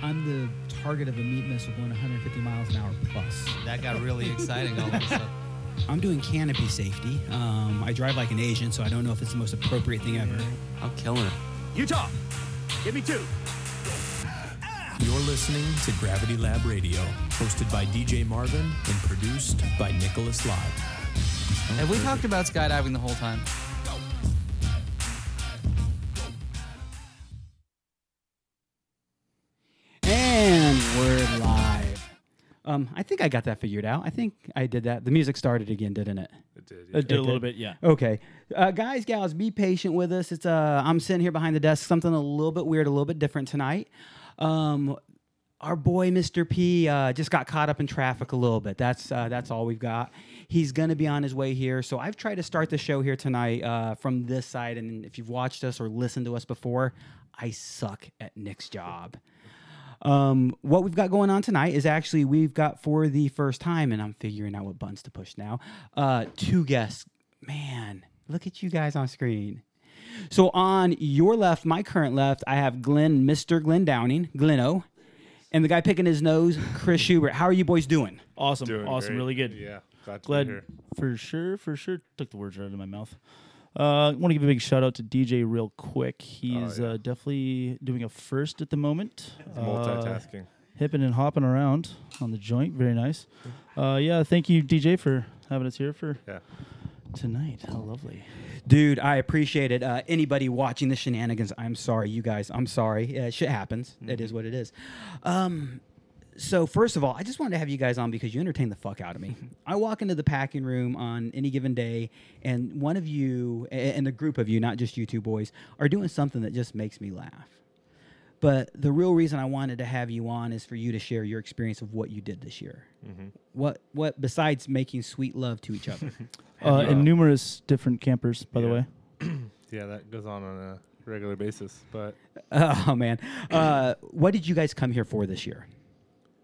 I'm the target of a meat missile going 150 miles an hour plus. That got really exciting all of a sudden. I'm doing canopy safety. Um, I drive like an Asian, so I don't know if it's the most appropriate thing ever. I'm killing it. Utah, give me two. You're listening to Gravity Lab Radio, hosted by DJ Marvin and produced by Nicholas Live. Have we talked about skydiving the whole time? And we're live. Um, I think I got that figured out. I think I did that. The music started again, didn't it? It did. It Yeah. did a little did. bit, yeah. Okay, uh, guys, gals, be patient with us. It's uh, I'm sitting here behind the desk. Something a little bit weird, a little bit different tonight. Um, our boy Mr. P uh, just got caught up in traffic a little bit. That's uh, that's all we've got. He's gonna be on his way here. So I've tried to start the show here tonight uh, from this side. And if you've watched us or listened to us before, I suck at Nick's job. Um, what we've got going on tonight is actually we've got for the first time, and I'm figuring out what buttons to push now. Uh, two guests. Man, look at you guys on screen. So on your left, my current left, I have Glenn, Mr. Glenn Downing, Glenno, and the guy picking his nose, Chris Schubert. How are you boys doing? Awesome. Doing awesome. great. Really good. Yeah. Glad to Glad be here. for sure, for sure. Took the words right out of my mouth. Uh, I want to give a big shout out to DJ real quick. He's Oh, yeah. uh, definitely doing a first at the moment. Uh, Multitasking. hipping and hopping around on the joint. Very nice. Uh, yeah, thank you, DJ, for having us here for yeah. tonight. How lovely. Dude, I appreciate it. Uh, anybody watching the shenanigans, I'm sorry, you guys. I'm sorry. Uh, shit happens. It is what it is. Um, so first of all, I just wanted to have you guys on because you entertain the fuck out of me. I walk into the packing room on any given day, and one of you a- and a group of you, not just you two boys, are doing something that just makes me laugh. But the real reason I wanted to have you on is for you to share your experience of what you did this year. What what besides making sweet love to each other? Uh, and numerous different campers, by the Yeah. way. Yeah, that goes on on a regular basis. But Oh man, uh, what did you guys come here for this year?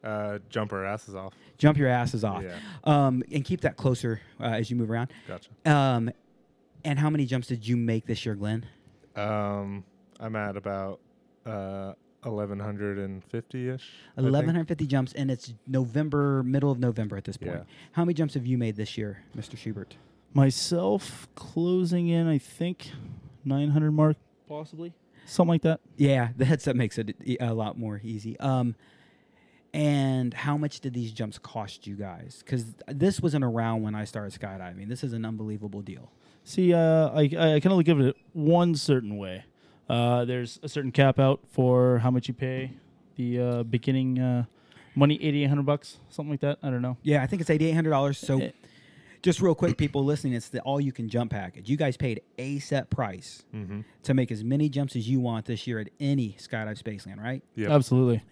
uh, jump our asses off. Jump your asses off, Yeah. um, and keep that closer uh, as you move around. Gotcha. Um, and how many jumps did you make this year, Glenn? Um, I'm at about uh, 1150 ish. Eleven hundred fifty jumps, and it's November, middle of November at this point. Yeah. How many jumps have you made this year, Mr. Schubert? Myself closing in, I think, 900 mark, possibly. Something like that. Yeah, the headset makes it e- a lot more easy. Um, and how much did these jumps cost you guys? Because this wasn't around when I started skydiving. This is an unbelievable deal. See, uh, I, I can only give it one certain way. Uh, there's a certain cap out for how much you pay, the uh, beginning uh, money, 80, 100 bucks, something like that. I don't know. Yeah, I think it's eighty eight hundred dollars. So, just real quick, people listening, it's the all you can jump package. You guys paid a set price Mm-hmm. to make as many jumps as you want this year at any skydive spaceland, right? Yeah. Absolutely.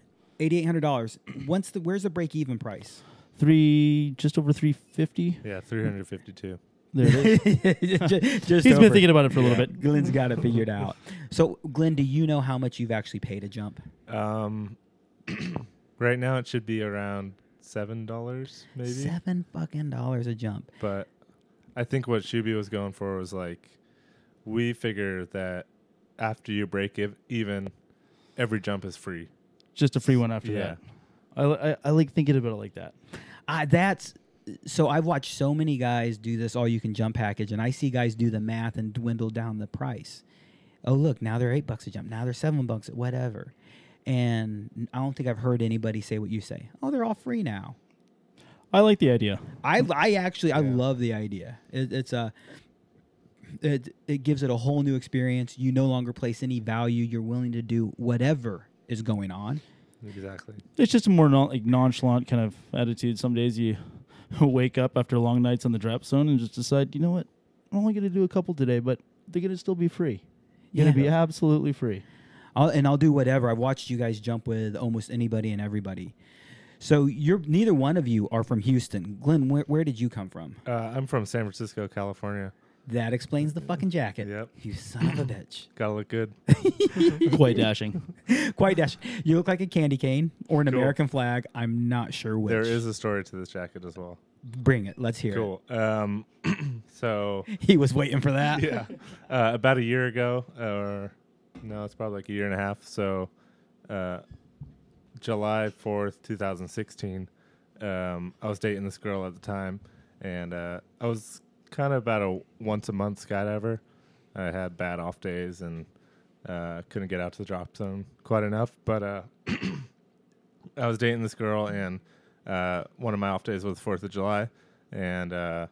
Eighty eight hundred dollars. Once the where's the break even price? Three, just over 350. Yeah, 352. There it is. just, just He's over. been thinking about it for a little bit. Glenn's got it figured out. So, Glenn, do you know how much you've actually paid a jump? Um, right now it should be around seven dollars, maybe. Seven fucking dollars a jump. But I think what Shuby was going for was like, we figure that after you break ev- even, every jump is free. Just a free one after Yeah. that. I, li- I, I like thinking about it like that. I that's so I've watched so many guys do this all you can jump package, and I see guys do the math and dwindle down the price. Oh look, now they're eight bucks a jump. Now they're seven bucks, whatever. And I don't think I've heard anybody say what you say. Oh, they're all free now. I like the idea. I I actually I love the idea. It, it's a it it gives it a whole new experience. You no longer place any value. You're willing to do whatever is going on. Exactly. It's just a more non- like nonchalant kind of attitude. Some days you wake up after long nights on the drop zone and just decide, you know what, I'm only going to do a couple today, but they're going to still be free. Going to Yeah. be absolutely free. I'll, and I'll do whatever. I've watched you guys jump with almost anybody and everybody. So you're neither one of you are from Houston. Glenn, where, where did you come from? Uh, I'm from San Francisco, California. That explains the fucking jacket. Yep. You son of a bitch. Gotta look good. Quite dashing. Quite dash. You look like a candy cane or an Cool. American flag. I'm not sure which. there is a story to this jacket as well. Bring it. Let's hear Cool. Um, so it. He was waiting for that. yeah, uh, about a year ago, or no, it's probably like a year and a half. So, uh, July fourth, two thousand sixteen. Um, I was dating this girl at the time, and uh, I was kind of about a once a month skydiver. I had bad off days and uh, couldn't get out to the drop zone quite enough, but uh, I was dating this girl, and uh, one of my off days was Fourth of July, and uh,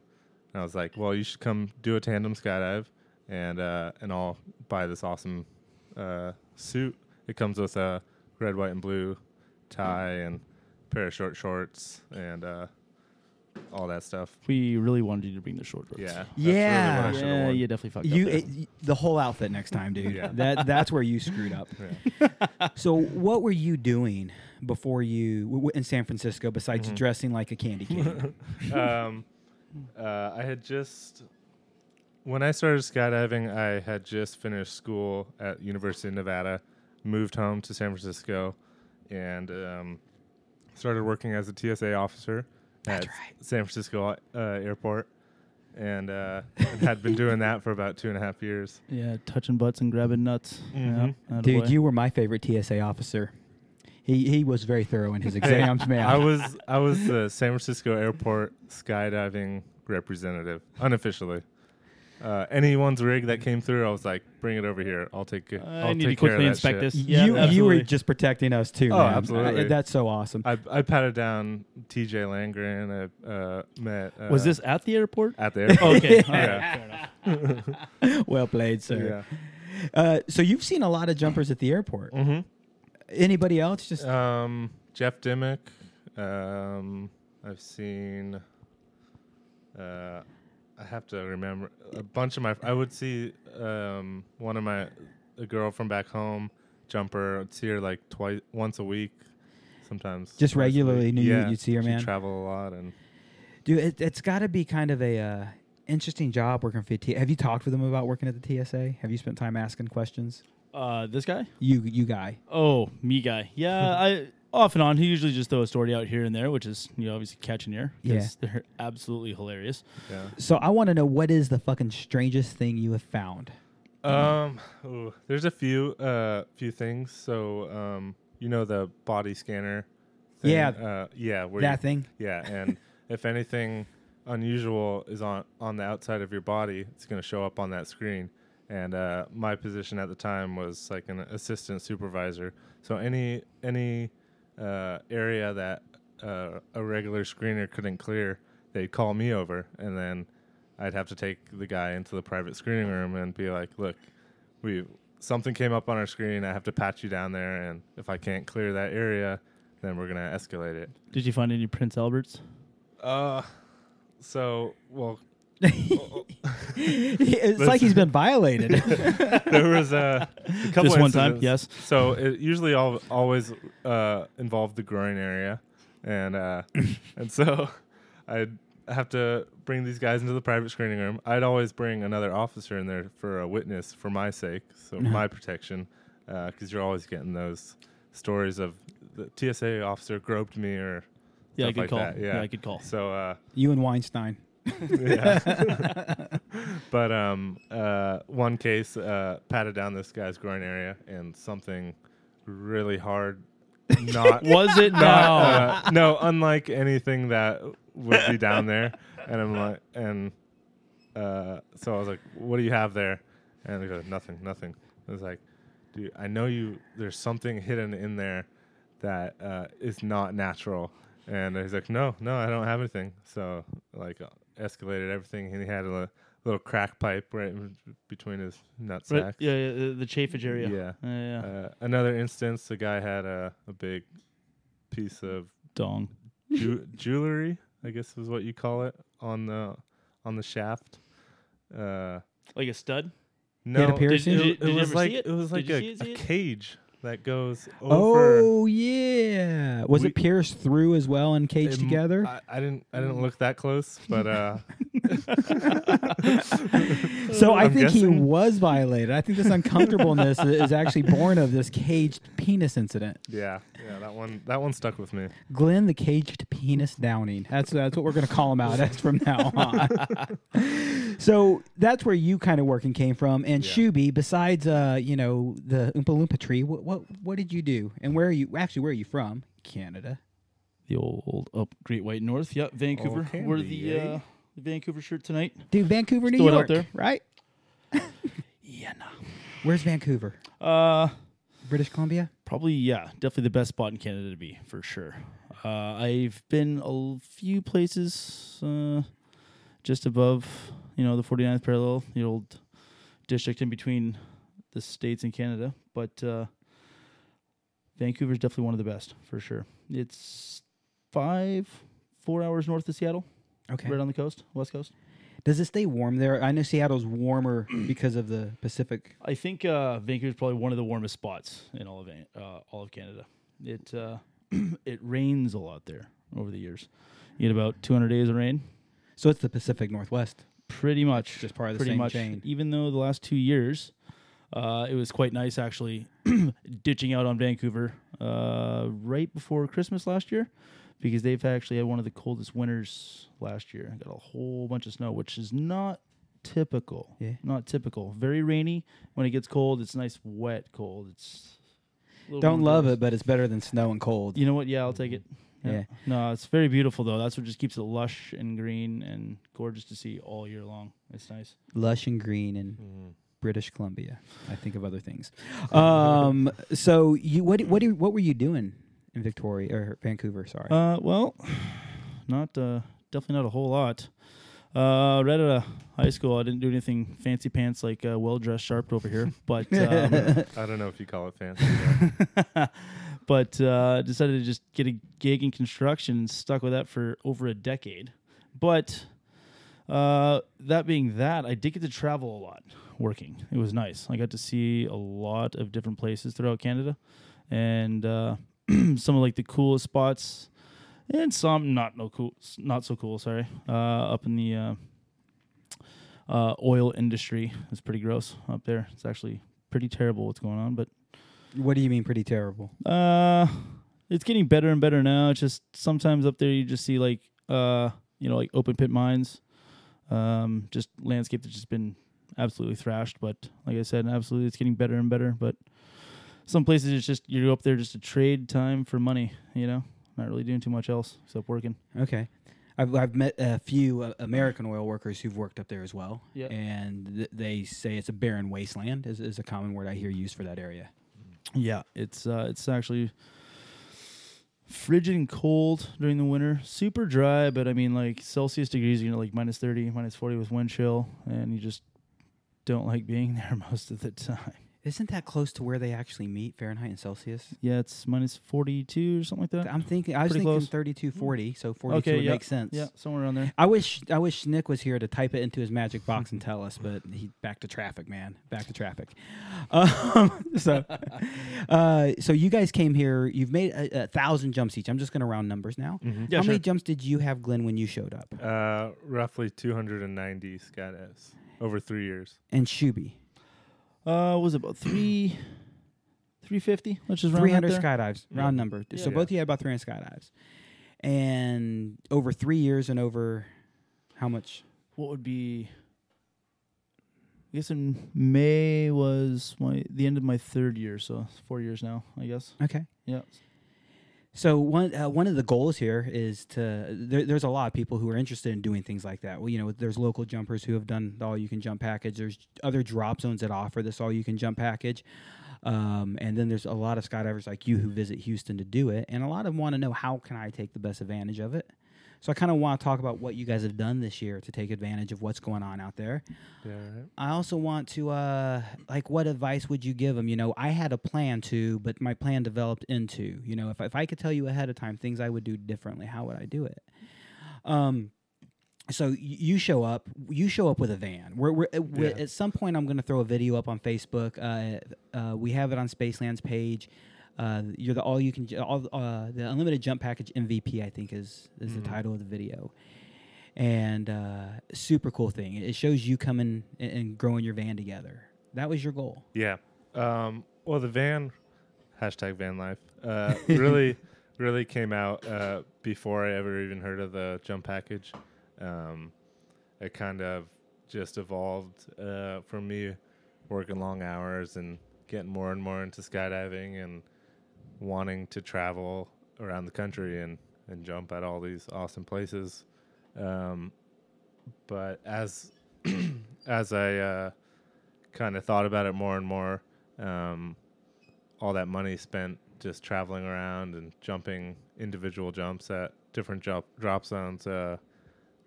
I was like, "Well, you should come do a tandem skydive, and uh, and I'll buy this awesome uh, suit. It comes with a red, white, and blue tie and pair of short shorts and uh, all that stuff. We really wanted you to bring the short shorts. Yeah, that's really what Yeah. I should've Yeah, worn. you definitely fucked You up. there. it, y- the whole outfit next time, dude. Yeah. That that's where you screwed up. so what were you doing before you w- w- in San Francisco besides Mm-hmm. dressing like a candy cane? um, uh, I had just when I started skydiving, I had just finished school at University of Nevada, moved home to San Francisco, and um, started working as a TSA officer at San Francisco uh, Airport, and uh, and had been doing that for about two and a half years. yeah, touching butts and grabbing nuts. Mm-hmm. Mhm. Yeah, dude, attaboy. you were my favorite TSA officer. He he was very thorough in his exams, man. I was I was the San Francisco Airport skydiving representative unofficially. Uh, anyone's rig that came through, I was like, "Bring it over here. I'll take it. I I'll need to take care of quickly that inspect shit." this. you Yeah, you were absolutely. just protecting us too. Oh, man. I- absolutely. that's so awesome. I, I patted down T.J. Langren. I uh, met. Uh, was this at the airport? at the airport? Okay. yeah. well played, yeah. sir. Uh, so you've seen a lot of jumpers at the airport. Mm-hmm. Anybody else? Just Um, Jeff Dimmick. Um, I've seen. Uh, I have to remember a bunch of my. I would see um, one of my a girl from back home jumper. I'd see her like twice, once a week, sometimes. Just twice a week. regularly knew you- you'd see her, she man. Travel a lot and Dude, it, it's got to be kind of a uh, interesting job working for the T. Have you talked with them about working at the TSA? Have you spent time asking questions? Uh, this guy? You, you guy. Oh, me guy. Yeah, I off and on. He usually just throw a story out here and there, which is you know obviously catching ear. 'cause Yeah. they're absolutely hilarious. yeah. So I want to know what is the fucking strangest thing you have found. Um, ooh, there's a few uh few things. So um, you know the body scanner. Thing, Yeah. Uh, yeah. Where That you- thing? Yeah, and if anything unusual is on on the outside of your body, it's gonna show up on that screen. And uh, my position at the time was like an assistant supervisor. So any any uh, area that uh, a regular screener couldn't clear, they'd call me over, and then I'd have to take the guy into the private screening room and be like, "Look, we something came up on our screen. I have to patch you down there, and if I can't clear that area, then we're gonna escalate it." Did you find any Prince Alberts? Uh, so well, Oh, it's like he's been violated. there was a, a couple This one time, incidents. So it usually all, always uh, involved the groin area, and uh, and so I'd have to bring these guys into the private screening room. I'd always bring another officer in there for a witness for my sake, so Uh-huh. my protection, because you're always getting those stories of the TSA officer groped me or. Yeah, stuff good like call. that. Yeah. Yeah, good call. So uh, you and Weinstein. But um, uh, one case uh, patted down this guy's groin area, and something really hard. Not Was it now? uh, no, unlike anything that would be down there. And I'm like, and uh, so I was like, "What do you have there?" And they go, "Nothing, nothing." I was like, "Dude, I know you. There's something hidden in there that uh, is not natural." And he's like, "No, no, I don't have anything." So like, uh, escalated everything, and he had a li- little crack pipe right in between his nut Right, sacks. yeah, yeah, the- the chafage area. Yeah. yeah. Uh, another instance, the guy had a, a big piece of Dong. ju- jewelry, I guess is what you call it on the on the shaft. Uh, Like a stud. no, piercing? It, Did you- it did you was ever like see it? was Did like you a, see it, see a it? cage that goes over. Oh yeah. Was We- it pierced through as well and It caged m- together? I, I didn't. I didn't look that close, but uh, So i I'm think he guessing. was violated. I think this uncomfortableness i- is actually born of this caged penis incident. yeah, yeah. That one. That one stuck with me. Glenn the caged penis downing. That's that's what we're gonna call him out as from now on. so that's where you kind of working came from. And Shuby, besides uh, you know, the Oompa Loompa tree, what what what did you do? And where are you actually where are you from? Canada. The old up Great White North. Yep, Vancouver. can Wear be, the eh? uh, the Vancouver shirt tonight. Dude, Vancouver, New throw it York, out there. right? Yeah, Where's Vancouver? Uh, British Columbia? probably yeah, definitely the best spot in Canada to be for sure. Uh, I've been a l- few places, uh, just above you know the 49th parallel, the old district in between the states and Canada, but uh, Vancouver's definitely one of the best for sure. It's five, four hours north of Seattle, Okay. right on the coast, west coast. Does it stay warm there? I know Seattle's warmer because of the Pacific. I think uh, Vancouver's probably one of the warmest spots in all of Van- uh, all of Canada. It uh, it rains a lot there over the years. You get about 200 days of rain, So it's the Pacific Northwest. pretty much. Just part of the pretty same much. chain. Even though the last two years, uh, it was quite nice actually ditching out on Vancouver uh, right before Christmas last year. Because they've actually had one of the coldest winters last year. Got a whole bunch of snow, which is not typical. Yeah. Not typical. Very rainy. When it gets cold, it's nice wet cold. It's a little Don't love ridiculous. it, but it's better than snow and cold. You know what? Yeah, I'll take it. Yeah. No, it's very beautiful though. That's what just keeps it lush and green and gorgeous to see all year long. It's nice. Lush and green and Mm-hmm. British Columbia. I think of other things. Um, so you what what do- what were you doing in Victoria or Vancouver? Sorry. Uh, well, not uh, definitely not a whole lot. Uh, right out of high school, I didn't do anything fancy pants like uh, well dressed sharp over here, but um, I don't know if you call it fancy. but uh, decided to just get a gig in construction and stuck with that for over a decade. But uh, that being that, I did get to travel a lot working. It was nice. I got to see a lot of different places throughout Canada and uh, some of like the coolest spots and some not no cool, not so cool. Sorry, uh, up in the. Uh, uh, oil industry It's pretty gross up there. It's actually pretty terrible what's going on, but what do you mean pretty terrible? uh, it's getting better and better now. It's just sometimes up there you just see like uh, you know, like open pit mines, um, just landscape that's just been absolutely thrashed. But like I said, absolutely, it's getting better and better. But some places it's just you're up there just to trade time for money. You know, not really doing too much else except working. Okay. I've, I've met a few uh, American oil workers who've worked up there as well, Yeah. and th- they say it's a barren wasteland. Is, is a common word I hear used for that area. Yeah, it's uh, it's actually frigid and cold during the winter. Super dry, but I mean like Celsius degrees, you know, like minus thirty, minus forty with wind chill, and you just don't like being there most of the time. Isn't that close to where they actually meet Fahrenheit and Celsius? Yeah, it's minus forty-two or something like that. I'm thinking. I was Pretty thinking close. 32, 40, so 42 would yeah, make sense. Yeah, somewhere around there. I wish I wish Nick was here to type it into his magic box and tell us, but he back to traffic, man, back to traffic. Um, so, uh, so you guys came here. You've made a, a thousand jumps each. I'm just gonna round numbers now. Yeah, How sure. many jumps did you have, Glenn, when you showed up? Uh, roughly 290 sky dives over three years. And Shuby, Uh, was it about three, three fifty. Let's just round that 300 there. skydives, round number. So both of you had about 300 skydives, and over three years and over how much? what would be I guess in May was my the end of my third year, so it's four years now, I guess. Okay. Yeah. So one uh, one of the goals here is to there, there's a lot of people who are interested in doing things like that. Well, you know, there's local jumpers who have done the all you can jump package. There's other drop zones that offer this all you can jump package, um, and then there's a lot of skydivers like you who visit Houston to do it, and a lot of them want to know how can I take the best advantage of it. So I kind of want to talk about what you guys have done this year to take advantage of what's going on out there. Yeah, right. I also want to uh like what advice would you give them? You know, I had a plan to, but my plan developed into. You know, if if I could tell you ahead of time things I would do differently, how would I do it? Um so y- you show up, you show up with a van. We're, we're, uh, we Yeah. at some point I'm going to throw a video up on Facebook. Uh, uh, we have it on Spaceland's page. Uh, you're the all you can all uh, the unlimited jump package MVP I think is is Mm-hmm. the title of the video and uh, super cool thing. It shows you coming and- and growing your van together. That was your goal. Yeah. Um, well, the van, hashtag van life, uh, really, really came out uh, before I ever even heard of the jump package. Um, it kind of just evolved uh, from me working long hours and getting more and more into skydiving and wanting to travel around the country and and jump at all these awesome places. Um, but as as I uh, kind of thought about it more and more, um, all that money spent just traveling around and jumping individual jumps at different drop drop zones, uh,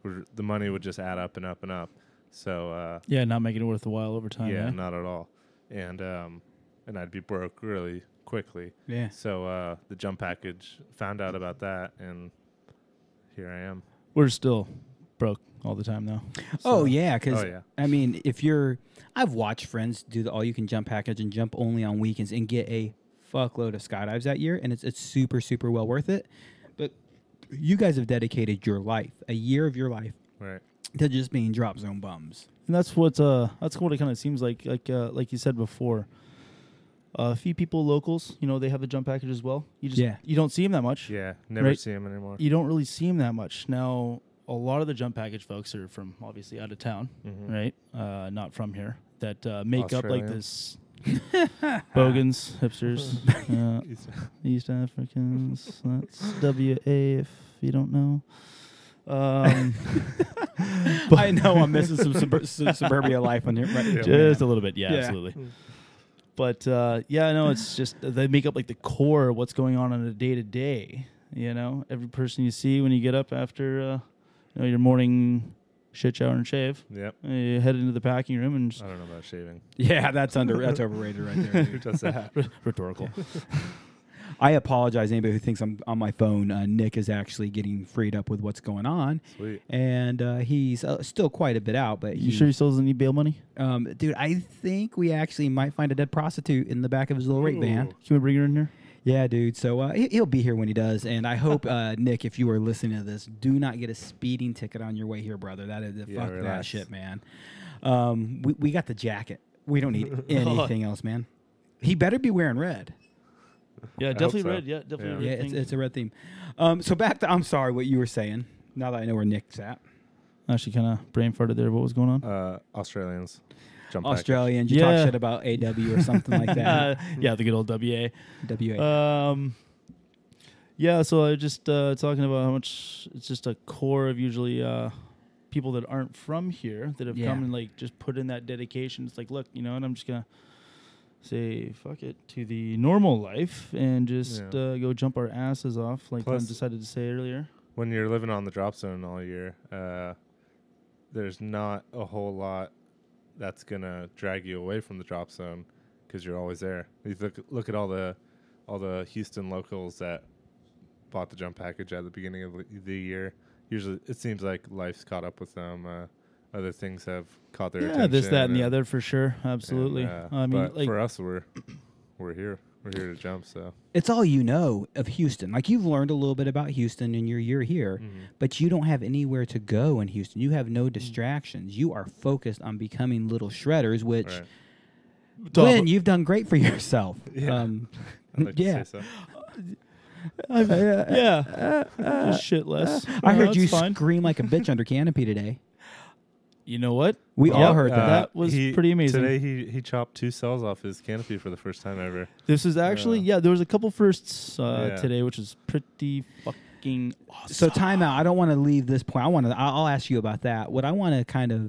were- the money would just add up and up and up. So uh, Yeah, not making it worth the while over time. yeah, eh? not at all. And um, and I'd be broke really quickly. Yeah. So uh, the jump package found out about that, and here I am. Oh, We're still broke all the time though. Oh yeah, because Oh, yeah. I mean, if you're, I've watched friends do the all you can jump package and jump only on weekends and get a fuckload of skydives that year, and it's it's super super well worth it. But you guys have dedicated your life, a year of your life, Right. to just being drop zone bums. And that's what uh that's what it kind of seems like like uh, like you said before. Uh, A few people locals, you know, they have the jump package as well. You just Yeah. you don't see them that much. Yeah. Never Right. see him anymore. You don't really see them that much. Now, a lot of the jump package folks are from obviously out of town, Mm-hmm. right? Uh, not from here. That uh, make up Hmm. Australia. like this bogans, hipsters, uh, East Africans. That's WA if you don't know. Um, I know I'm missing some subur- su- suburbia life on here, right? just a little bit, yeah, Yeah. absolutely. But uh, yeah, no, it's just uh, they make up like the core of what's going on on a day to day. You know, every person you see when you get up after uh, you know, your morning shit shower and shave, Yep. uh, you head into the packing room and just I don't know about shaving. Yeah, that's under that's overrated right there. Who dude. does that? rhetorical. I apologize to anybody who thinks I'm on my phone. Uh, Nick is actually getting freed up with what's going on, Sweet. and uh, he's uh, still quite a bit out. But you he- sure he still doesn't need bail money? Um, dude, I think we actually might find a dead prostitute in the back of his little rig van. Can we bring her in here? Yeah, dude. So uh, he- he'll be here when he does. And I hope, uh, Nick, if you are listening to this, do not get a speeding ticket on your way here, brother. That is Yeah, fuck that relax. shit, man. Um, we, we got the jacket. We don't need anything else, man. He better be wearing red. Yeah, definitely definitely so. red. red, Yeah, yeah, definitely Yeah. red. Yeah, it's, it's a red theme. Um, so back to I'm sorry what you were saying. Now that I know where Nick's at, Actually, kind of brain farted there. What was going on? Uh, Australians. Jump package. Australians, you talk Yeah. shit about AW or something like Uh, that. yeah, the good old WA. WA. Um, yeah, so I was just uh, talking about how much it's just a core of usually uh, people that aren't from here that have Yeah. come and like just put in that dedication. It's like, look, you know, and I'm just gonna say fuck it to the normal life and just Yeah. uh, go jump our asses off, like I Plus- decided to say earlier. when you're living on the drop zone all year, uh, there's not a whole lot that's gonna drag you away from the drop zone because you're always there. You look look at all the all the Houston locals that bought the jump package at the beginning of the- the year. Usually, it seems like life's caught up with them. Uh, other things have caught their Yeah, attention. this, that, and the other for sure, absolutely. and, uh, I mean, but like, for us, we're we're here. We're here to jump. So it's all you know of Houston. Like you've learned a little bit about Houston in your year here, but you don't have anywhere to go in Houston. You have no distractions. You are focused on becoming little shredders, which right. when you've done great for yourself. Yeah. Um, I'd like yeah. to say so. yeah, Just shit less. I No, heard it's you fine. scream like a bitch under canopy today. You know what? We Yep. all heard Uh, that. That was pretty amazing. Today he, he chopped two cells off his canopy for the first time ever. This is actually yeah. There was a couple firsts uh, Yeah. today, which is pretty fucking awesome. So timeout. I don't want to leave this point. I want to. I'll I'll ask you about that. What I want to kind of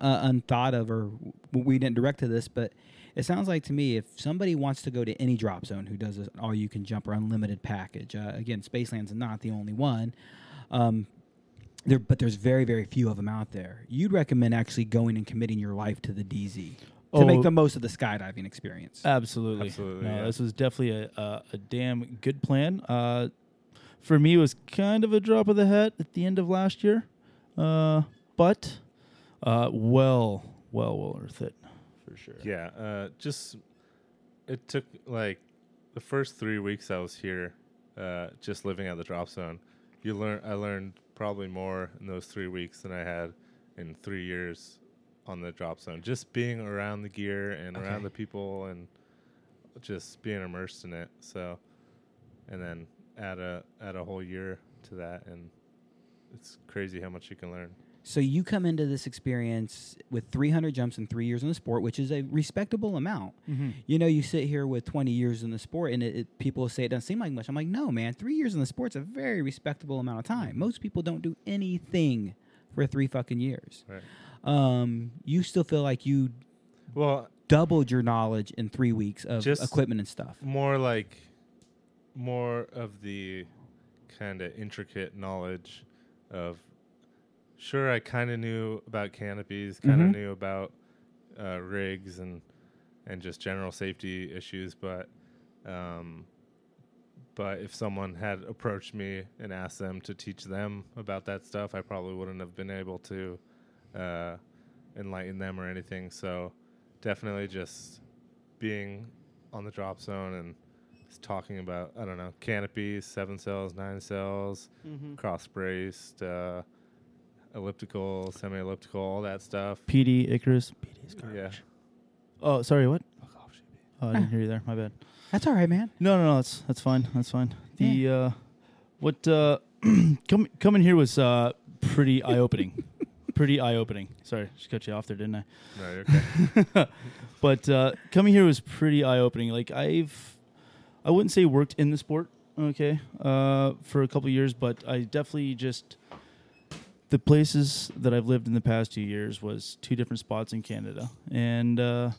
uh, unthought of, or w- we didn't direct to this, but it sounds like to me, if somebody wants to go to any drop zone who does this all you can jump or unlimited package, uh, again, Spaceland's not the only one. Um, there, but there's very, very few of them out there. You'd recommend actually going and committing your life to the DZ to Oh. Uh, make the most of the skydiving experience. Absolutely, Absolutely, No, yeah. this was definitely a, a a damn good plan. Uh, for me, it was kind of a drop of the hat at the end of last year, uh, but uh, well, well, well worth it for sure. Yeah, uh, just it took like the first three weeks I was here, uh, just living at the drop zone. You learn I learned probably more in those three weeks than I had in three years on the drop zone. Just being around the gear and around the people and just being immersed in it. So, and then add a add a whole year to that, and it's crazy how much you can learn. So you come into this experience with 300 jumps in three years in the sport, which is a respectable amount. You know, you sit here with 20 years in the sport, and it, it- people say it doesn't seem like much. I'm like, no, man, three years in the sport's a very respectable amount of time. Most people don't do anything for three fucking years. Right. Um, you still feel like you Well, doubled your knowledge in three weeks of Just- equipment and stuff. more like more of the kind of intricate knowledge of sure i kind of knew about canopies kind of knew about uh, rigs and and just general safety issues but um, but if someone had approached me and asked them to teach them about that stuff i probably wouldn't have been able to uh, enlighten them or anything so definitely just being on the drop zone and s- talking about I don't know canopies, seven cells, nine cells, cross braced, uh, elliptical, semi elliptical, all that stuff. PD Icarus. PD's car. Yeah, Oh, sorry. What? Oh, I didn't hear you there. My bad. That's all right, man. No, no, no. That's that's fine. That's fine. The uh, what uh, com- coming here was uh, pretty eye opening. pretty eye opening. Sorry, just cut you off there, didn't I? no, you're okay. but uh, coming here was pretty eye opening. Like I've, I wouldn't say worked in the sport, okay, uh, for a couple years, but I definitely just the places that I've lived in the past two years was two different spots in Canada, and uh,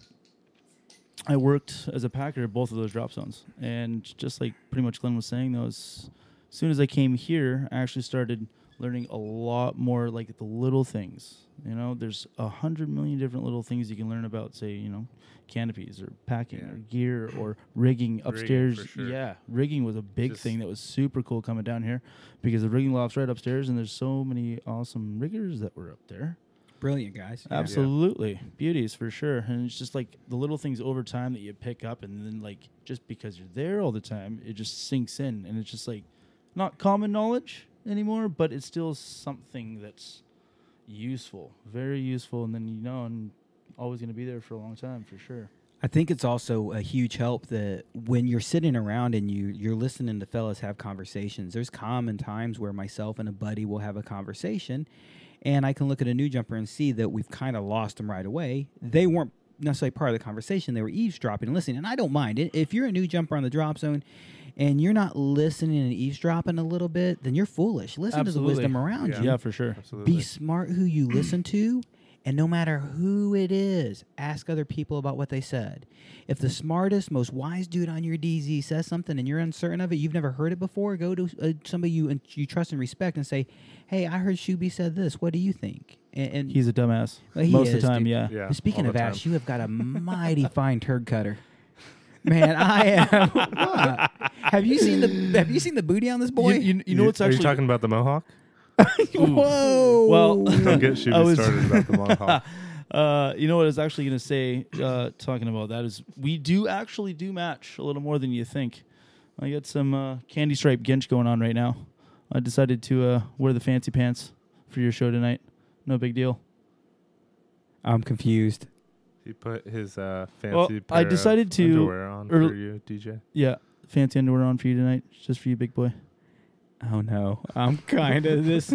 I worked as a packer at both of those drop zones, and just like pretty much Glenn was saying, those as soon as I came here, I actually started learning a lot more like the little things. You know, there's a hundred million different little things you can learn about, say, you know, canopies or packing Yeah. or gear or rigging upstairs. sure. Yeah, rigging was a big Just- thing that was super cool coming down here because the rigging loft's right upstairs, and there's so many awesome riggers that were up there. Brilliant, guys. Absolutely. Beauties for sure. And it's just like the little things over time that you pick up and then like just because you're there all the time, it just sinks in and it's just like not common knowledge anymore, but it's still something that's useful. Very useful and then you know and always gonna be there for a long time for sure. I think it's also a huge help that when you're sitting around and you you're listening to fellas have conversations. There's common times where myself and a buddy will have a conversation, and I can look at a new jumper and see that we've kind of lost them right away. They weren't necessarily part of the conversation; they were eavesdropping and listening. And I don't mind it if you're a new jumper on the drop zone, and you're not listening and eavesdropping a little bit, then you're foolish. Listen Absolutely. to the wisdom around Yeah. you. Yeah, for sure. Absolutely. Be smart who you listen to, and no matter who it is, ask other people about what they said. If the smartest, most wise dude on your DZ says something and you're uncertain of it, you've never heard it before, go to uh, somebody you and you trust and respect and say, "Hey, I heard Shuby said this. What do you think?" And, and He's a dumbass. Well, he Most of is, the time, dude. yeah. yeah. but speaking all of the Ash, time. you have got a mighty fine turd cutter. Man, I am. What? Have you seen the Have you seen the booty on this boy? You, you, you know You- what's are actually you talking about the mohawk? Whoa! well Don't get I Shuby was- started about the mohawk. Uh, you know what I was actually going to say, uh, talking about that is we do actually do match a little more than you think. I got some uh, candy stripe ginch going on right now. I decided to uh, wear the fancy pants for your show tonight. No big deal. I'm confused. He put his uh, fancy Well, I pair of decided to underwear on earl- for you, DJ. Yeah, fancy underwear on for you tonight, just for you, big boy. Oh no, I'm kind of this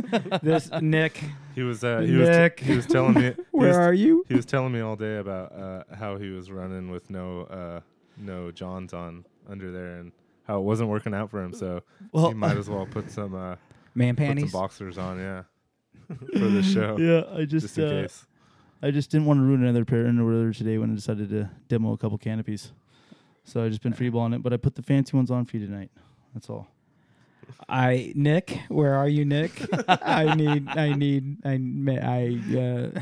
this Nick. He was uh, he was Nick. he was telling me he Where was, are you? he was telling me all day about uh, how he was running with no uh, no Johns on under there and how it wasn't working out for him. So Well, he might as well put some uh, Man put some panties. boxers on, yeah, for the show, yeah, I just just in uh, case. I just didn't want to ruin another pair of underwear today when I decided to demo a couple canopies. So I just been freeballing it, but I put the fancy ones on for you tonight. That's all. I Nick, where are you, Nick? I need, I need, I, ma- I. Uh,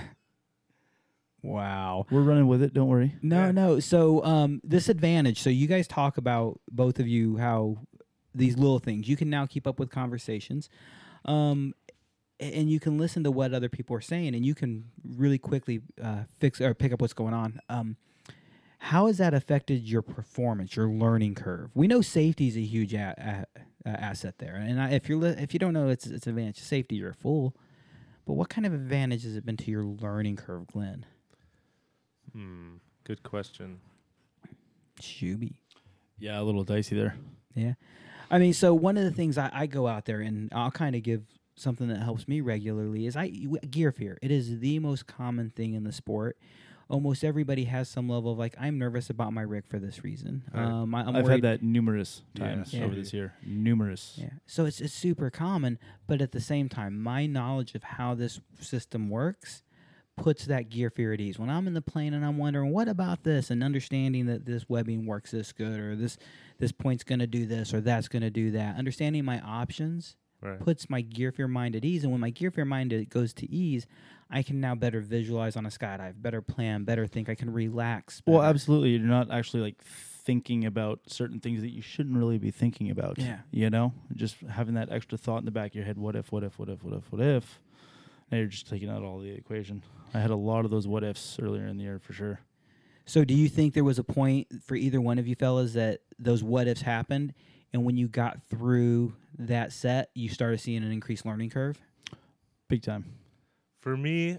wow. We're running with it. Don't worry. No, no. So um, this advantage. So you guys talk about both of you how these little things you can now keep up with conversations, um, a- and you can listen to what other people are saying, and you can really quickly uh, fix or pick up what's going on. Um, how has that affected your performance, your learning curve? We know safety is a huge a- a- a- asset there, and I, if you're li- if you don't know it's it's an advantage to safety, you're a fool. But what kind of advantage has it been to your learning curve, Glenn? Hmm, good question. Shooby. Yeah, a little dicey there. Yeah. I mean, so one of the things I, I go out there and I'll kind of give something that helps me regularly is I gear fear. It is the most common thing in the sport. Almost everybody has some level of like I'm nervous about my rig for this reason. Um, I, I'm I've worried- had that numerous times Yeah. over this year. Numerous. yeah. So it's, it's super common, but at the same time, my knowledge of how this system works puts that gear fear at ease. When I'm in the plane and I'm wondering what about this and understanding that this webbing works this good or this this point's going to do this or that's going to do that, understanding my options Right. puts my gear fear mind at ease and when my gear fear mind it goes to ease, I can now better visualize on a skydive, better plan, better think, I can relax. Well, better. absolutely. You're not actually like thinking about certain things that you shouldn't really be thinking about. Yeah. You know, just having that extra thought in the back of your head: what if? What if? What if? What if? What if? Now you're just taking out all the equation. I had a lot of those what ifs earlier in the year for sure. So, do you think there was a point for either one of you fellas that those what ifs happened, and when you got through that set, you started seeing an increased learning curve? Big time. For me,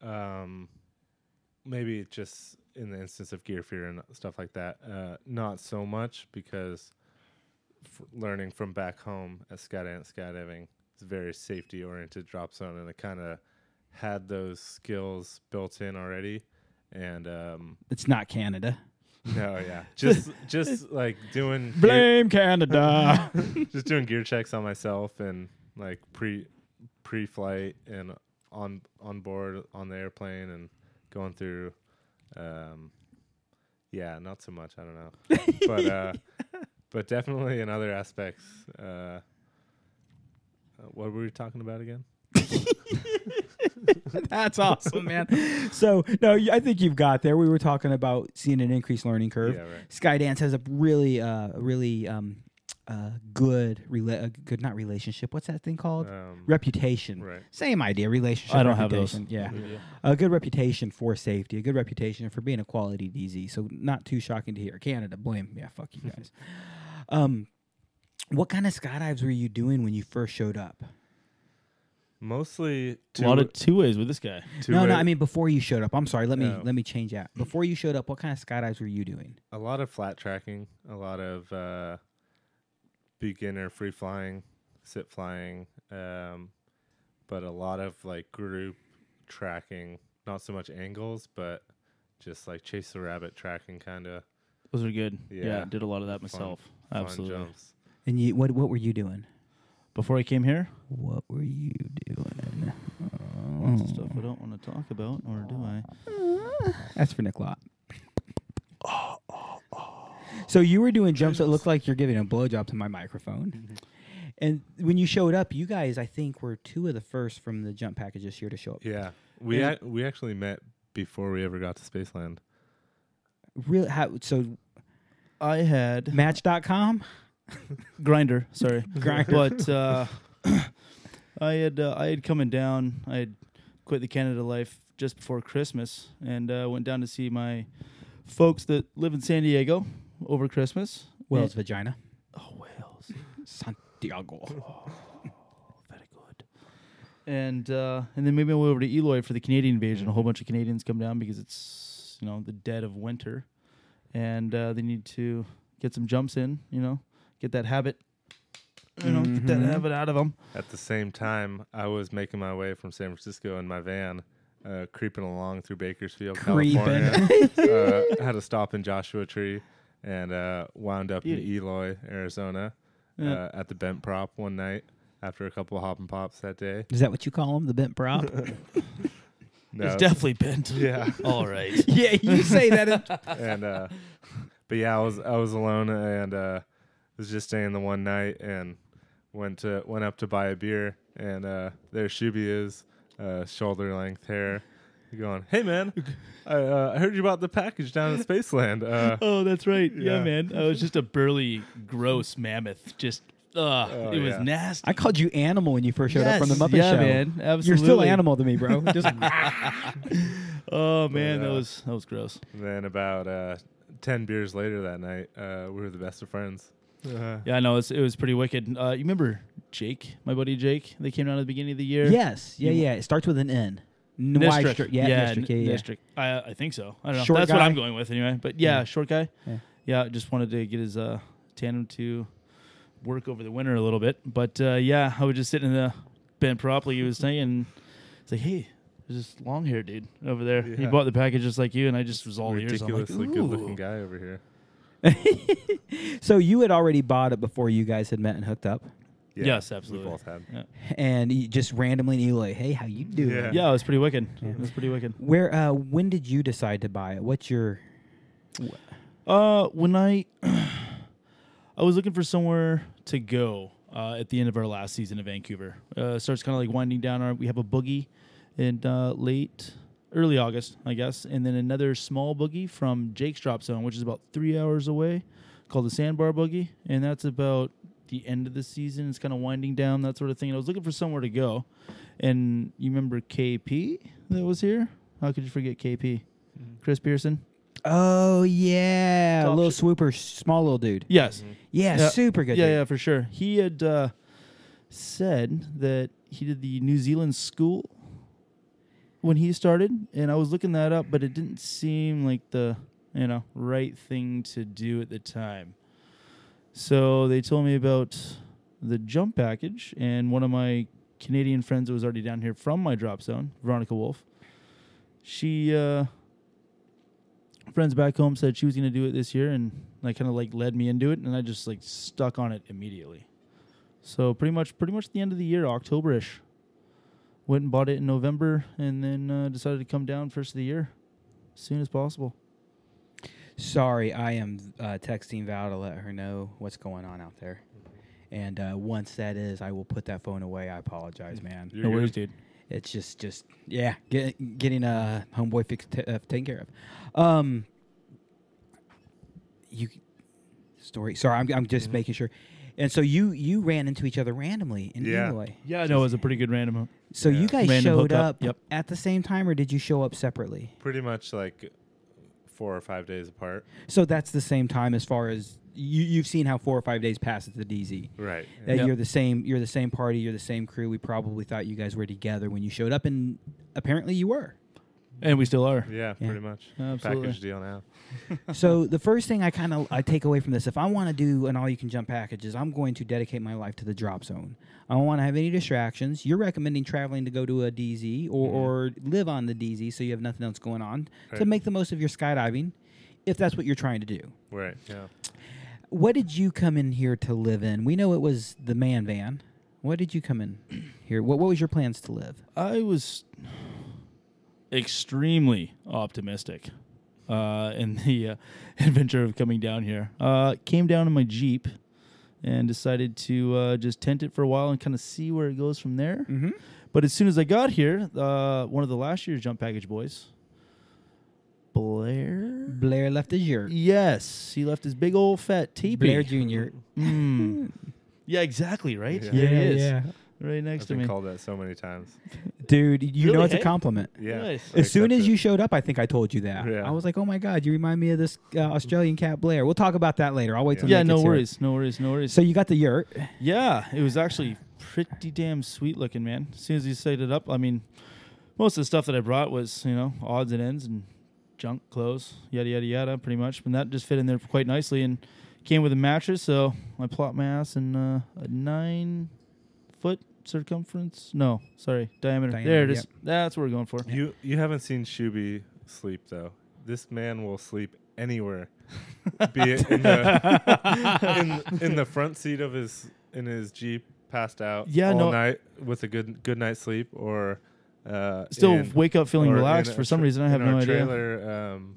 um, maybe it's just in the instance of gear fear and stuff like that, uh, not so much because f- learning from back home at skydiving, and skydiving is a very safety oriented drop zone, and I kind of had those skills built in already. And um, It's not Canada. no, yeah, just just like doing gear- Blame Canada. just doing gear checks on myself and like pre pre flight and on on board on the airplane and going through um yeah not so much i don't know but uh but definitely in other aspects uh uh, what were we talking about again That's awesome, man. So, no, you- I think you've got there. We were talking about seeing an increased learning curve. Yeah, right. Skydance has a really, uh, really um, uh, good, rela- a good not relationship. What's that thing called? um reputation. right. Same idea. Relationship. I don't have those. reputation. Yeah. a good reputation for safety, a good reputation for being a quality DZ. So not too shocking to hear. Canada, blame. Yeah, fuck you guys. um, what kind of skydives were you doing when you first showed up? mostly a lot of two ways with this guy. two no, way- no, I mean before you showed up. I'm sorry. Let me Oh. let me change that. Before you showed up, what kind of skydives were you doing? a lot of flat tracking, a lot of uh, beginner free flying, sit flying, um, but a lot of like group tracking. Not so much angles, but just like chase the rabbit tracking kind of Those are good. Yeah. Yeah, did a lot of that myself. fun Absolutely. jumps. And you what what were you doing? Before I came here, What were you doing? lots of stuff I don't want to talk about, or do I? Mm-hmm. That's for Nick Lott. Uh, So you were doing jumps that looked like you're giving a blowjob to my Mm-hmm. microphone. And when you showed up, you guys, I think, were two of the first from the jump package this year to show up. Yeah, we ac we actually met before we ever got to Spaceland. Really? How, so I had Match.com. grinder. Sorry, Grinder. But uh, I had uh, I had coming down. I had quit the Canada life just before Christmas and uh, went down to see my folks that live in San Diego over Christmas. Wells vagina. oh Wales, Santiago. very good. And uh, and then made my way over to Eloy for the Canadian invasion. A whole bunch of Canadians come down because it's you know the dead of winter, and uh, they need to get some jumps in. You know, get that habit. You know, get Mm-hmm. that habit out of them. At the same time, I was making my way from San Francisco in my van, uh, creeping along through Bakersfield, California. uh, had a stop in Joshua Tree and uh, wound up in Beauty. Eloy, Arizona, uh, at the bent prop one night after a couple of hop and pops that day. Is that what you call them? The bent prop? No, It's definitely bent. yeah, All right. yeah, you say that. and uh, but yeah, I was I was alone and uh, was just staying the one night and went to went up to buy a beer and uh, there Shuby is, uh, shoulder length hair, going, hey man, I, uh, I heard you about the package down in Spaceland. Uh, Oh, that's right. Yeah. Yeah. man. I was just a burly, gross mammoth. Just, uh, it was Oh, yeah. nasty. I called you animal when you first showed up from the Yes. Muppet Yeah, Show. man. You're still Absolutely. animal to me, bro. Just oh man, But, that uh, was that was gross. and then about uh, ten beers later that night, uh, we were the best of friends. Uh, Yeah, I know. It was, it was pretty wicked. Uh, you remember Jake, my buddy Jake? They came down at the beginning of the year. yes, yeah, yeah. It starts with an N. Nistrick. Nystrick. Yeah, yeah, Nistrick, yeah, N- yeah. Nistrick. I, I think so. I don't know. Short That's what guy. I'm going with anyway. But yeah, short guy. Yeah. Yeah. just wanted to get his uh, tandem to work over the winter a little bit. But uh, yeah, I was just sitting in the Ben Propley. He was saying, "It's like, hey, there's this long hair dude over there. He Yeah. bought the package just like you, and I just was all ears. I'm like, ridiculously good looking "Ooh." guy over here. So you had already bought it before you guys had met and hooked up, Yeah, Yes, we absolutely. both had. Yeah. and you just randomly you were like, "Hey, how you doing?" Yeah. Yeah, it was pretty wicked. It was pretty wicked. Where? Uh, when did you decide to buy it? What's your? Uh, when I I was looking for somewhere to go uh, at the end of our last season in Vancouver. Uh, it starts kind of like winding down. Our, we have a boogie in uh, late early August, I guess, and then another small boogie from Jake's Drop Zone, which is about three hours away, called the Sandbar Boogie, and that's about the end of the season. It's kind of winding down, that sort of thing. And I was looking for somewhere to go, and you remember KP that was here? How could you forget KP? Chris Pearson. Oh yeah, Top little sh- swooper, small little dude. Yes. Yeah, Yeah. super good. Yeah, dude. yeah, for sure. He had uh, said that he did the New Zealand school when he started, and I was looking that up, but it didn't seem like the you know right thing to do at the time. So they told me about the jump package, and one of my Canadian friends that was already down here from my drop zone, Veronica Wolf, she uh, friends back home said she was going to do it this year and that kind of like led me into it and i just like stuck on it immediately so pretty much pretty much the end of the year octoberish went and bought it in november and then uh, decided to come down first of the year as soon as possible Sorry, I am uh, texting Val to let her know what's going on out there. And uh, once that is, I will put that phone away. I apologize, man. You're good. dude It's just, just yeah, get, getting a uh, homeboy fix t- uh, taken care of. Um, you story. Sorry, I'm, I'm just making sure. And so you you ran into each other randomly in Yeah. Eloy. yeah no it was a pretty good random So you guys Random showed hookup, up yep. at the same time, or did you show up separately? Pretty much like four or five days apart. So that's the same time as far as you you've seen how four or five days pass at the DZ. Right. that Yep. you're the same you're the same party you're the same crew we probably thought you guys were together when you showed up and apparently you were and we still are Yeah, Yeah. pretty much. Absolutely. Package deal now. so the first thing i kind of i take away from this if i want to do an all you can jump package is i'm going to dedicate my life to the drop zone i don't want to have any distractions you're recommending traveling to go to a dz or, or live on the dz so you have nothing else going on to Mm-hmm. Right. make the most of your skydiving if that's what you're trying to do Right. Yeah. what did you come in here to live in we know it was the man van what did you come in here what, what was your plans to live I was extremely optimistic uh, in the uh, adventure of coming down here. Uh, came down in my Jeep and decided to uh, just tent it for a while and kind of see where it goes from there. Mm-hmm. But as soon as I got here, uh, one of the last year's jump package boys, Blair. blair left his yurt Yes, he left his big old fat teepee. Blair Jr. Mm. yeah, exactly, right? Yeah. There he is, right next I've to me. been called that so many times. Dude, you know Really, it's eh? hey? a compliment. Yeah. Nice. I As soon accept as it. you showed up, I think I told you that. Yeah. I was like, "Oh my God, you remind me of this uh, Australian cat Blair." We'll talk about that later. I'll wait till Yeah, Nick no gets here. worries, no worries, no worries. So you got the yurt. Yeah, it was actually pretty damn sweet looking, man. As soon as you set it up, I mean, most of the stuff that I brought was, you know, odds and ends and junk clothes, yada, yada, yada, pretty much. And that just fit in there quite nicely and came with a mattress. So I plot my ass in uh, a nine foot circumference. No, sorry, diameter. Diameter, there it is. That's what we're going for. You you haven't seen Shuby sleep though. This man will sleep anywhere, be it in the in, in the front seat of his in his jeep, passed out Yeah, all no. night with a good good night's sleep, or uh, Still in- wake up feeling or in relaxed a for some tra- reason. I have in our no idea. Trailer, um,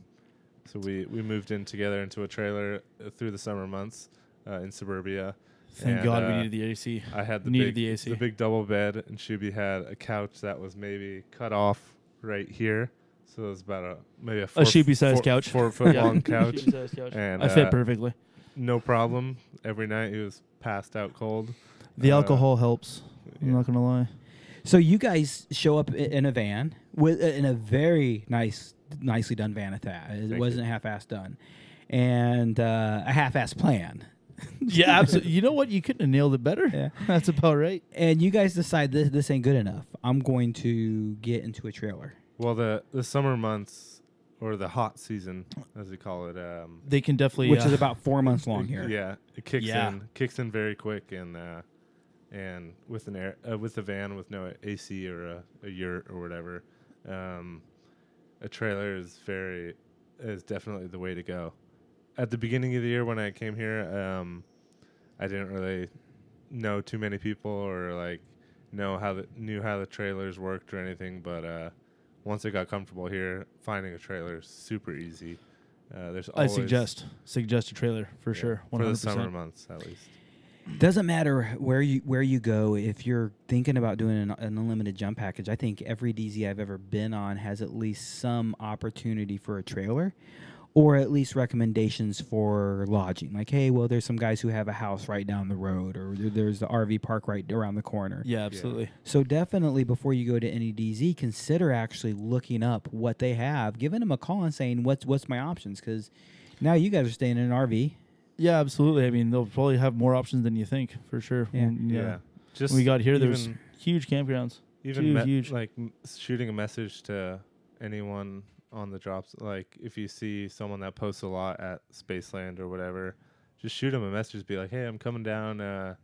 so we we moved in together into a trailer uh, through the summer months uh, in suburbia. Thank and, God we uh, needed the AC. I had the Needed big, the AC. big double bed, and Shuby had a couch that was maybe cut off right here, so it was about a maybe a, four, Shuby-sized four- couch. four foot Yeah. long couch, and I fit uh, perfectly. no problem. Every night he was passed out cold. The uh, alcohol helps. I'm yeah. not going to lie. So you guys show up i- in a van with uh, in a very nice, nicely done van at that. It wasn't half-assed done, and uh, a half-assed plan. Yeah, absolutely. You know what? You couldn't have nailed it better. Yeah. That's about right. And you guys decide this this ain't good enough. I'm going to get into a trailer. Well, the the summer months or the hot season, as we call it. Um, They can definitely. which uh, is about four months long here. Yeah, it kicks Yeah. in, kicks in very quick, and uh, and with an air uh, with a van with no AC or a, a yurt or whatever, um, a trailer is very is definitely the way to go. At the beginning of the year when I came here, um, I didn't really know too many people or like know how the knew how the trailers worked or anything, but uh, once I got comfortable here, finding a trailer is super easy. Uh, there's I always- suggest suggest a trailer for yeah, sure. One for the hundred summer percent. months at least. Doesn't matter where you where you go if you're thinking about doing an, an unlimited jump package. I think every DZ I've ever been on has at least some opportunity for a trailer, or at least recommendations for lodging. Like, hey, well, there's some guys who have a house right down the road, or there- there's the RV park right around the corner. Yeah, absolutely. So definitely before you go to any DZ, consider actually looking up what they have, giving them a call and saying what's what's my options because now you guys are staying in an RV. Yeah, absolutely. I mean, they'll probably have more options than you think for sure. Yeah. When, Yeah. Just when we got here, there was even, huge campgrounds. even two me- huge- like m- shooting a message to anyone on the drops. Like if you see someone that posts a lot at Spaceland or whatever, just shoot them a message. Be like, hey, I'm coming down uh,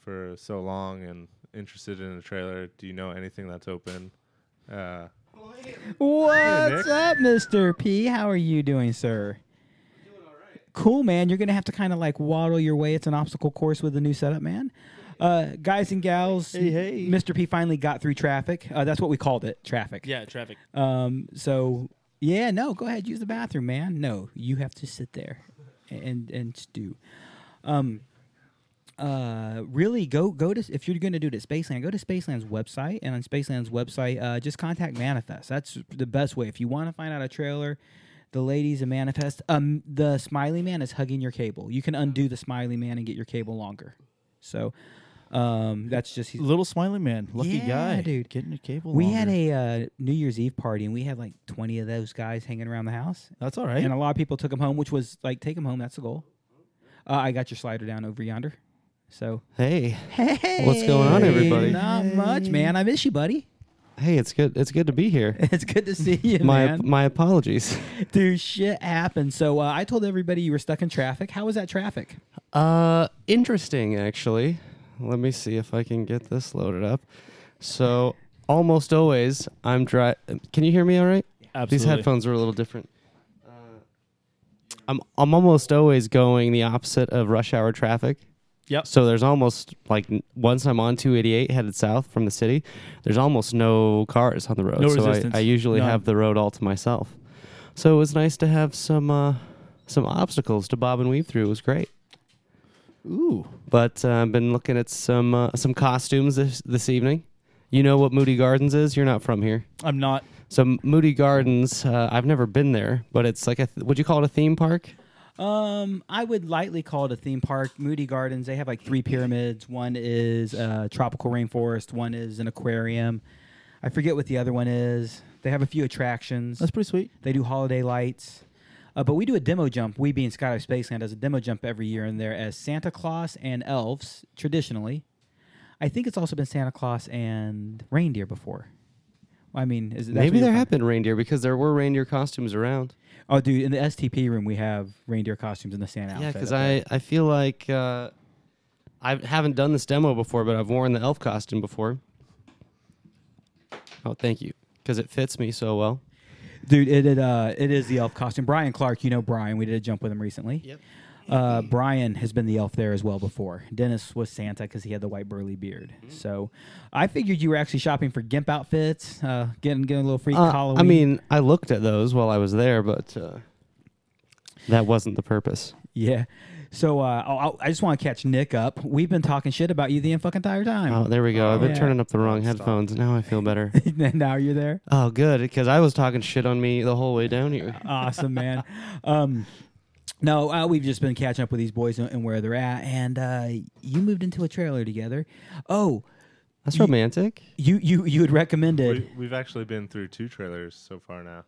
for so long and interested in a trailer. Do you know anything that's open? Uh, What's Nick. up, Mr. P? How are you doing, sir? Cool, man. You're gonna have to kind of like waddle your way. It's an obstacle course with a new setup, man. Uh, guys and gals, Hey, hey. Mr. P finally got through traffic. Uh, that's what we called it, traffic. Yeah, traffic. Um, so yeah, no, go ahead, use the bathroom, man. No, you have to sit there and and stew. Um, uh, really go go to if you're gonna do it at Spaceland, go to Spaceland's website and on Spaceland's website, uh, just contact Manifest. That's the best way if you want to find out a trailer. The ladies in Manifest, um, the Smiley Man is hugging your cable. You can undo the Smiley Man and get your cable longer. So, um, that's just he's Little smiley man, lucky Yeah, guy, dude. Getting your cable. we had longer. a uh, New Year's Eve party, and we had like twenty of those guys hanging around the house, That's all right. and a lot of people took them home, which was like take them home. That's the goal. Uh, I got your slider down over yonder. So Hey, hey, What's going on, everybody? Not much, man. I miss you, buddy. hey, it's good. It's good to be here. It's good to see you, My man. my apologies. Dude, shit happened. So uh, I told everybody you were stuck in traffic. How was that traffic? Uh, interesting actually. Let me see if I can get this loaded up. So almost always I'm dry. Can you hear me? All right. These Absolutely. headphones are a little different. Uh, I'm I'm almost always going the opposite of rush hour traffic. Yep. So there's almost like n- once I'm on 288 headed south from the city, there's almost no cars on the road. No so resistance. I, I usually None. have the road all to myself. So it was nice to have some uh, some obstacles to bob and weave through. It was great. Ooh. But uh, I've been looking at some uh, some costumes this this evening. You know what Moody Gardens is? You're not from here. I'm not. So M- Moody Gardens, uh, I've never been there, but it's like a th- would you call it a theme park? Um, I would lightly call it a theme park. Moody Gardens. They have like three pyramids. One is uh, tropical rainforest. One is an aquarium. I forget what the other one is. They have a few attractions. That's pretty sweet. They do holiday lights. Uh, but we do a demo jump. We being Skydive Spaceland does a demo jump every year in there as Santa Claus and elves traditionally. I think it's also been Santa Claus and reindeer before. I mean, is it, that's Maybe what there you're- have been reindeer because there were reindeer costumes around. Oh, dude, in the STP room we have reindeer costumes in the Santa outfit. Yeah, because up there. I, I feel like uh, I haven't done this demo before, but I've worn the elf costume before. Oh, thank you, because it fits me so well. Dude, it it, uh, it is the elf costume. Brian Clark, you know Brian. We did a jump with him recently. Yep. Uh, Brian has been the elf there as well before. Dennis was Santa because he had the white burly beard. So, I figured you were actually shopping for gimp outfits, uh, getting getting a little free Uh, Halloween. I mean, I looked at those while I was there, but uh, that wasn't the purpose. yeah. So uh, I'll- I just want to catch Nick up. We've been talking shit about you the fucking entire time. Oh, there we go. I've been Yeah. turning up the wrong headphones. Now I feel better. now you're there. oh, good, because I was talking shit on me the whole way down here. awesome man um no uh, we've just been catching up with these boys and, and where they're at and uh you moved into a trailer together oh That's You- romantic. you you you had recommended we, we've actually been through two trailers so far now.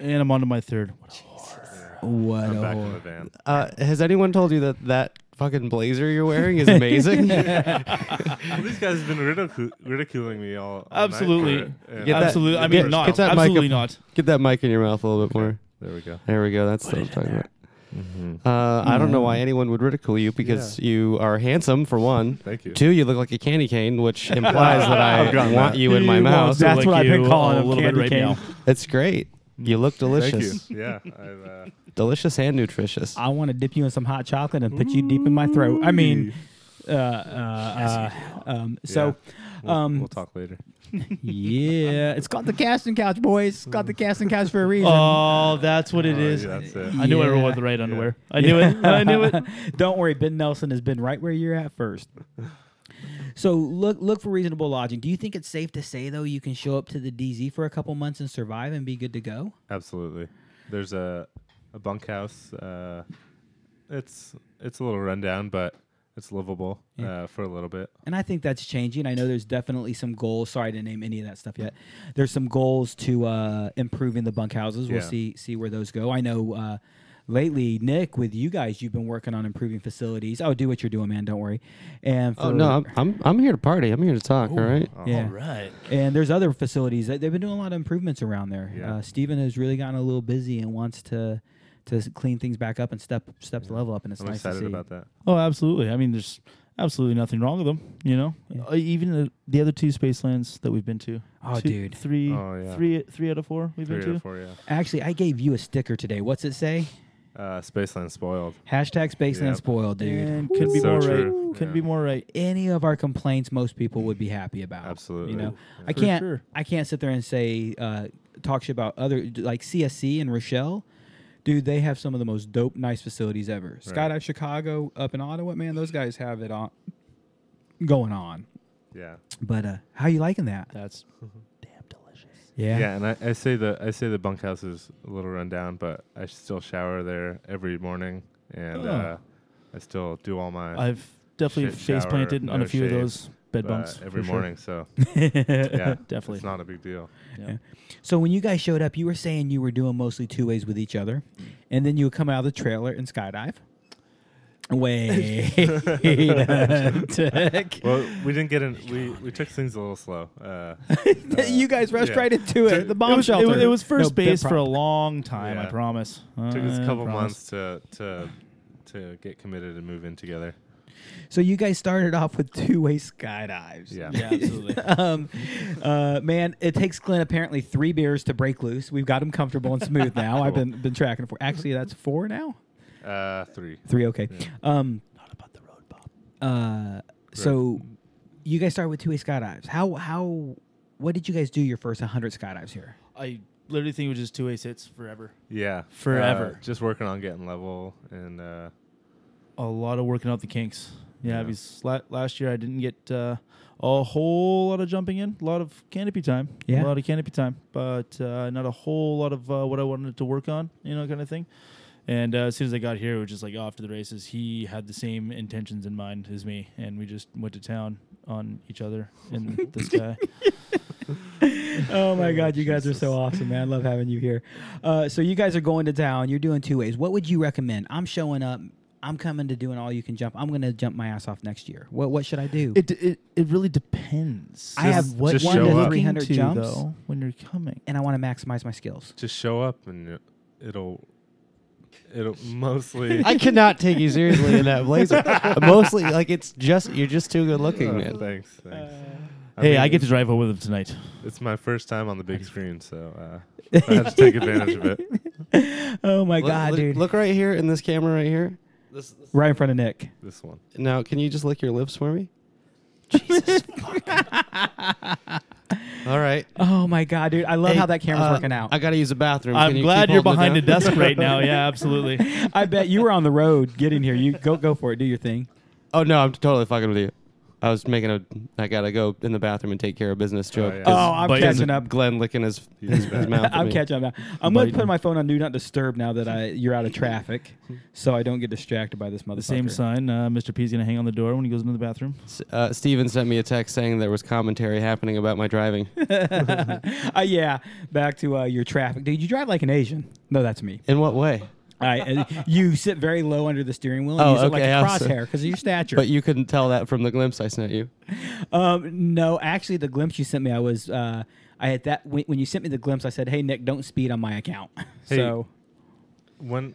And I'm on to my third. what a Oh, I'm back in the whore. van. Uh, has anyone told you that that fucking blazer you're wearing is amazing. Well, these guys have been ridicu- ridiculing me all. all night for Absolutely. it, and- Get that- absolutely. I mean, get- not. get that mic absolutely up. not. Get that mic in your mouth a little bit more. There we go. Mm-hmm. There we go. That's what I'm talking about. Uh, I don't know why anyone would ridicule you because you are handsome for one. Thank you. Two, you look like a candy cane, which implies that I gotten want that. you in my He mouth. wants to That's lick what I've been you calling a him, little bit Candy right Cane. now. That's great. Mm. You look Thank you. delicious, Yeah. I've, uh, delicious and nutritious. I want to dip you in some hot chocolate and put you deep in my throat. I mean, uh, uh, uh, um, so we'll, Um, we'll talk later. yeah, it's called the casting couch, boys. It's called the casting couch for a reason. Oh, that's what it Oh, is. yeah, that's it. I knew I Yeah. wore the right underwear. I knew it. I knew it. Don't worry, Ben Nelson has been right where you're at first. So look look for reasonable lodging. Do you think it's safe to say though you can show up to the DZ for a couple months and survive and be good to go? Absolutely. There's a a bunkhouse. Uh, it's it's a little rundown, but it's livable uh, for a little bit. And I think that's changing. I know there's definitely some goals. Sorry, I didn't name any of that stuff yet. There's some goals to uh, improving the bunkhouses. We'll Yeah. see see where those go. I know uh, lately, Nick, with you guys, you've been working on improving facilities. Oh, do what you're doing, man. Don't worry. And for, oh no, I'm, I'm I'm here to party. I'm here to talk. all right. Oh, yeah. Right. And there's other facilities that they've been doing a lot of improvements around there. Yeah. Uh, Steven has really gotten a little busy and wants to to s- clean things back up and step step the level up. And it's I'm nice excited to see. about that. Oh, absolutely. I mean, there's absolutely nothing wrong with them. You know, Uh, even the, the other two Spacelands that we've been to. Oh, Two- dude. three- Oh, yeah. three- three out of four we've Three been out to. of four, yeah. Actually, I gave you a sticker today. What's it say? Uh, Spaceland spoiled. Hashtag Spaceland Yep. spoiled, dude. And could be So more true. right. Could Yeah. be more right. any of our complaints most people would be happy about Absolutely. you know Yeah. i For can't sure. i can't sit there and say uh, talk shit about other like csc and rochelle dude they have some of the most dope nice facilities ever skydive chicago up in ottawa man those guys have it on going on Yeah. but uh how you liking that That's damn delicious. Yeah, and I, I say the I say the bunkhouse is a little rundown, but I still shower there every morning, and Oh. uh, I still do all my I've definitely Shit face planted shower, on no a few of shave, those bed uh, bumps every for sure. morning. So yeah, Definitely. it's not a big deal. So when you guys showed up, you were saying you were doing mostly two ways with each other, and then you would come out of the trailer and skydive. Wait a tick. Well, we didn't get in. We we took things a little slow. Uh, you guys rushed yeah. right into it. The bomb it was, shelter. It was, it was first No, bit base for a prop. long time. I Yeah. promise. took us I a couple Uh, promise. months to to to get committed and move in together. So you guys started off with two-way skydives. Yeah. Yeah, absolutely. Um, uh, man, it takes Clint apparently three beers to break loose. We've got him comfortable and smooth now. I've been been tracking for. Actually, that's four now. Uh, three. Three. Okay. Um, Not about the road, Bob. Uh, so you guys started with two-way skydives. How how what did you guys do your first 100 skydives here? I literally think it was just two ace hits forever. Yeah, Forever. Uh, just working on getting level and uh, A lot of working out the kinks. Yeah, Yeah. because la- last year I didn't get uh, a whole lot of jumping in, a lot of canopy time, Yeah. a lot of canopy time, but uh, not a whole lot of uh, what I wanted to work on, you know, kind of thing. And uh, as soon as I got here, it was just like off to the races. He had the same intentions in mind as me, and we just went to town on each other and this guy. Oh my God, you guys are so awesome, man. I love having you here. Uh, so you guys are going to town. You're doing two ways. What would you recommend? I'm showing up. I'm coming to doing all you can jump. I'm going to jump my ass off next year. What what should I do? It, it it really depends. I have what just one show to up. three hundred to, jumps, though when you're coming. and I want to maximize my skills. just show up and it'll it'll mostly. I cannot take you seriously in that blazer. Mostly, like it's just you're just too good looking, Uh, man. thanks. Thanks. hey, mean, I get to drive home with him tonight. It's my first time on the big screen, so uh, I have to take advantage of it. Oh my Look- God, look, dude! Look right here in this camera right here. Right in front of Nick. This one. Now, can you just lick your lips for me? Jesus. All right. Oh my God, dude! I love Hey, how that camera's uh, working out. I gotta use the bathroom. Can I'm you glad keep you're holding behind it a down? desk right now. Yeah, absolutely. I bet you were on the road getting here. You go go for it. Do your thing. Oh no, I'm totally fucking with you. I was making a. I gotta go in the bathroom and take care of business joke. yeah. Oh, 'cause I'm biting catching up. Glenn licking his, his, his mouth. at I'm me. catching up now. I'm going to put Biting. my phone on do not disturb now that I you're out of traffic, so I don't get distracted by this motherfucker. The same sign. Uh, Mr. P's gonna hang on the door when he goes into the bathroom. S- Uh, Steven sent me a text saying there was commentary happening about my driving. Uh, yeah, back to uh, your traffic. Did you drive like an Asian? No, that's me. In what way? I, and you sit very low under the steering wheel and Oh, use it like okay, a I see. crosshair because of your stature. But you couldn't tell that from the glimpse I sent you. Um, no, actually, the glimpse you sent me, I was, uh, I had that when, when you sent me the glimpse. I said, "Hey, Nick, don't speed on my account." Hey. So when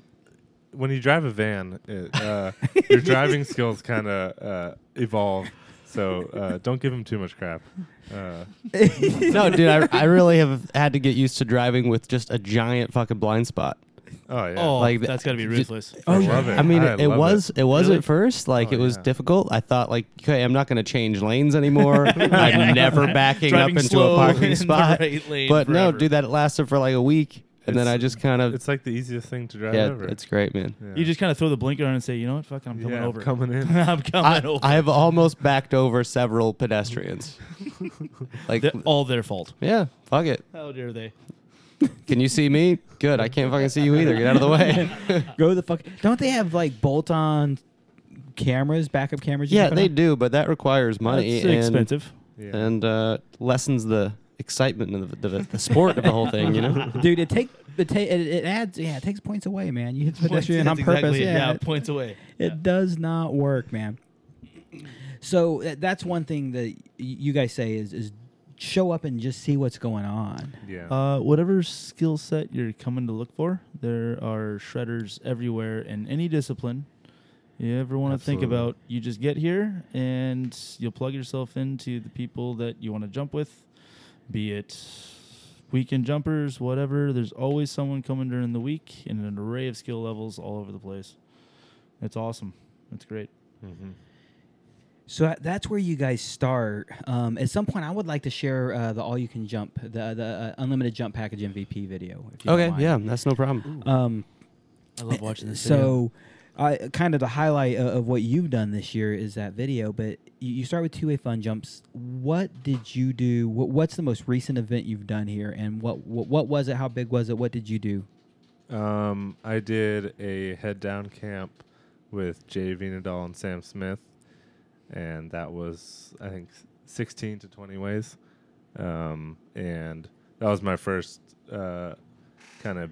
when you drive a van, it, uh, your driving skills kind of uh, evolve. So uh, don't give him too much crap. Uh, no, dude, I, I really have had to get used to driving with just a giant fucking blind spot. oh yeah, Oh, Like, that's got to be just- ruthless. I love it. I mean, I it, it love was it, was Really? at first like Oh, it was yeah. difficult. I thought like, okay, I'm not going to change lanes anymore. Oh, I'm never backing up Driving into slow a in parking the spot. right lane but no, forever. dude, that lasted for like a week, and then It's- I just kind of It's like the easiest thing to drive yeah, over. it's great, man. Yeah. You just kind of throw the blinker on and say, you know what, fuck, it, I'm coming Yeah, over. coming in. I'm coming I, over. I have almost backed over several pedestrians. like, They're all their fault. yeah, fuck it. How dare they? Can you see me? Good. I can't fucking see you either. Get out of the way. go the fuck. Don't they have like bolt-on cameras, backup cameras? you can yeah, put they on? do, but that requires money That's and expensive. Yeah. and uh, lessens the excitement of the, the, the sport of the whole thing. You know. Dude, it take it, ta- it, it adds yeah, it takes points away, man. You hit the pedestrian on That's purpose. exactly it. yeah, it- points away. It does not work, man. So tha- that's one thing that y- you guys say is is show up and just see what's going on. yeah. Uh, whatever skill set you're coming to look for, there are shredders everywhere in any discipline. You ever want to think Absolutely. about, you just get here and you'll plug yourself into the people that you want to jump with, be it weekend jumpers, whatever. There's always someone coming during the week in an array of skill levels all over the place. It's awesome. It's great. Mm-hmm. So tha- that's where you guys start. Um, at some point, I would like to share uh, the all you can jump, the the uh, unlimited jump package MVP video. If you don't Okay. mind. Yeah, that's no problem. Uh, Um, I love watching this. so, I kind of the highlight of, of what you've done this year is that video. But you, you start with two way fun jumps. What did you do? What, what's the most recent event you've done here? And what, what what was it? How big was it? What did you do? Um, I did a head down camp with Jay Venadal and Sam Smith, and that was I think s- sixteen to twenty ways, um, and that was my first uh, kind of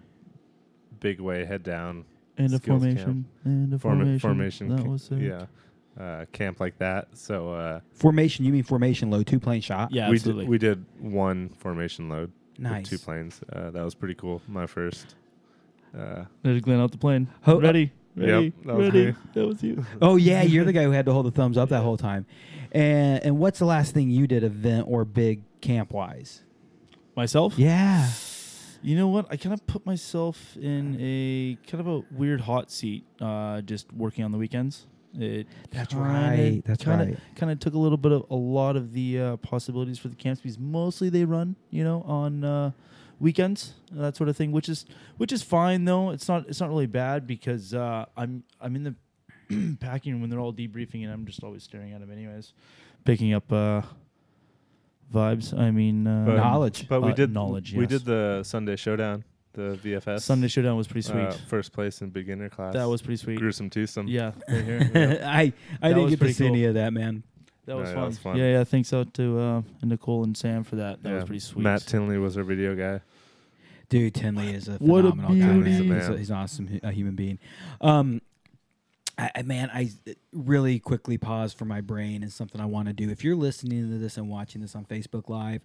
big way head down And a Skills camp. formation. And a form- formation. formation. That ca- was it. yeah, uh, camp like that. So uh, Formation? You mean formation low two plane shot? Yeah, we absolutely. did, we did one formation load with nice. two planes. Uh, that was pretty cool. My first. Uh, There's Glenn out the plane. Ho- ready. Yep, Ready. that was ready. me. That was you. Oh yeah, you're the guy who had to hold the thumbs up that whole time. And and what's the last thing you did event or big camp wise? Myself? Yeah. You know what? I kind of put myself in a kind of a weird hot seat uh, just working on the weekends. It That's kinda- right, that's kinda, right. Kind of took a little bit of a lot of the uh, possibilities for the camps because mostly they run, you know, on uh, weekends that sort of thing, which is which is fine though. It's not it's not really bad because uh, I'm I'm in the packing room when they're all debriefing and I'm just always staring at them anyways, picking up uh, vibes. I mean uh, But- Knowledge. But we Uh, did knowledge, We yes. did the Sunday Showdown, the VFS. Sunday Showdown was pretty sweet. uh, first place in beginner class. that was pretty sweet. gruesome twosome. Yeah, right here. I I That didn't was get to pretty see cool. any of that, man. that, No, was that fun. was fun. Yeah, yeah. Thanks out to uh, Nicole and Sam for that. That was Yeah. pretty sweet. Matt Tinley was our video guy. Dude, Tinley is a What a phenomenal guy. beauty. Man. He's a He's, a- man. he's an awesome hu- a human being. Um, I, I- man, I really quickly pause for my brain and something I want to do. If you're listening to this and watching this on Facebook Live,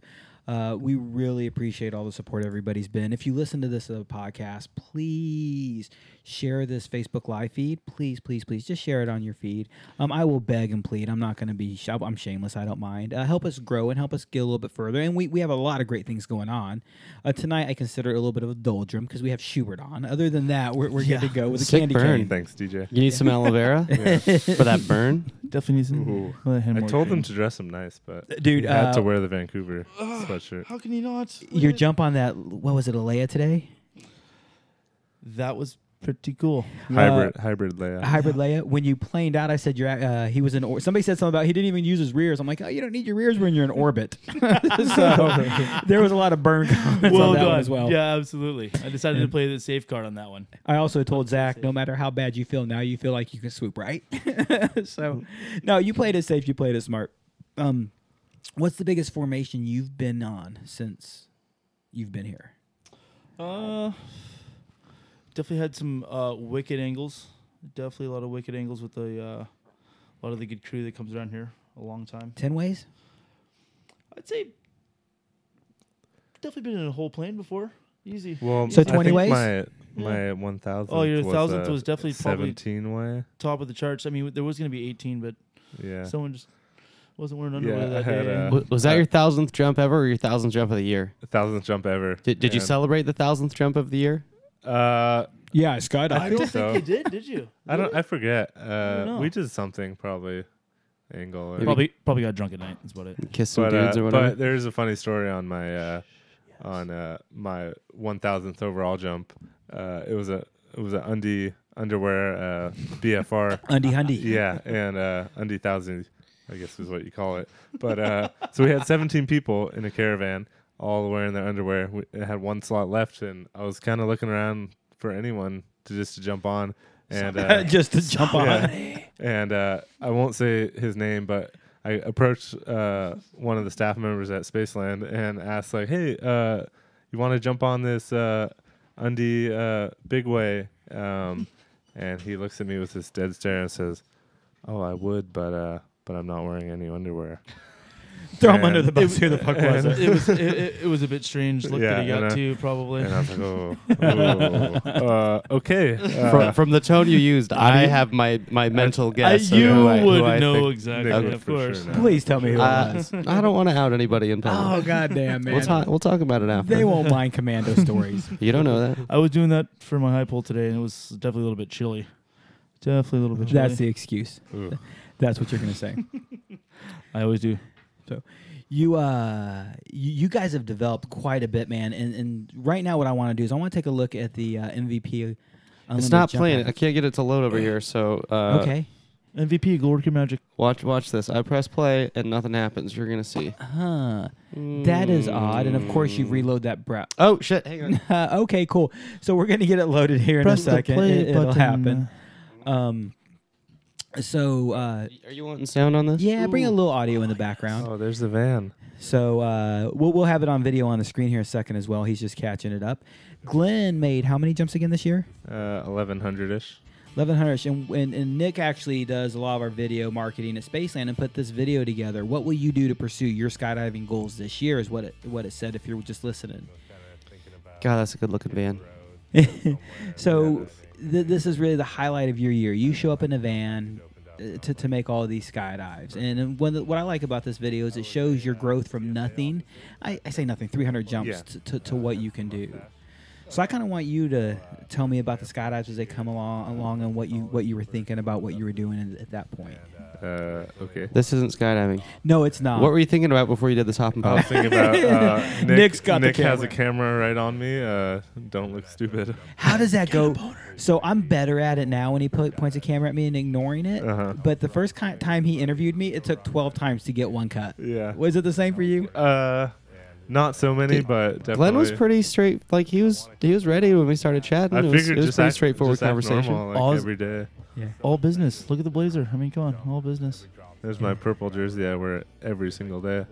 uh, we really appreciate all the support everybody's been. If you listen to this as a podcast, please share this Facebook Live feed. Please, please, please, just share it on your feed. Um, I will beg and plead. I'm not going to be. Sh- I'm shameless. I don't mind. Uh, help us grow and help us get a little bit further. And we we have a lot of great things going on. Uh, tonight, I consider it a little bit of a doldrum because we have Schubert on. Other than that, we're, we're good to go with a Sick candy burn. cane. Thanks, DJ. You need some aloe vera for that burn. Definitely some. Ooh. let him I work told for him you. to dress him nice, but Dude, he had uh, to wear the Vancouver sweatshirt. How can you not? Look your at- jump on that what was it alea today That was pretty cool. Hybrid, hybrid layout. a Uh, hybrid Leia. When you planed out, I said you're. At, uh, he was in. Or- Somebody said something about he didn't even use his rears. I'm like, oh, you don't need your rears when you're in orbit. so there was a lot of burn comments on that one as well. Yeah, absolutely. I decided to play the safe card on that one. I also told Zach, no matter how bad you feel now, you feel like you can swoop right. so, no, you played it safe. You played it smart. Um, what's the biggest formation you've been on since you've been here? Uh, definitely had some uh, wicked angles. Definitely a lot of wicked angles with the uh, a lot of the good crew that comes around here. A long time. Ten ways. I'd say definitely been in a whole plane before. Easy. Well, So I 20 think ways? My my one thousand. Oh, your 1000th was definitely probably- seventeen way. Top of the charts. I mean, there was going to be 18, but Yeah. someone just wasn't wearing Yeah, underwear I that had, day. uh, Wa- Was that Uh, your thousandth jump ever, or your thousandth jump of the year? thousandth jump ever. Did, did you And, celebrate the thousandth jump of the year? Uh, Yeah, I I skydived. don't I so. think you did, did you? I don't. I forget. Uh, know. we did something probably. Angle. Or, Probably probably got drunk at night. That's about it. Kiss some But, uh, dudes or whatever. but there's a funny story on my uh, on uh, my one thousandth overall jump. Uh, it was a it was an undie underwear uh, BFR. Undy hundy. yeah, and uh, undie thousand, I guess is what you call it. But uh, so we had 17 people in a caravan, all wearing their underwear. We it had one slot left, and I was kind of looking around for anyone to just to jump on. And uh, Just to jump on. yeah. And uh, I won't say his name, but I approached uh, one of the staff members at Spaceland and asked, like, "Hey, uh, you want to jump on this uh, undie uh, big way?" Um, and he looks at me with this dead stare and says, "Oh, I would, but uh, but I'm not wearing any underwear." Throw him And- under the bus. Who the fuck was it? it was it, it, it was a bit strange. Look Yeah, that he I got know. to probably. And I was like, "Oh, oh, uh, okay." from, Uh, from the tone you used, I have my, my mental I- guess. of you who I- who would I know think- exactly, Nick would of for sure course. know. Please tell me who it Uh, was. I don't want to out anybody in Oh public. goddamn man! we'll talk. We'll talk about it after. they won't mind commando stories. You don't know that. I was doing that for my high pole today, and it was definitely a little bit chilly. Definitely a little bit chilly. That's the excuse. Ooh. That's what you're gonna say. I always do. You uh, you, you guys have developed quite a bit, man. And, and right now, what I want to do is I want to take a look at the uh, MVP. It's Unlimited not jump playing. app. I can't get it to load over here. So uh, okay. MVP, go work your magic. watch watch this. I press play and nothing happens. You're gonna see. Huh. That is odd. And of course, you reload that brow. Oh shit! Hang on. Uh, okay, cool. So we're gonna get it loaded here Press in the a second. play it, will button. happen. Um, so uh, Are you wanting sound on this? yeah, bring a little audio in the background. oh, there's the van. So uh, we'll we'll have it on video on the screen here in a second as well. He's just catching it up. Glenn made how many jumps again this year? Uh, 1100 ish. Eleven hundred. And, and and Nick actually does a lot of our video marketing at Spaceland and put this video together. What will you do to pursue your skydiving goals this year? Is what it what it said. If you're just listening. God, that's a good looking van. So th- this is really the highlight of your year. You show up in a van uh, to, to make all of these skydives, and, and one of the- what I like about this video is it shows your growth from nothing. I, I say nothing, 300 jumps Yeah. to, to, to what you can do. So I kind of want you to tell me about the skydives as they come along, along, and what you what you were thinking about, what you were doing at that point. Uh, okay. This isn't skydiving. No, it's not. what were you thinking about before you did this hop and I was pop? thinking about uh, Nick, Nick's got the Nick has a camera right on me. Uh, don't look stupid. How does that go? So I'm better at it now when he po- points a camera at me and ignoring it. Uh-huh. But the first ki- time he interviewed me, it took 12 times to get one cut. Yeah. Was it the same for you? Uh, not so many, but definitely. Glenn was pretty straight. Like he was he was ready when we started chatting. I it figured was, it was just pretty act- straightforward just act conversation. normal, like Oz- every day. All business. Look at the blazer. I mean, come on. All business. There's my purple jersey I wear every single day.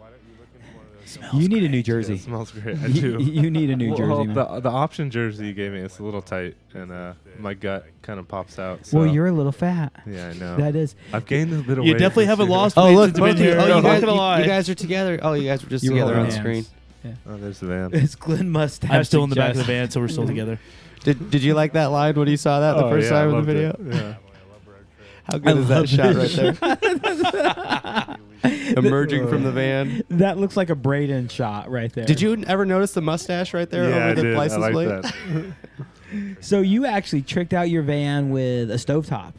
you need a New It Jersey. smells great. I You, do. you need a New Jersey. Well, man. the, the option jersey you gave me is a little tight, and uh, my gut kind of pops out. So. well, you're a little fat. Yeah, I know. That is. I've gained a bit of weight. You definitely this haven't year. lost Oh weight look, since both you've of been you, here. oh, I'm you, not guys, gonna lie. you, you guys are together. Oh, you guys were just You were together on holding screen. hands. Oh, there's the van. It's Glenn Mustache. I'm still in the back of the suggests- van, so we're still together. Did Did you like that line when you saw that the Oh, first yeah, I time in the loved video? it. Yeah. How good is that shot right there? Emerging from the van. That looks like a Braden shot right there. Did you ever notice the mustache right there yeah, over I the did. I license like plate? that. So you actually tricked out your van with a stovetop.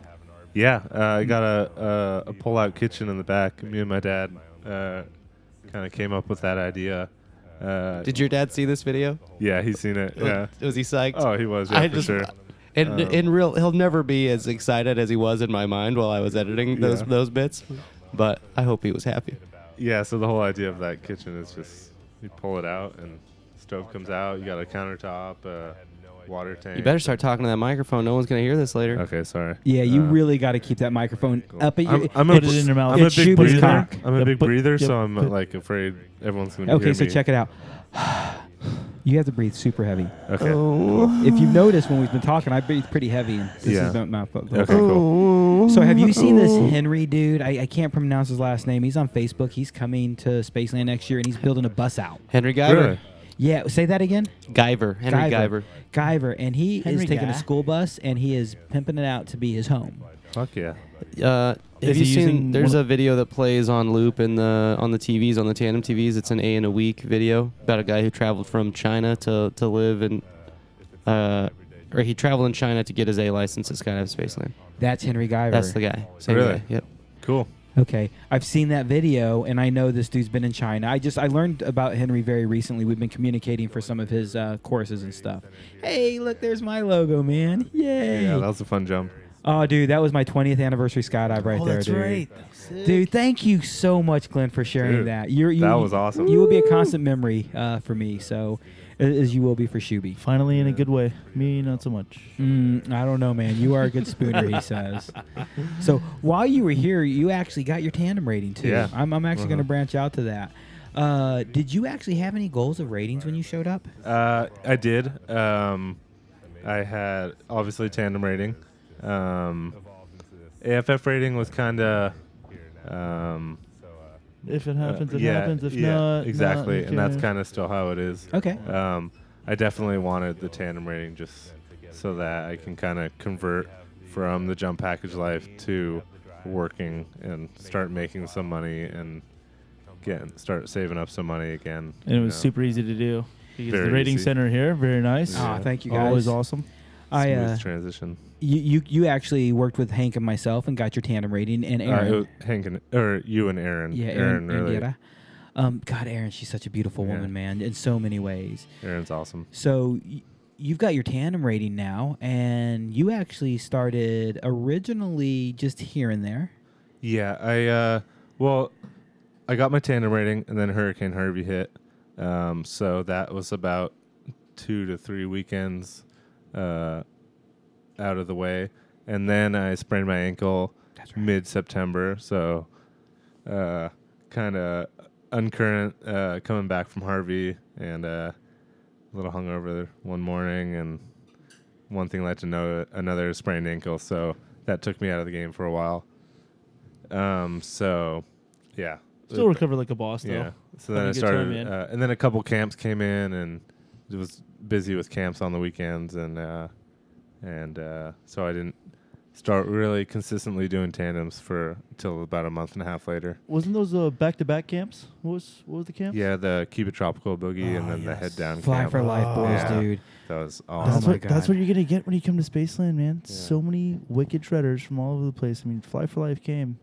Yeah, uh, I got a, a a pull-out kitchen in the back. Me and my dad uh, kind of came up with that idea. Uh, Did your dad see this video? yeah, he's seen it. Yeah. Was he psyched? Oh, he was. Yeah, I for just- sure. In, Um, in real, he'll never be as excited as he was in my mind while I was editing those Yeah. those bits. But I hope he was happy. Yeah. So the whole idea of that kitchen is just you pull it out and stove comes out. You got a countertop, uh, water tank. You better start talking to that microphone. No one's gonna hear this later. Okay, sorry. Yeah, you Uh, really got to keep that microphone up at your. I'm, I'm a, Put br- it in your mouth. I'm a It should be big breather. cock. I'm uh, a Yeah, big put- breather, yeah, so I'm put- like afraid everyone's going to okay, hear so me. check it out. You have to breathe super heavy. Okay. Oh. If you've noticed when we've been talking, I breathe pretty heavy. And this Yeah. is not my fault. Okay, cool. So So have you seen this Henry dude? I, I can't pronounce his last name. He's on Facebook. He's coming to Spaceland next year, and he's building a bus out. Henry Guyver? Really? Yeah, say that again. Guyver. Henry Guyver. Guyver, and he Henry is taking Guy. a school bus, and he is pimping it out to be his home. Fuck yeah. Uh, have Is you he seen? using There's one a video that plays on loop in the on the TVs on the tandem TVs. It's an A in a week video about a guy who traveled from China to to live and uh, or he traveled in China to get his A license at Skydive Spaceland. That's Henry Guyver. That's the guy. Same Really? guy. Yep. Cool. Okay, I've seen that video, and I know this dude's been in China. I just I learned about Henry very recently. We've been communicating for some of his uh, courses and stuff. Hey, look, there's my logo, man! Yay! Yeah, that was a fun jump. oh, dude, that was my 20th anniversary skydive right oh, there, that's dude. right. Dude, thank you so much, Glenn, for sharing Dude, that. You're, you, that was awesome. You will be a constant memory uh, for me, so a- as you will be for Shuby. Finally, in a good way. Me, not so much. Mm, I don't know, man. You are a good spooner, he says. So while you were here, you actually got your tandem rating too. Yeah. I'm, I'm actually going to Uh-huh. branch out to that. Uh, did you actually have any goals of ratings when you showed up? Uh, I did. Um, I had obviously tandem rating. Um, AFF rating was kind of. Um, If it happens, uh, it yeah, happens. If yeah, not, not, exactly, who and that's cares? kind of still how it is. Okay. Um, I definitely wanted the tandem rating just so that I can kind of convert from the jump package life to working and start making some money and get start saving up some money again. And it you was know. super easy to do. Because Very the rating easy. center here, very nice. Ah, thank you guys. Always awesome. I uh, Smooth transition. you, you you actually worked with Hank and myself and got your tandem rating and Uh, Aaron. it was Hank and or you and Aaron. yeah, Aaron, Aaron, really. Andiera. Um, God, Aaron, she's such a beautiful Yeah. woman, man, in so many ways. Aaron's awesome. So y- you've got your tandem rating now, and you actually started originally just here and there. Yeah, I uh, well, I got my tandem rating, and then Hurricane Harvey hit. Um, so that was about two to three weekends uh, out of the way, and then I sprained my ankle mid September. So uh, kind of uncurrent uh, coming back from Harvey, and uh, a little hungover one morning, and one thing led to no- another sprained ankle. So that took me out of the game for a while. Um. So, yeah. Still recover like a boss, though. Yeah. So then Having I a good time, started, man. uh, and then a couple camps came in, and it was busy with camps on the weekends, and uh, and uh, so I didn't start really consistently doing tandems for till about a month and a half later. Wasn't those uh, back-to-back camps? What was what was the camp? Yeah, the keep it tropical boogie, and Oh, then the yes. head down Fly camp. for life, Oh, boys, Yeah. dude. That was That's awesome. Oh my what that's God. what you're gonna get when you come to Spaceland, man. Yeah. So many wicked shredders from all over the place. I mean, Fly for Life came.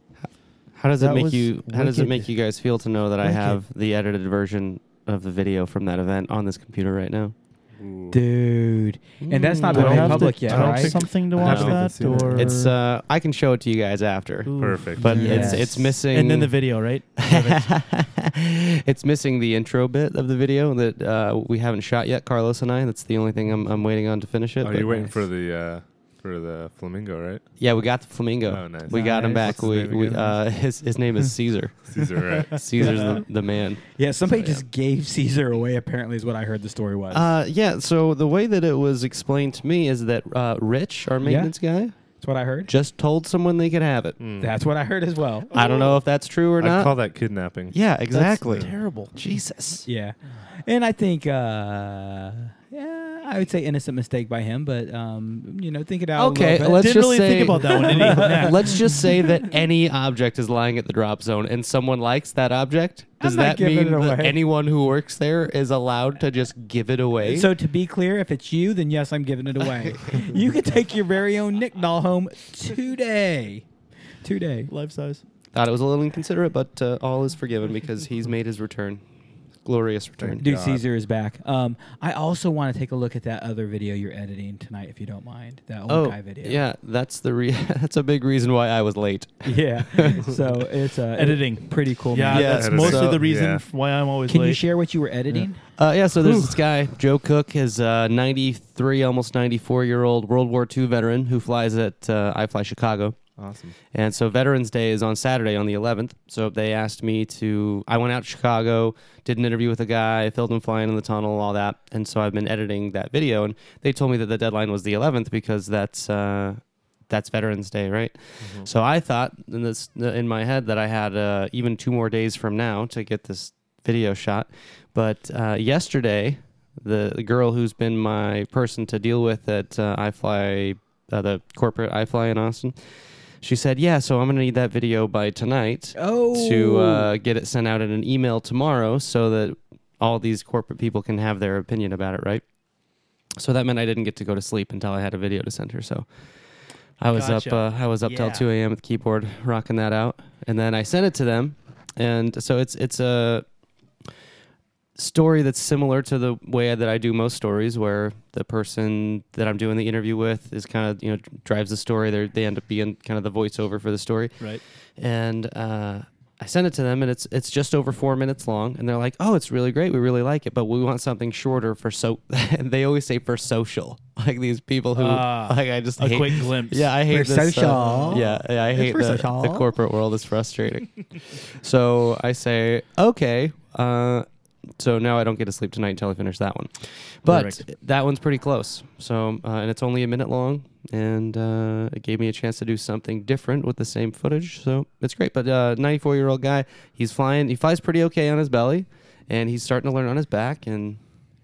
How does it That make was you? How does it wicked. make you guys feel to know that I Wicked. have the edited version of the video from that event on this computer right now? Ooh. Dude. And that's not Do been I made have to- public I yet, don't right? think- something to I watch haven't even that, seen it. or It's. Uh, I can show it to you guys after, Ooh. Perfect. but Yes. it's it's missing. and then the video, right? it's missing the intro bit of the video that uh, we haven't shot yet, Carlos and I. That's the only thing I'm, I'm waiting on to finish it. Oh, but- you're waiting for the uh, for the flamingo, right? Yeah, we got the flamingo. Oh, nice. We got him Nice. back. What's We, his name we again? uh, his his name is Caesar. Caesar, right? Caesar's the, the man. yeah, somebody So, yeah. just gave Caesar away, apparently, is what I heard the story was. Uh, yeah. So the way that it was explained to me is that uh, Rich, our maintenance guy, that's what I heard. just told someone they could have it. Mm. That's what I heard as well. I don't know if that's true or I'd not. call that kidnapping. yeah, exactly. Terrible. Jesus. Yeah. And I think, uh, yeah, I would say innocent mistake by him, but, um, you know, think it out. a little Okay, bit. let's Didn't just really say think about that one. Did he? Let's just say that any object is lying at the drop zone and someone likes that object. Does I'm not that giving mean it that away. anyone who works there is allowed to just give it away? So to be clear, if it's you, then yes, I'm giving it away. you could take your very own Nick doll home today. Today. Life size. Thought it was a little inconsiderate, but uh, all is forgiven because he's made his return. Glorious return. Dude, God. Caesar is back. Um, I also want to take a look at that other video you're editing tonight, if you don't mind. That old oh, guy video. yeah, that's the re- that's a big reason why I was late. Yeah. so it's uh, Editing. Pretty cool. Yeah, man. Yeah, that's editing. mostly So- the reason yeah. f- why I'm always Can late. you share what you were editing? Uh, yeah, so there's this guy, Joe Cook, his uh, 93, almost 94 year old World War II veteran who flies at uh, I Fly Chicago. Awesome. And so Veterans Day is on Saturday on the 11th. So they asked me to. I went out to Chicago, did an interview with a guy, filmed him flying in the tunnel, all that. And so I've been editing that video. And they told me that the deadline was the 11th because that's uh, that's Veterans Day, right? Mm. So I thought in this in my head that I had uh, even two more days from now to get this video shot. But uh, yesterday, the, the girl who's been my person to deal with at uh, iFly, uh, the corporate iFly in Austin. She said, "Yeah, so I'm gonna need that video by tonight to Oh, uh, get it sent out in an email tomorrow, so that all these corporate people can have their opinion about it, right?" So that meant I didn't get to go to sleep until I had a video to send her. So I was Gotcha. up. Uh, I was up till Yeah. 2 a.m. at the keyboard, rocking that out, and then I sent it to them. And so it's it's a story that's similar to the way that I do most stories, where the person that I'm doing the interview with is kind of you know drives the story. They they end up being kind of the voiceover for the story. Right. And uh, I sent it to them, and it's it's just over four minutes long. And they're like, "Oh, it's really great. We really like it, but we want something shorter for so." they always say for social, like these people who Ah, like I just a hate- quick glimpse. Yeah, I hate For this. uh, social. yeah, yeah, I hate for the, social. the corporate world. It's frustrating. so I say, okay. Uh, so now I don't get to sleep tonight until I finish that one. But that one's pretty close. So uh, and it's only a minute long, and uh, it gave me a chance to do something different with the same footage. So it's great. But uh, 94 year old guy, he's flying. He flies pretty okay on his belly, and he's starting to learn on his back. And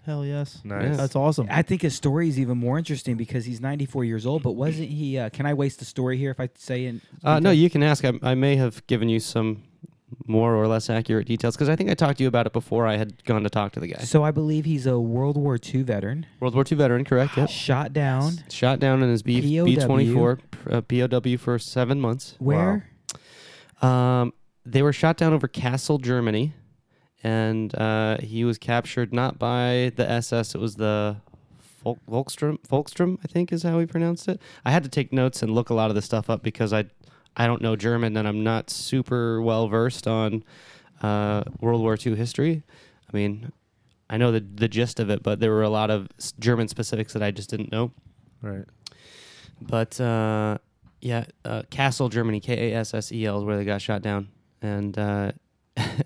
Hell yes. Nice. That's awesome. I think his story is even more interesting because he's 94 years old. But wasn't he? Uh, can I waste the story here if I say it? Uh, no, you can ask. I, I may have given you some more or less accurate details because I think I talked to you about it before I had gone to talk to the guy. So I believe he's a World War II veteran, World War II veteran, correct? Yep. shot down. Shot down in his B POW. B uh, twenty four POW for seven months. Where? Um, they were shot down over Kassel, Germany, and uh, he was captured not by the SS. It was the Volk, Volkstrom. Volkstrom, I think, is how he pronounced it. I had to take notes and look a lot of this stuff up because I, I don't know German and I'm not super well versed on uh, World War II history. I mean, I know the the gist of it, but there were a lot of s- German specifics that I just didn't know. Right. But uh, yeah, uh, Castle, Germany, K A S S E L is where they got shot down. And uh,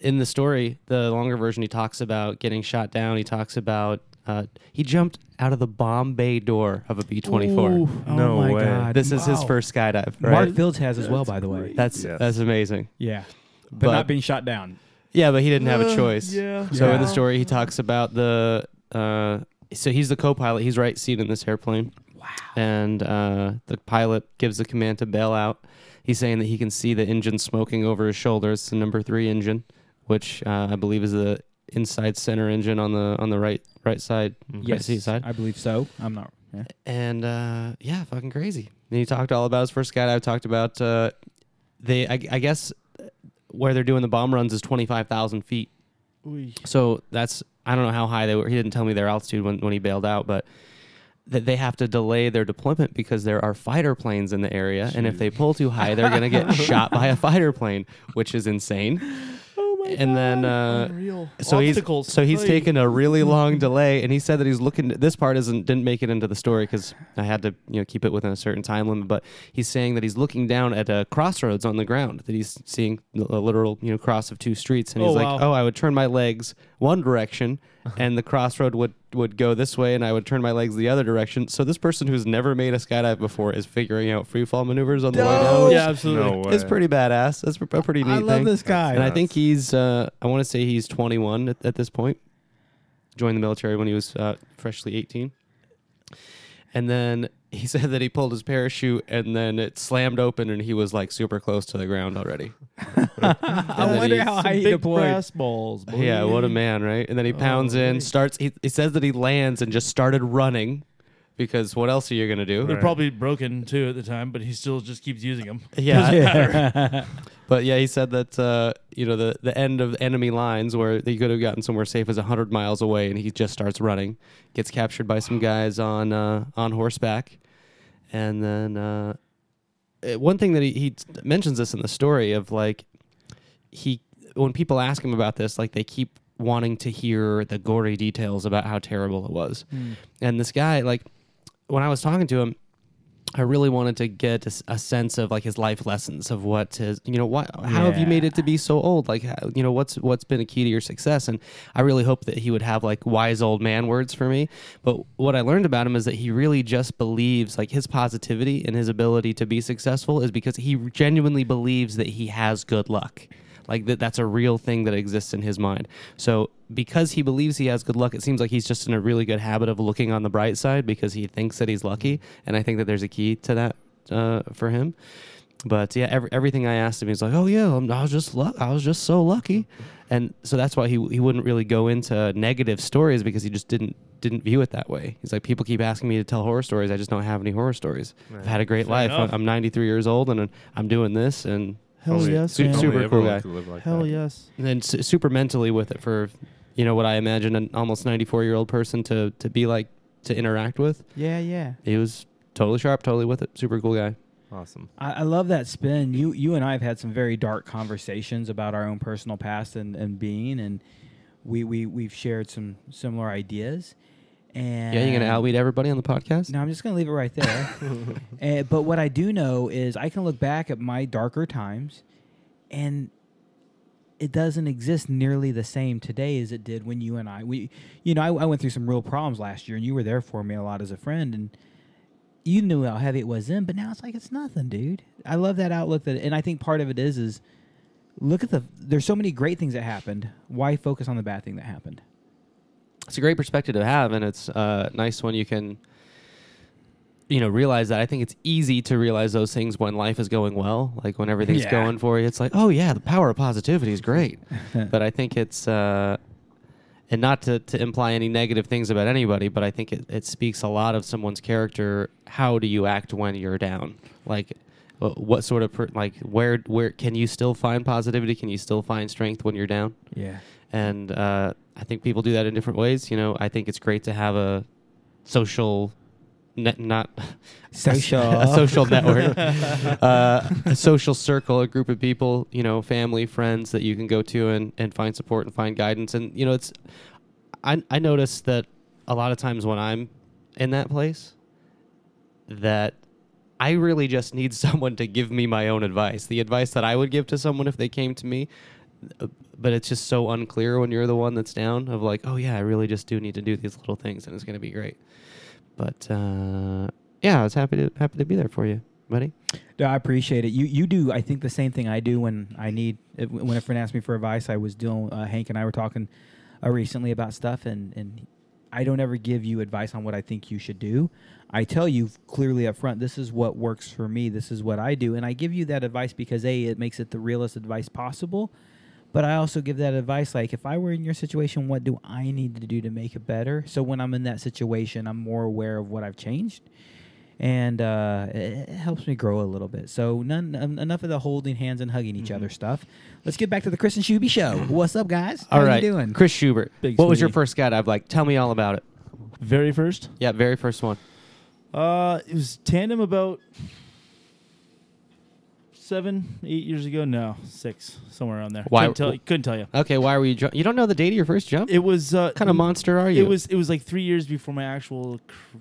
in the story, the longer version, he talks about getting shot down. He talks about uh, he jumped out of the bomb bay door of a B twenty four. Oh No way. This is his first skydive, right? Mark Fields has as well, by the way. that's Yes. that's amazing. Yeah, But, but, not being shot down. yeah, but he didn't have a choice. Uh, Yeah. So in the story, he talks about the. Uh, so he's the co-pilot. He's right seat in this airplane. Wow. And uh, the pilot gives the command to bail out. He's saying that he can see the engine smoking over his shoulder. It's the number three engine, which uh, I believe is the inside center engine on the on the right right side right seat side. I believe so. I'm not. Yeah. And uh, yeah, fucking crazy. And he talked all about his first skydive. Talked about uh, they. I, I guess uh, where they're doing the bomb runs is twenty five thousand feet. So that's I don't know how high they were. He didn't tell me their altitude when, when he bailed out, but that they have to delay their deployment because there are fighter planes in the area, and if they pull too high, they're gonna get shot by a fighter plane, which is insane. Oh my and then uh, so Obstacles. he's so he's Oy. taken a really long delay, and he said that he's looking. This part isn't didn't make it into the story because I had to you know keep it within a certain time limit. But he's saying that he's looking down at a crossroads on the ground that he's seeing a literal you know cross of two streets, and he's Oh, like, wow. oh, I would turn my legs one direction, and the crossroad would would go this way, and I would turn my legs the other direction. So this person who's never made a skydive before is figuring out freefall maneuvers on the way down. Yeah, absolutely. No way. It's pretty badass. That's a pretty neat I love thing. this guy. And I think he's, uh, I want to say he's 21 at, at this point. Joined the military when he was uh, freshly 18. And then he said that he pulled his parachute and then it slammed open and he was like super close to the ground already. I wonder how high he Big deployed. brass balls. boy. Yeah, what a man, right? And then he pounds in, starts, he, he says that he lands and just started running because what else are you going to do? They're probably broken too at the time, but he still just keeps using them. Yeah. but yeah, he said that uh, you know the the end of enemy lines where they could have gotten somewhere safe is hundred miles away, and he just starts running, gets captured by some guys on uh, on horseback, and then uh, eh, one thing that he, he mentions this in the story of like he when people ask him about this, like they keep wanting to hear the gory details about how terrible it was, and this guy like when I was talking to him I really wanted to get a, s- a sense of like his life lessons of what his you know why how have you made it to be so old like how, you know what's what's been a key to your success and I really hope that he would have like wise old man words for me but what I learned about him is that he really just believes like his positivity and his ability to be successful is because he genuinely believes that he has good luck like that that's a real thing that exists in his mind so because he believes he has good luck it seems like he's just in a really good habit of looking on the bright side because he thinks that he's lucky and i think that there's a key to that uh, for him but yeah every, everything i asked him he's like oh yeah I'm, i was just luck i was just so lucky and so that's why he, he wouldn't really go into negative stories because he just didn't didn't view it that way he's like people keep asking me to tell horror stories i just don't have any horror stories i've had a great life enough. i'm 93 years old and i'm doing this and Hell Only- yes, su- man. only Super cool everyone guy. could live like Hell that. yes. and then su- super mentally with it for you know what I imagine an almost 94 year old person to to be like to interact with. Yeah, yeah. He was totally sharp, totally with it. Super cool guy. Awesome. I, I love that spin. You you and I have had some very dark conversations about our own personal past and, and being, and we we we've shared some similar ideas. And Yeah, you're gonna outweed everybody on the podcast. No, I'm just gonna leave it right there. Eh, but what I do know is I can look back at my darker times, and it doesn't exist nearly the same today as it did when you and I we you know I, I went through some real problems last year, and you were there for me a lot as a friend, and you knew how heavy it was then. But now it's like it's nothing, dude. I love that outlook that, and I think part of it is is look at the there's so many great things that happened. Why focus on the bad thing that happened? It's a great perspective to have, and it's uh, nice when you can you know realize that i think it's easy to realize those things when life is going well like when everything's Yeah. going for you it's like oh yeah the power of positivity is great but i think it's uh and not to, to imply any negative things about anybody but i think it, it speaks a lot of someone's character how do you act when you're down like wh- what sort of per- like where where can you still find positivity can you still find strength when you're down Yeah. and uh, I think people do that in different ways. You know, I think it's great to have a social, ne- not Social. a social network, uh, a social circle, a group of people, you know, family, friends that you can go to and and find support and find guidance. And you know, it's I I notice that a lot of times when I'm in that place, that I really just need someone to give me my own advice, the advice that I would give to someone if they came to me. Uh, But it's just so unclear when you're the one that's down of like, oh yeah, I really just do need to do these little things, and it's gonna be great. But uh, yeah, I was happy to happy to be there for you, buddy. No, I appreciate it. You you do. I think the same thing I do when I need if- when a friend asks me for advice. I was dealing. Uh, Hank and I were talking uh, recently about stuff, and and I don't ever give you advice on what I think you should do. I tell you clearly up front. This is what works for me. This is what I do, and I give you that advice because a it makes it the realest advice possible. But I also give that advice like if I were in your situation, what do I need to do to make it better? So when I'm in that situation, I'm more aware of what I've changed and uh, it it helps me grow a little bit. So none um, enough of the holding hands and hugging Mm-hmm. each other stuff. Let's get back to the Chris and Shuby show. What's up, guys? How All right, you doing? Chris Schubert. Big what was your sweetie. first guy dive like? Tell me all about it. Very first. Yeah, very first one. Uh, it was tandem about seven, eight years ago. No, six, somewhere around there. Why- Couldn't tell, couldn't tell you. Okay, why were you? Ju- you don't know the date of your first jump? It was uh, kind of monster are you? It was it was like three years before my actual c-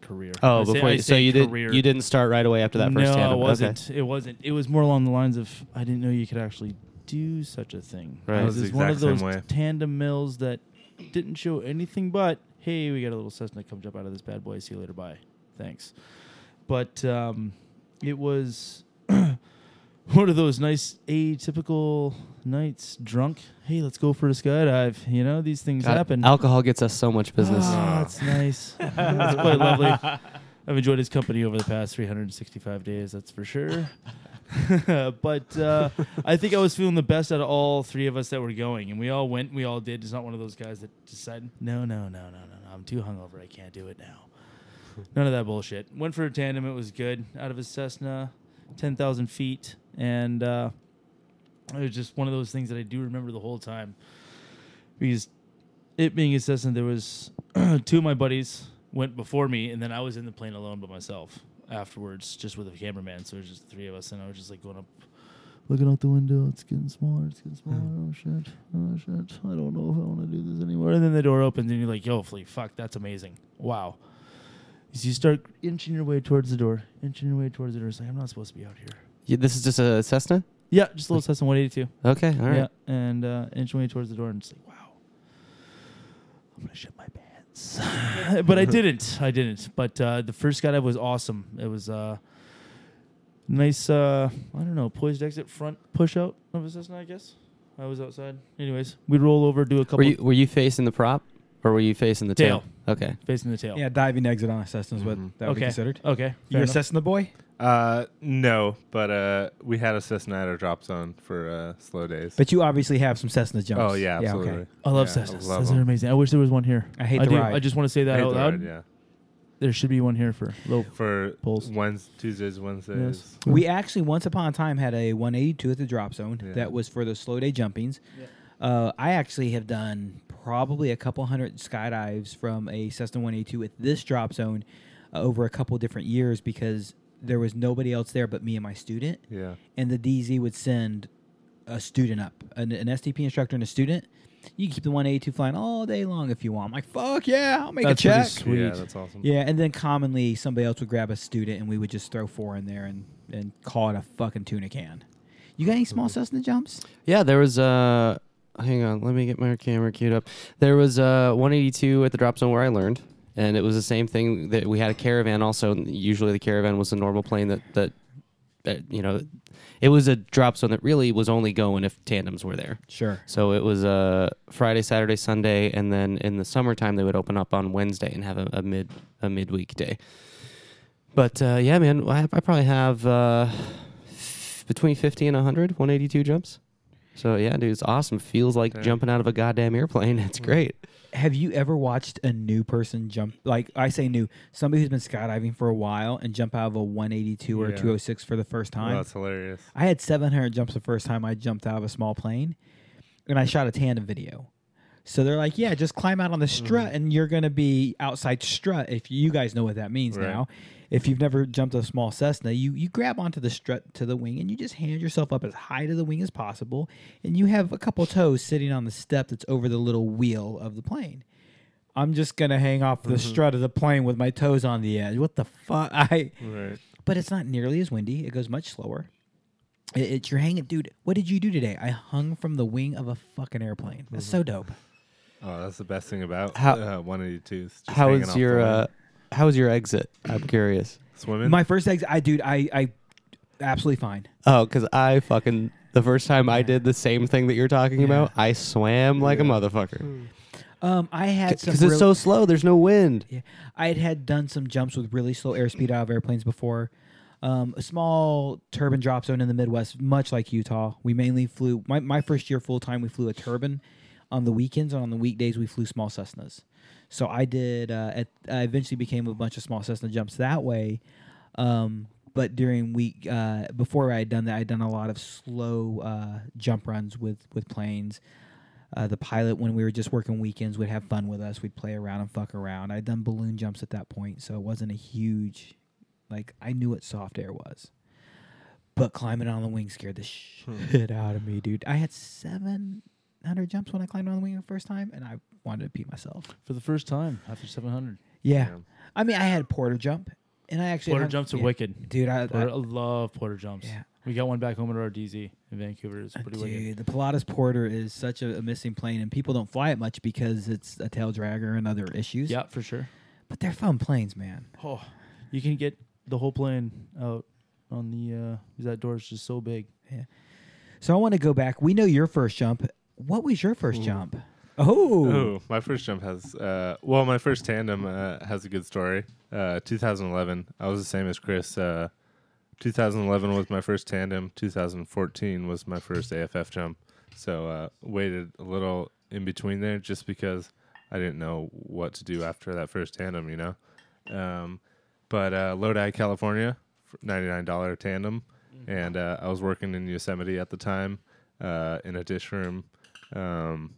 career. Oh, I say- before I you, so say you did career. you didn't start right away after that first no, tandem. Okay. it wasn't. It wasn't. It was more along the lines of I didn't know you could actually do such a thing. Right. I It was the just one of exact those same way. tandem mills that didn't show anything but hey, we got a little Cessna come jump out of this bad boy. See you later. Bye. Thanks. But um, it was one of those nice atypical nights drunk. Hey, let's go for a skydive. You know these things God, happen. Alcohol gets us so much business. Ah, that's nice. that's quite lovely. I've enjoyed his company over the past 365 days, that's for sure. but uh, I think I was feeling the best out of all three of us that were going, and we all went, we all did. It's not one of those guys that decided, no, no, no, no, no, no, I'm too hungover, I can't do it now. None of that bullshit. Went for a tandem, it was good. Out of his Cessna, 10,000 feet, and uh, it was just one of those things that I do remember the whole time. Because it being incessant, there was two of my buddies went before me, and then I was in the plane alone by myself afterwards, just with a cameraman. So it was just the three of us, and I was just like going up, looking out the window. It's getting smaller. It's getting smaller. Oh shit! Oh shit! I don't know if I want to do this anymore. And then the door opens, and you're like, "Yo, Flea, fuck, that's amazing! Wow." is you start inching your way towards the door, inching your way towards the door. It's like I'm not supposed to be out here. Yeah, this is just a Cessna. Yeah, just a little Cessna 182. Okay, all right. Yeah, and uh, inching way towards the door, and just like, wow, I'm gonna shit my pants. but I didn't. I didn't. But uh, the first skydive was awesome. It was uh, nice. Uh, I don't know, poised exit front push out of a Cessna, I guess. I was outside. Anyways, we'd roll over, do a couple Were you were you facing the prop or were you facing the tail? Tail. Okay. facing the tail. Yeah, diving exit on a Cessna is what Mm-hmm. that would be Okay. considered. Okay. You're fair a enough. Cessna boy? Uh, no, but uh, we had a Cessna at our drop zone for uh, slow days. But you obviously have some Cessna jumps. oh yeah, absolutely. I love Yeah, I Cessnas. love Cessnas are 'em. amazing. I wish there was one here. I hate I the do. ride. I just want to say that Hate out the loud. ride, yeah. There should be one here for low. For Pulls. Wednes Tuesdays, Wednesdays. We actually once upon a time had a 182 at the drop zone Yeah. that was for the slow day jumpings. Uh, I actually have done probably a couple hundred skydives from a Cessna 182 at this drop zone uh, over a couple different years because there was nobody else there but me and my student. Yeah. And the DZ would send a student up, an, an STP instructor and a student. You can keep the 182 flying all day long if you want. I'm like, fuck yeah, I'll make That's a pretty check. Sweet. Yeah, that's awesome. Yeah, and then commonly somebody else would grab a student and we would just throw four in there and, and call it a fucking tuna can. You got any small Cessna jumps? Yeah, there was uh hang on, let me get my camera queued up. There was uh 182 at the drop zone where I learned. And it was the same thing that we had a caravan also. and Usually the caravan was a normal plane that, that that you know it was a drop zone that really was only going if tandems were there. Sure. So it was uh, Friday, Saturday, Sunday, and then in the summertime they would open up on Wednesday and have a, a mid a midweek day. But uh, yeah, man, I, I probably have uh, f- between 50 and 100, 182 jumps. So yeah, dude, it's awesome. Feels like jumping out of a goddamn airplane. It's great. Have you ever watched a new person jump? Like I say, new somebody who's been skydiving for a while and jump out of a 182 or Yeah. 206 for the first Oh, time. that's hilarious. I had 700 jumps the first time I jumped out of a small plane, and I shot a tandem video. So they're like, yeah, just climb out on the strut, and you're going to be outside strut. If you guys know what that means Right. now, if you've never jumped a small Cessna, you you grab onto the strut to the wing, and you just hand yourself up as high to the wing as possible, and you have a couple toes sitting on the step that's over the little wheel of the plane. I'm just gonna hang off the strut of the plane with my toes on the edge. What the fuck? I Right. but it's not nearly as windy. It goes much slower. It, it's you're hanging, dude. What did you do today? I hung from the wing of a fucking airplane. That's Mm-hmm. so dope. Oh, that's the best thing about How- uh, 182s. just How hanging is off the your line. uh, how is your exit? I'm curious. swimming? My first exit, I dude, I I absolutely fine. Oh, because I fucking the first time I did the same thing that you're talking about, I swam like a motherfucker Um, I had some because it's so really- slow. There's no wind. Yeah, I had had done some jumps with really slow airspeed out of airplanes before. Um, a small turbine drop zone in the Midwest, much like Utah. We mainly flew my, my first year full time. We flew a turbine on the weekends and on the weekdays we flew small Cessnas. So I did. Uh, at, I eventually became a bunch of small Cessna jumps that way. Um, but during week uh, before I had done that, I'd done a lot of slow uh, jump runs with with planes uh, the pilot when we were just working weekends would have fun with us we'd play around and fuck around i'd done balloon jumps at that point so it wasn't a huge like i knew what soft air was but climbing on the wing scared the shit out of me dude i had 700 jumps when i climbed on the wing the first time and i wanted to pee myself For the first time after 700. yeah, i mean i had a porter jump and i actually Porter hung- jumps are yeah. wicked. dude i, I- Porter, I love porter jumps. Yeah. We got one back home at our DZ in Vancouver. It's pretty wicked. Dude, the Pilatus Porter is such a, a missing plane, and people don't fly it much because it's a tail dragger and other issues. Yeah, for sure. But they're fun planes, man. Oh, you can get the whole plane out on the. Uh, that door's just so big. So I want to go back. We know your first jump. What was your first jump? Oh, Ooh, my first jump has, uh, well, my first tandem uh, has a good story. Uh, 2011, I was the same as Chris. Uh, 2011 was my first tandem. 2014 was my first AFF jump. So uh, waited a little in between there just because I didn't know what to do after that first tandem, you know. Um, but uh, Lodi, California, f- $99 tandem. And uh, I was working in Yosemite at the time uh, in a dish room. Um,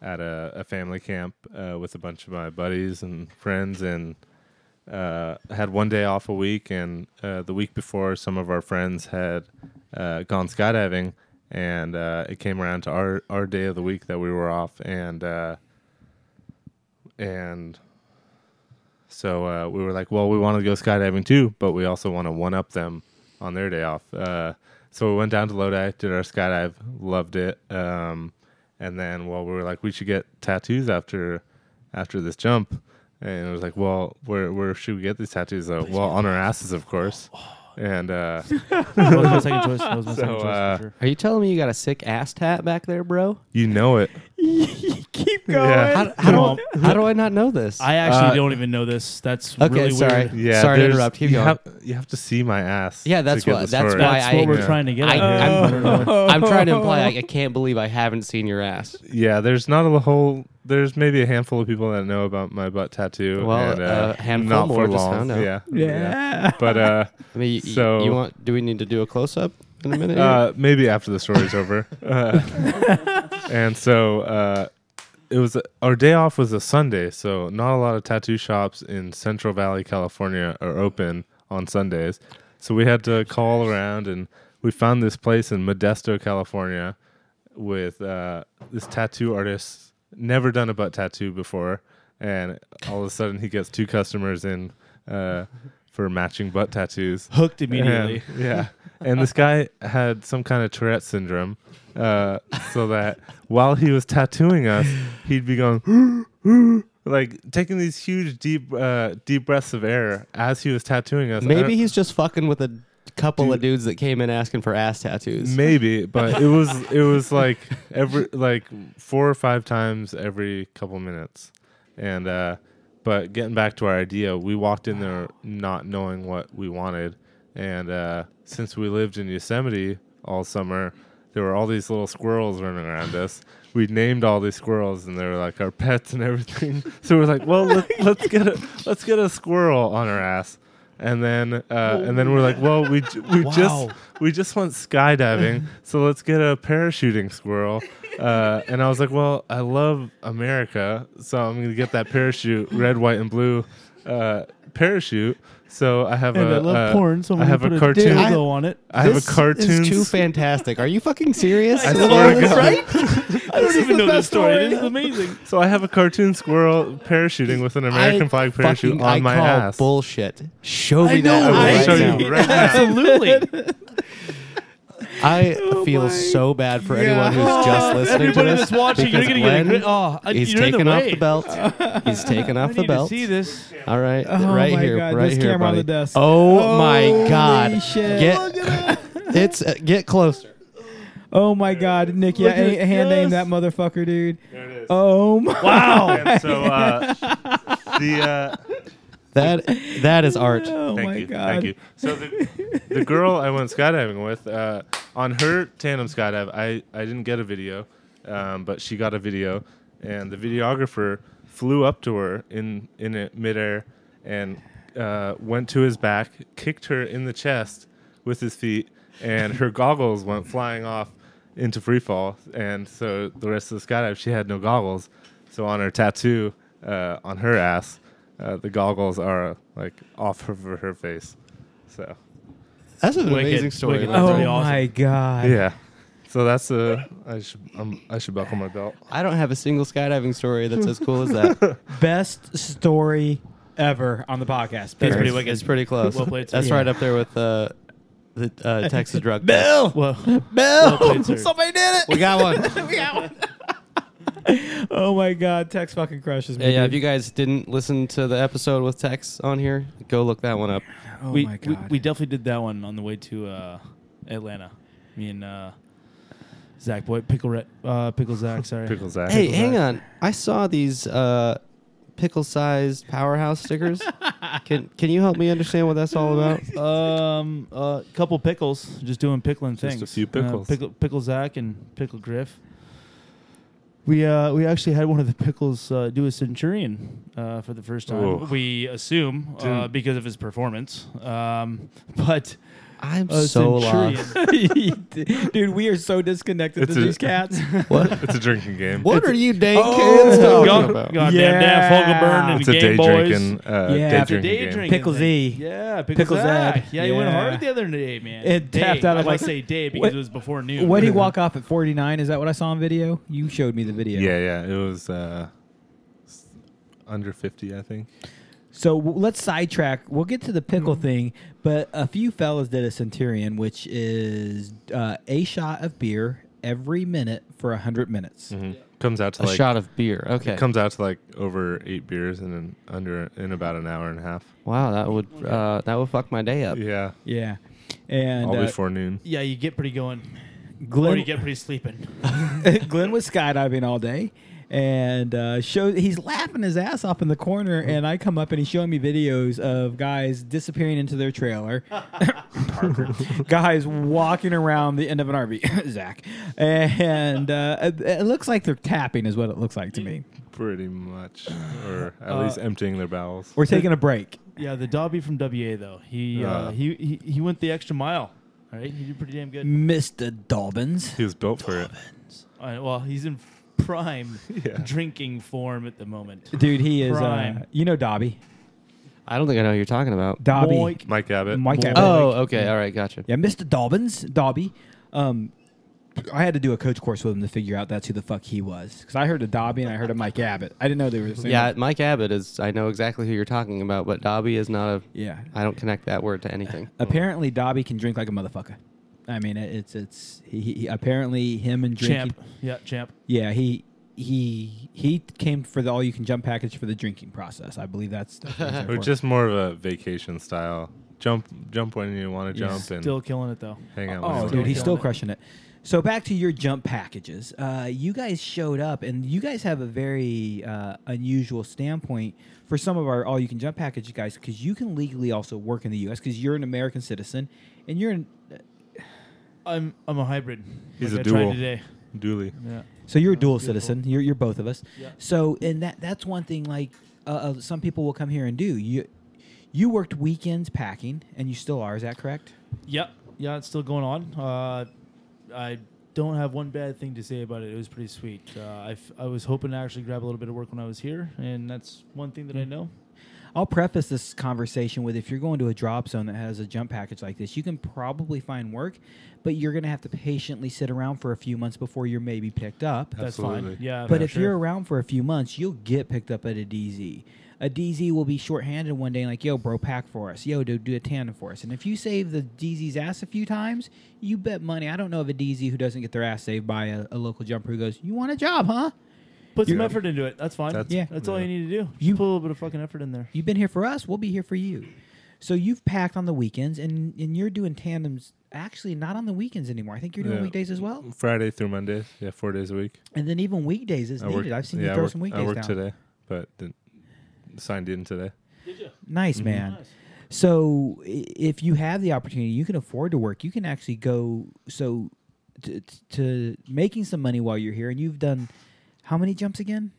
at a, a family camp uh, with a bunch of my buddies and friends and uh, had one day off a week and uh, the week before some of our friends had uh, gone skydiving and uh, it came around to our, our day of the week that we were off and uh, and So uh, we were like, well, we want to go skydiving too, but we also want to one up them on their day off. Uh, so we went down to Lodi, did our skydive, loved it. Um, and then, well, we were like, we should get tattoos after after this jump. And it was like, well, where where should we get these tattoos though? well, on our asses, of course. And uh, That was my second choice. That was my second So, choice uh, for sure. Are you telling me you got a sick ass tat back there, bro? you know it. Keep going. Yeah. How, how, Well, do, how do I not know this? I actually uh, don't even know this. That's okay, really sorry. weird. Yeah, sorry to there's- interrupt. Keep you going. Have, you have to see my ass. Yeah, to that's get what- the that's story. why That's what I- we're Yeah. trying to get I- at. I'm- Oh. here. I don't know. I'm trying to imply I, I can't believe I haven't seen your ass. Yeah, there's not a whole. There's maybe a handful of people that know about my butt tattoo. Well, and, uh, handful not more for just long. found out. Yeah, Yeah. But uh, I mean, you, So- you want? Do we need to do a close up in a minute? uh, maybe after the story's over. Uh, and so uh, it was our day off was a Sunday, so not a lot of tattoo shops in Central Valley, California, are open on Sundays. So we had to call around, and we found this place in Modesto, California, with uh, this tattoo artist never done a butt tattoo before, and all of a sudden he gets two customers in. Uh, for matching butt tattoos, Hooked immediately. and- yeah. And this guy had some kind of Tourette syndrome, uh, so that while he was tattooing us, he'd be going, like taking these huge, deep, uh, deep breaths of air as he was tattooing us. I Maybe don't- he's just fucking with a couple of dudes that came in asking for ass tattoos. maybe, but it was it was like every like four or five times every couple minutes, and uh, but getting back to our idea, we walked in there not knowing what we wanted, and uh, since we lived in Yosemite all summer, there were all these little squirrels running around us. We named all these squirrels, and they were like our pets and everything. So we're like, well, let, let's get a let's get a squirrel on our ass. And then, uh, and then we're like, well, we j- we just we just went skydiving, so let's get a parachuting squirrel. Uh, and I was like, well, I love America, so I'm gonna get that parachute, red, white, and blue uh, parachute. So I have And a I love uh, porn, so I'm I gonna have put a a cartoon. I- dildo on it. I have a This cartoon. Is too fantastic. Are you fucking serious? I swear to God. I don't even know this story. This is amazing. So I have a cartoon squirrel parachuting with an American I flag parachute fucking- on I my call ass. Bullshit. Show me I that. will right show now. you right now. Absolutely. I feel so bad for anyone who's just listening to Oh Everybody this. that's watching, you're because gonna get a when gri- oh, I- he's you're in the taking off way. the belt. He's taking I off need the to belt. see this. All right, Oh right my here, God, right this here, camera on buddy. the desk. Oh my God! shit. Get it's uh, get closer. Oh my God, Nick! Yeah, Look at a- hand name that this. motherfucker, dude. There it is. Oh my. Wow. And so uh, the. Uh, That that is art. Oh Thank my you. God. Thank you. So the, the girl I went skydiving with, uh, on her tandem skydive, I, I didn't get a video, um, but she got a video, and the videographer flew up to her in in it- midair and uh, went to his back, kicked her in the chest with his feet, and her goggles went flying off into free fall. And so the rest of the skydive, she had no goggles. So on her tattoo, uh, on her ass, uh, the goggles are like off of her, her face. So That's an Wicked, amazing story. wicked. my Oh friend. my God. yeah, so that's uh, I should um, I should buckle my belt. I don't have a single skydiving story that's as cool as that. Best story ever on the podcast. That's Best. pretty wicked. It's pretty close. Well played, sir. that's Yeah. right up there with uh, the uh, Texas drug. Bill, Well, Bill, played, sir. somebody did it. We got one. Oh my God, Tex fucking crushes me. yeah, Uh, yeah, if dude. you guys didn't listen to the episode with Tex on here, go look that one up. oh we, my we God. we definitely did that one on the way to uh, Atlanta. Me and uh, Zach Boy Pickle Red, uh, Pickle Zach. Sorry. Pickle Zach. Hey, hang on. I saw these uh, pickle-sized powerhouse stickers. can Can you help me understand what that's all about? Um, a couple pickles, just doing pickling Just a things. few pickles. Uh, pickle, pickle Zach and pickle Griff. We uh, we actually had one of the pickles uh, do a centurion uh, for the first time. Whoa. We assume uh, Dude. because of his performance, um, but I'm a so centurion. lost. dude, we are so disconnected It's to a- these cats. What? It's a drinking game. What are you dang kids God, talking about? goddamn Yeah. Dan Fogelburn and It's the a Game day Boys. drinking. Uh, Yeah, day it's The drinking day game. drinking Pickle thing. Z. Yeah, Pickle, Pickle Zach. Zach. E. Yeah, you went Yeah. hard the other day, man. It Day. tapped out I at must like- say day because What- it was before noon. When he walk off at 49, is that what I saw on video? You showed me the video. Yeah, yeah. It was uh, s- under fifty, I think. So w- let's sidetrack. We'll get to the pickle thing, but a few fellas did a centurion, which is uh, a shot of beer every minute for hundred minutes. Mm-hmm. Comes out to A like shot of beer. Okay. comes out to like over eight beers in an, under in about an hour and a half. wow, that would uh, that would fuck my day up. Yeah, Yeah, and all uh, before noon. Yeah, you get pretty going. Or Glenn, you get pretty sleeping. Glenn was skydiving all day. And uh, show he's laughing his ass off in the corner, and I come up and he's showing me videos of guys disappearing into their trailer, guys walking around the end of an RV, Zach, and uh, it, it looks like they're tapping, is what it looks like to me, Pretty much, or at least emptying their bowels. or taking a break. Yeah, the Dobby from WA though. He uh, Uh. he, he he went the extra mile. All right, he did pretty damn good. Mr. Dobbins. He was built for it. All right, Uh, well, he's in prime drinking form at the moment. Dude, he is. Uh, Prime. you know Dobby. I don't think I know what you're talking about. Dobby. Boink. Mike Abbott. Mike Abbott. Oh, okay. All right. Gotcha. Yeah, Mr. Dobbins, Dobby. Um, I had to do a coach course with him to figure out that's who the fuck he was. Because I heard of Dobby and I heard of Mike Abbott. I didn't know they were the same. Yeah, Mike Abbott is. I know exactly who you're talking about, but Dobby is not a. Yeah. I don't connect that word to anything. Apparently, Dobby can drink like a motherfucker. I mean, it- it's it's he, he apparently him and drinking. Champ. Yeah, champ. Yeah, he he he came for the all you can jump package for the drinking process. I believe that's. that's what he's there Or for. just more of a vacation style. Jump, jump when you want to jump, and Still killing it though. hang out. Oh, when dude, you he's want. still crushing it. So back to your jump packages. Uh, you guys showed up, and you guys have a very uh, unusual standpoint for some of our all you can jump package guys because you can legally also work in the U.S. because you're an American citizen and you're an, I'm I'm a hybrid. He's like a I tried dual. today. Dooley. Yeah. so you're a dual citizen. You're you're both of us. Yeah. So and that that's one thing like uh, uh, some people will come here and do you. You worked weekends packing, and you still are. Is that correct? Yep. Yeah, it's still going on. Uh, I don't have one bad thing to say about it. It was pretty sweet. Uh, I, f- I was hoping to actually grab a little bit of work when I was here, and that's one thing that I know. I'll preface this conversation with if you're going to a drop zone that has a jump package like this, you can probably find work, but you're going to have to patiently sit around for a few months before you're maybe picked up. That's fine. Absolutely. Yeah. but for if sure. you're around for a few months, you'll get picked up at a DZ. A DZ will be shorthanded one day, like, yo, bro, pack for us. Yo, dude, do a tandem for us. And if you save the DZ's ass a few times, you bet money. I don't know of a DZ who doesn't get their ass saved by a, a local jumper who goes, you want a job, huh? put some Yeah. effort into it, that's fine. That's- That's, Yeah. all yeah. you need to do. You- You put a little bit of fucking effort in there. You've been here for us. We'll be here for you. So you've packed on the weekends, and and you're doing tandems. Actually, not on the weekends anymore. I think you're doing Yeah. weekdays as well, Friday through Monday. Yeah, four days a week. and then even weekdays is I needed. worked- I've seen yeah, you I throw worked- some I weekdays worked down. today, but didn't, signed in today. Nice Mm-hmm. man. So i- if you have the opportunity, you can afford to work. You can actually go so to, to making some money while you're here, and you've done how many jumps again?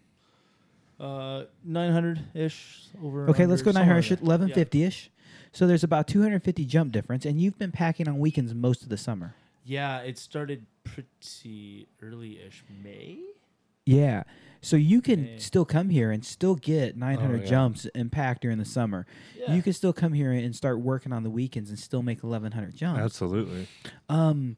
Uh, 900 ish over. Okay, let's go under, 900 somewhere there. eleven fifty ish. So there's about 250 jump difference, and you've been packing on weekends most of the summer. Yeah. yeah, it started pretty early ish May. Yeah. So you can Yeah. still come here and still get 900 yeah. jumps and pack during the summer. You can still come here and start working on the weekends and still make 1100 jumps. Absolutely. Um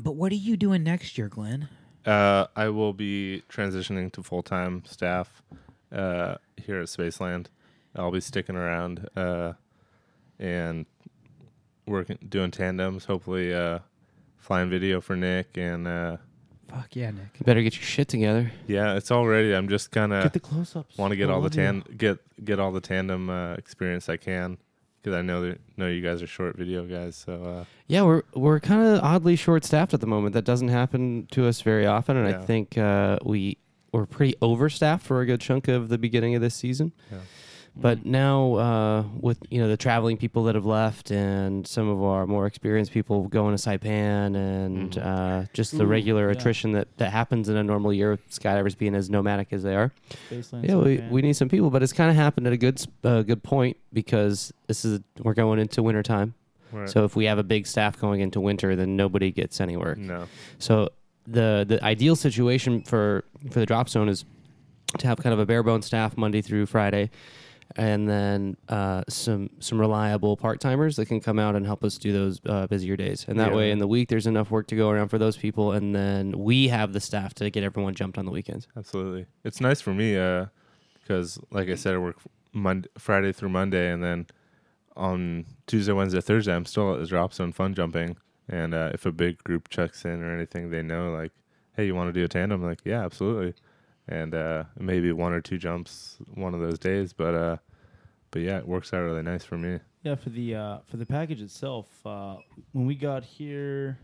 but what are you doing next year, Glenn? Uh, I will be transitioning to full time staff uh, here at Spaceland. I'll be sticking around uh, and working, doing tandems. Hopefully, uh, flying video for Nick, and uh, Fuck yeah, Nick. You better get your shit together. yeah, it's all ready. I'm just gonna Get the close ups. want to get all the tan get get all the tandem uh, experience I can because I know that know you guys are short video guys. So uh, Yeah, we're we're kind of oddly short staffed at the moment. That doesn't happen to us very often, and Yeah. I think uh, we were pretty overstaffed for a good chunk of the beginning of this season. Yeah. Mm. But now, uh, with you know the traveling people that have left, and some of our more experienced people going to Saipan, and Mm-hmm. uh, just Mm, the regular attrition that, that happens in a normal year, with skydivers being as nomadic as they are, yeah, we, we need some people, but it's kind of happened at a good s- uh, good point because this is we're going into winter time. Right. So if we have a big staff going into winter, then nobody gets any work. no, So the the ideal situation for for the drop zone is to have kind of a bare bone staff Monday through Friday, and then uh, some some reliable part timers that can come out and help us do those uh, busier days. And that Yeah. way, in the week, there's enough work to go around for those people, and then we have the staff to get everyone jumped on the weekends. absolutely. It's nice for me because, uh, like I said, I work Monday, Friday through Monday, and then on Tuesday, Wednesday, Thursday, I'm still at the drop zone fun jumping. And uh, if a big group checks in or anything, they know like, hey, you want to do a tandem? like, yeah, absolutely. And uh, maybe one or two jumps one of those days, but uh, but yeah, it works out really nice for me. Yeah, for the uh, for the package itself, uh, when we got here,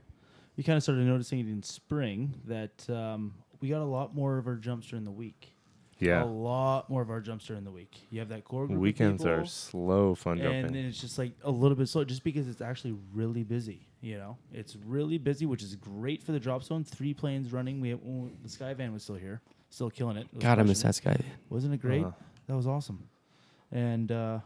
we kind of started noticing it in spring that um, we got a lot more of our jumps during the week. Yeah, a lot more of our jumps during the week. You have that core group of weekends are people, slow fun and jumping. then it's just like a little bit slow, just because it's actually really busy. You know, it's really busy, which is great for the drop zone. Three planes running. We have, when the sky van was still here, still killing it. It was God, I miss crushing it. that guy. Wasn't it great? Uh-huh. That was awesome. And uh,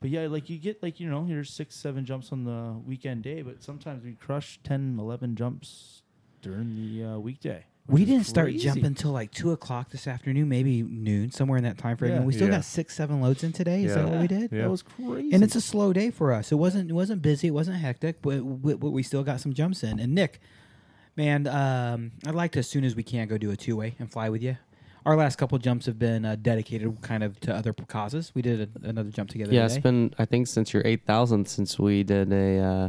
but yeah, like you get like you know here's six seven jumps on the weekend day, but sometimes we crush 10, 11 jumps during the uh, weekday. which We is didn't start crazy. jumping until like two o'clock this afternoon, maybe noon, somewhere in that time frame. Yeah. And we still Yeah. got six, seven loads in today. Is that Yeah. what we did? Yeah. That was crazy. And it's a slow day for us. It wasn't it wasn't busy. It wasn't hectic, but we, but we still got some jumps in. And Nick, man, um, I'd like to as soon as we can go do a two way and fly with you. Our last couple jumps have been uh, dedicated kind of to other p- causes. We did a, another jump together. Yeah, it's today. been I think since your eight thousandth since we did a uh,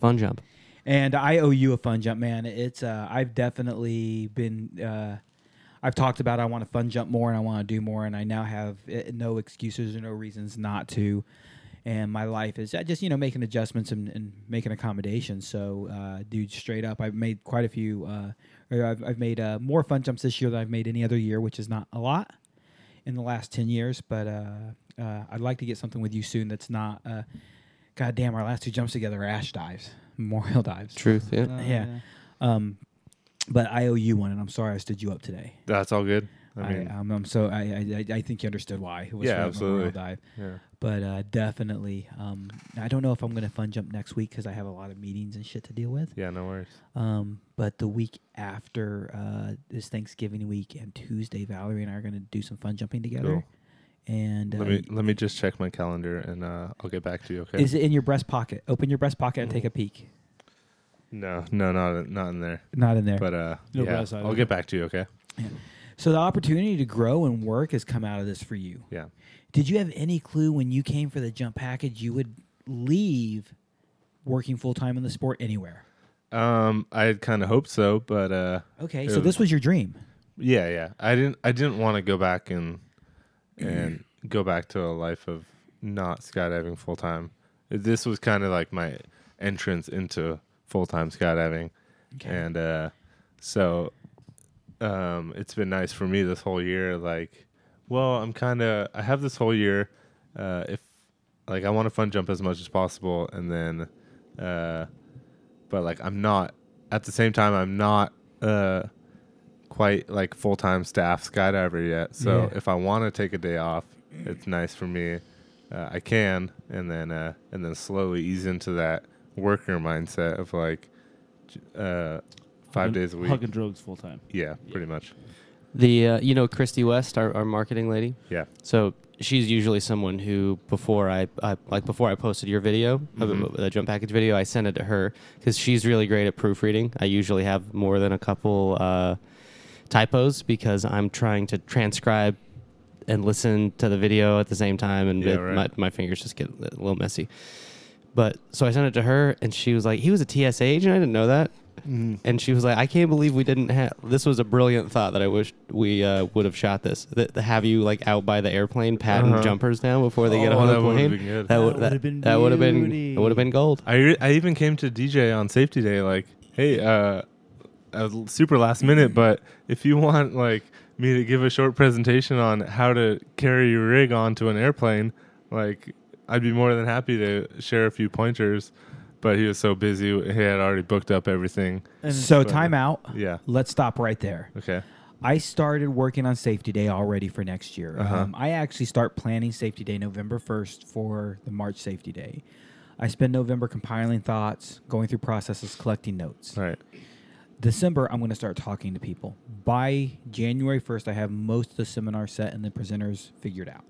fun jump. and I owe you a fun jump, man. It's uh, I've definitely been uh, I've talked about I want to fun jump more and I want to do more, and I now have eh, no excuses or no reasons not to. And my life is uh, just you know making adjustments and, and making accommodations. So, uh, dude, straight up, I've made quite a few. Uh, or I've, I've made uh, more fun jumps this year than I've made any other year, which is not a lot in the last 10 years, but uh, uh, I'd like to get something with you soon that's not. Uh, God damn, our last two jumps together are ash dives, memorial dives. Truth, yeah. Uh, yeah. Um, but I owe you one, and I'm sorry I stood you up today. That's all good. I I, mean, uh, um, I'm so I, I I- I think you understood why it was Yeah, for that absolutely. memorial dive. yeah. But uh, definitely, um, I don't know if I'm gonna fun jump next week because I have a lot of meetings and shit to deal with. yeah, no worries. Um, but the week after uh, this Thanksgiving week and Tuesday, Valerie and I are gonna do some fun jumping together. And uh, Let me let me just check my calendar and uh, I'll get back to you. Okay. Mm-hmm. is it in your breast pocket? Open your breast pocket and take a peek. No, no, not not in there. Not in there. But uh, No yeah, glass I'll either. get back to you. Okay. So the opportunity to grow and work has come out of this for you. Yeah. Did you have any clue when you came for the jump package you would leave working full time in the sport anywhere? Um, I had kind of hoped so, but uh, Okay, it so this was your dream. yeah, yeah. I didn't I didn't want to go back and and go back to a life of not skydiving full time. This was kind of like my entrance into full time skydiving, and uh, so um, it's been nice for me this whole year. Like, well, I'm kind of I have this whole year. Uh, if like I want to fun jump as much as possible, and then, uh, but like I'm not at the same time I'm not uh, quite like full time staff skydiver yet. So Yeah. if I want to take a day off, it's nice for me. Uh, I can, and then uh, and then slowly ease into that worker mindset of like j- uh, five Hugging- days a week. Hugging drugs full time. Yeah, pretty much. The uh, you know Christy West, our, our marketing lady. Yeah. So she's usually someone who before I, I like before I posted your video, uh, Mm-hmm. the jump package video, I sent it to her because she's really great at proofreading. I usually have more than a couple uh, typos because I'm trying to transcribe and listen to the video at the same time, and Yeah, it- right. my, my fingers just get a little messy. But so I sent it to her, and she was like, "He was a TSA agent. I didn't know that." And she was like, "I can't believe we didn't have this. Was a brilliant thought that I wish we uh, would have shot this. That have you like out by the airplane, patting Uh-huh. jumpers now before they get Oh, on that the would've plane. been That, good. That would would've been that would have been beauty. that would have been gold. I re- I even came to DJ on safety day like, hey, uh, I was l- super last minute, but if you want like me to give a short presentation on how to carry your rig onto an airplane, like I'd be more than happy to share a few pointers. But he was so busy; he had already booked up everything. So but- time out. Yeah. Let's stop right there. Okay. I started working on safety day already for next year. Uh-huh. Um, I actually start planning safety day November 1st for the March safety day. I spend November compiling thoughts, going through processes, collecting notes. All right. December, I'm going to start talking to people. By January 1st, I have most of the seminar set and the presenters figured out.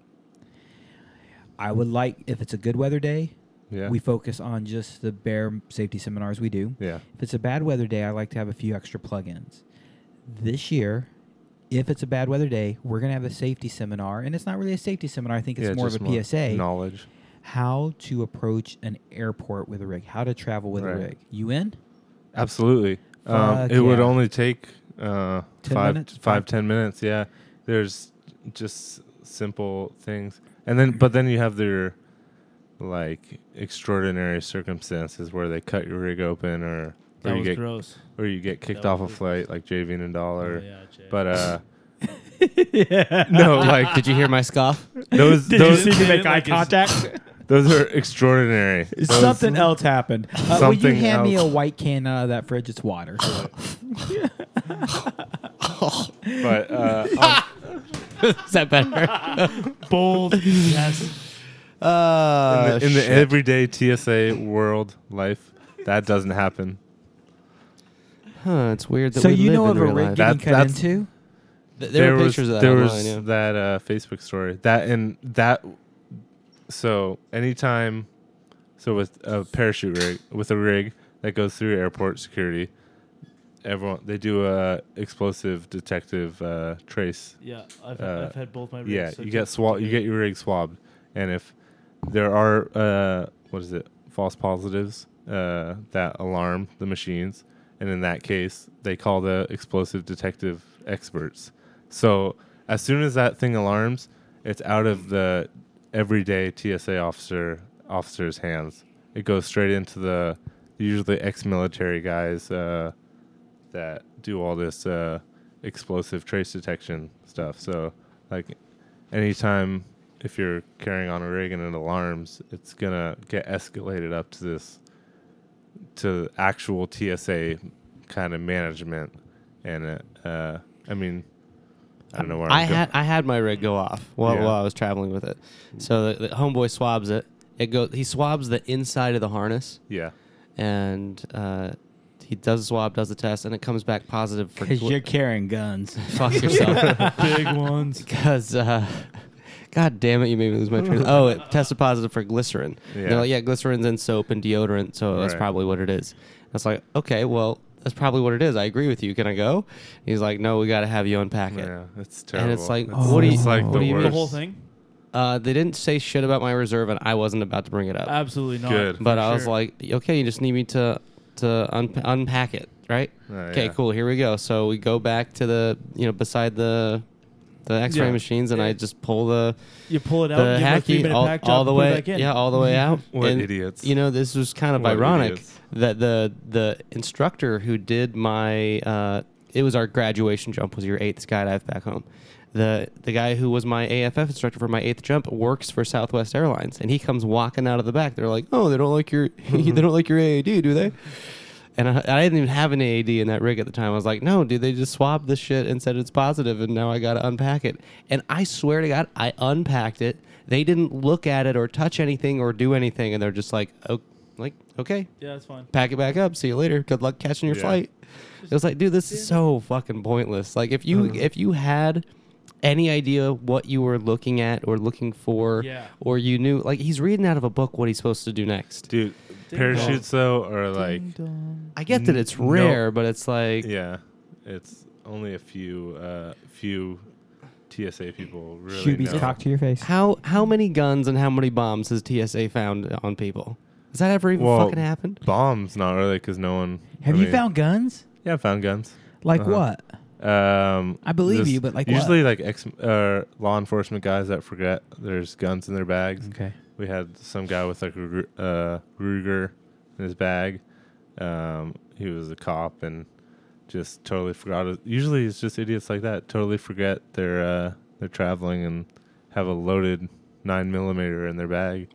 I would like, if it's a good weather day, Yeah. we focus on just the bare safety seminars we do. Yeah. If it's a bad weather day, I like to have a few extra plugins. This year, if it's a bad weather day, we're going to have a safety seminar. And it's not really a safety seminar. I think it's Yeah, more of just a PSA. Knowledge. How to approach an airport with a rig, how to travel with a Right. rig. You in? Absolutely. Um, Fuck it would yeah. only take uh, 10 five, minutes? five, ten minutes. Yeah, there's just simple things, and then but then you have their like extraordinary circumstances where they cut your rig open or That or you was get gross. or you get kicked That off a was Oh, flight like JV and dollar. Yeah, Jay. But uh, no, like Did you hear my scoff? those Did those you see me make eye like, is- contact? those are extraordinary. Those- Something else happened. Uh, will Something you hand me a else. white can out of that fridge? It's water. but uh, on- Is that better? Bold. yes. Uh, in the, in the everyday TSA world life, that doesn't happen. huh, it's weird that so we you live know in of a real rig life. getting That- cut that's- into? Th- there, were was- pictures of that there online, was yeah. that uh, Facebook story that and that. So anytime, so with a parachute rig with a rig that goes through airport security, everyone they do a explosive detective uh, trace. Yeah, I've, Uh, I've had both my. yeah, ribs, so you just- get swab. You get your rig swabbed, and if there are uh, what is it false positives uh, that alarm the machines, and in that case they call the explosive detective experts. So as soon as that thing alarms, it's out of the everyday TSA officer officer's hands. It goes straight into the usually ex-military guys uh, that do all this uh, explosive trace detection stuff. So like anytime if you're carrying on a rig and it alarms, it's gonna get escalated up to this to actual TSA kind of management, and uh, uh, I mean, I don't know where I I'm had I had my rig go off while, Yeah. while I was traveling with it. So the, the homeboy swabs it. It go he swabs the inside of the harness Going. Yeah, and uh, he does the swab, does the test, and it comes back positive for Because gl- you're carrying guns. fuck yourself big ones. because. Uh, God damn it! You made me lose my train. Oh, it tested positive for glycerin. Yeah, Yeah. like, yeah, glycerin's in soap and deodorant, so that's Right. probably what it is. I was like, okay, well, that's probably what it is. I agree with you. Can I go? He's like, no, we got to have you unpack it. yeah, it's terrible. And it's like, it's, what do you- it's like what the do you mean? worst. The whole thing? Uh, they didn't say shit about my reserve, and I wasn't about to bring it up. Absolutely not. Good. But Uh, for I was sure. like, okay, you just need me to to un- unpack it, right? Oh, Okay, yeah. cool. Here we go. So we go back to the you know beside the the X-ray Yeah. machines, and I just pull the You pull it out, the give it a three hacky minute all, pack job, all the and put it way, back in. yeah, all the way out. What And, idiots. You know, this was kind of What ironic idiots. that the the instructor who did my uh, it was our graduation jump was your eighth skydive back home. The the guy who was my AFF instructor for my eighth jump works for Southwest Airlines, and he comes walking out of the back. They're like, "Oh, they don't like your they don't like your AAD, do they?" And I, I didn't even have an AAD in that rig at the time. I was like, no, dude, they just swabbed this shit and said it's positive, and now I got to unpack it. And I swear to God, I unpacked it. They didn't look at it or touch anything or do anything, and they're just like, oh, like okay, Yeah, that's fine. pack it back up. See you later. Good luck catching your Yeah. flight. It was like, dude, this is so fucking pointless. Like if Mm-hmm. you if you had any idea what you were looking at or looking for, Yeah. or you knew, like he's reading out of a book what he's supposed to do next. dude. Ding Parachutes though are like, I get that it's No. rare, but it's like, yeah, it's only a few uh, few TSA people really Shoobies know. cocked to your face. How how many guns and how many bombs has TSA found on people? Has that ever even Well, fucking happened? Bombs, not really, because no one. I Have you mean- found guns? Yeah, I found guns. Like Uh-huh. what? Um, I believe just you, but, like, what? usually like ex uh, law enforcement guys that forget there's guns in their bags. Okay. We had some guy with like a Ru- uh, Ruger in his bag. Um, he was a cop and just totally forgot. It. Usually it's just idiots like that totally forget they're uh, they're traveling and have a loaded nine millimeter in their bag.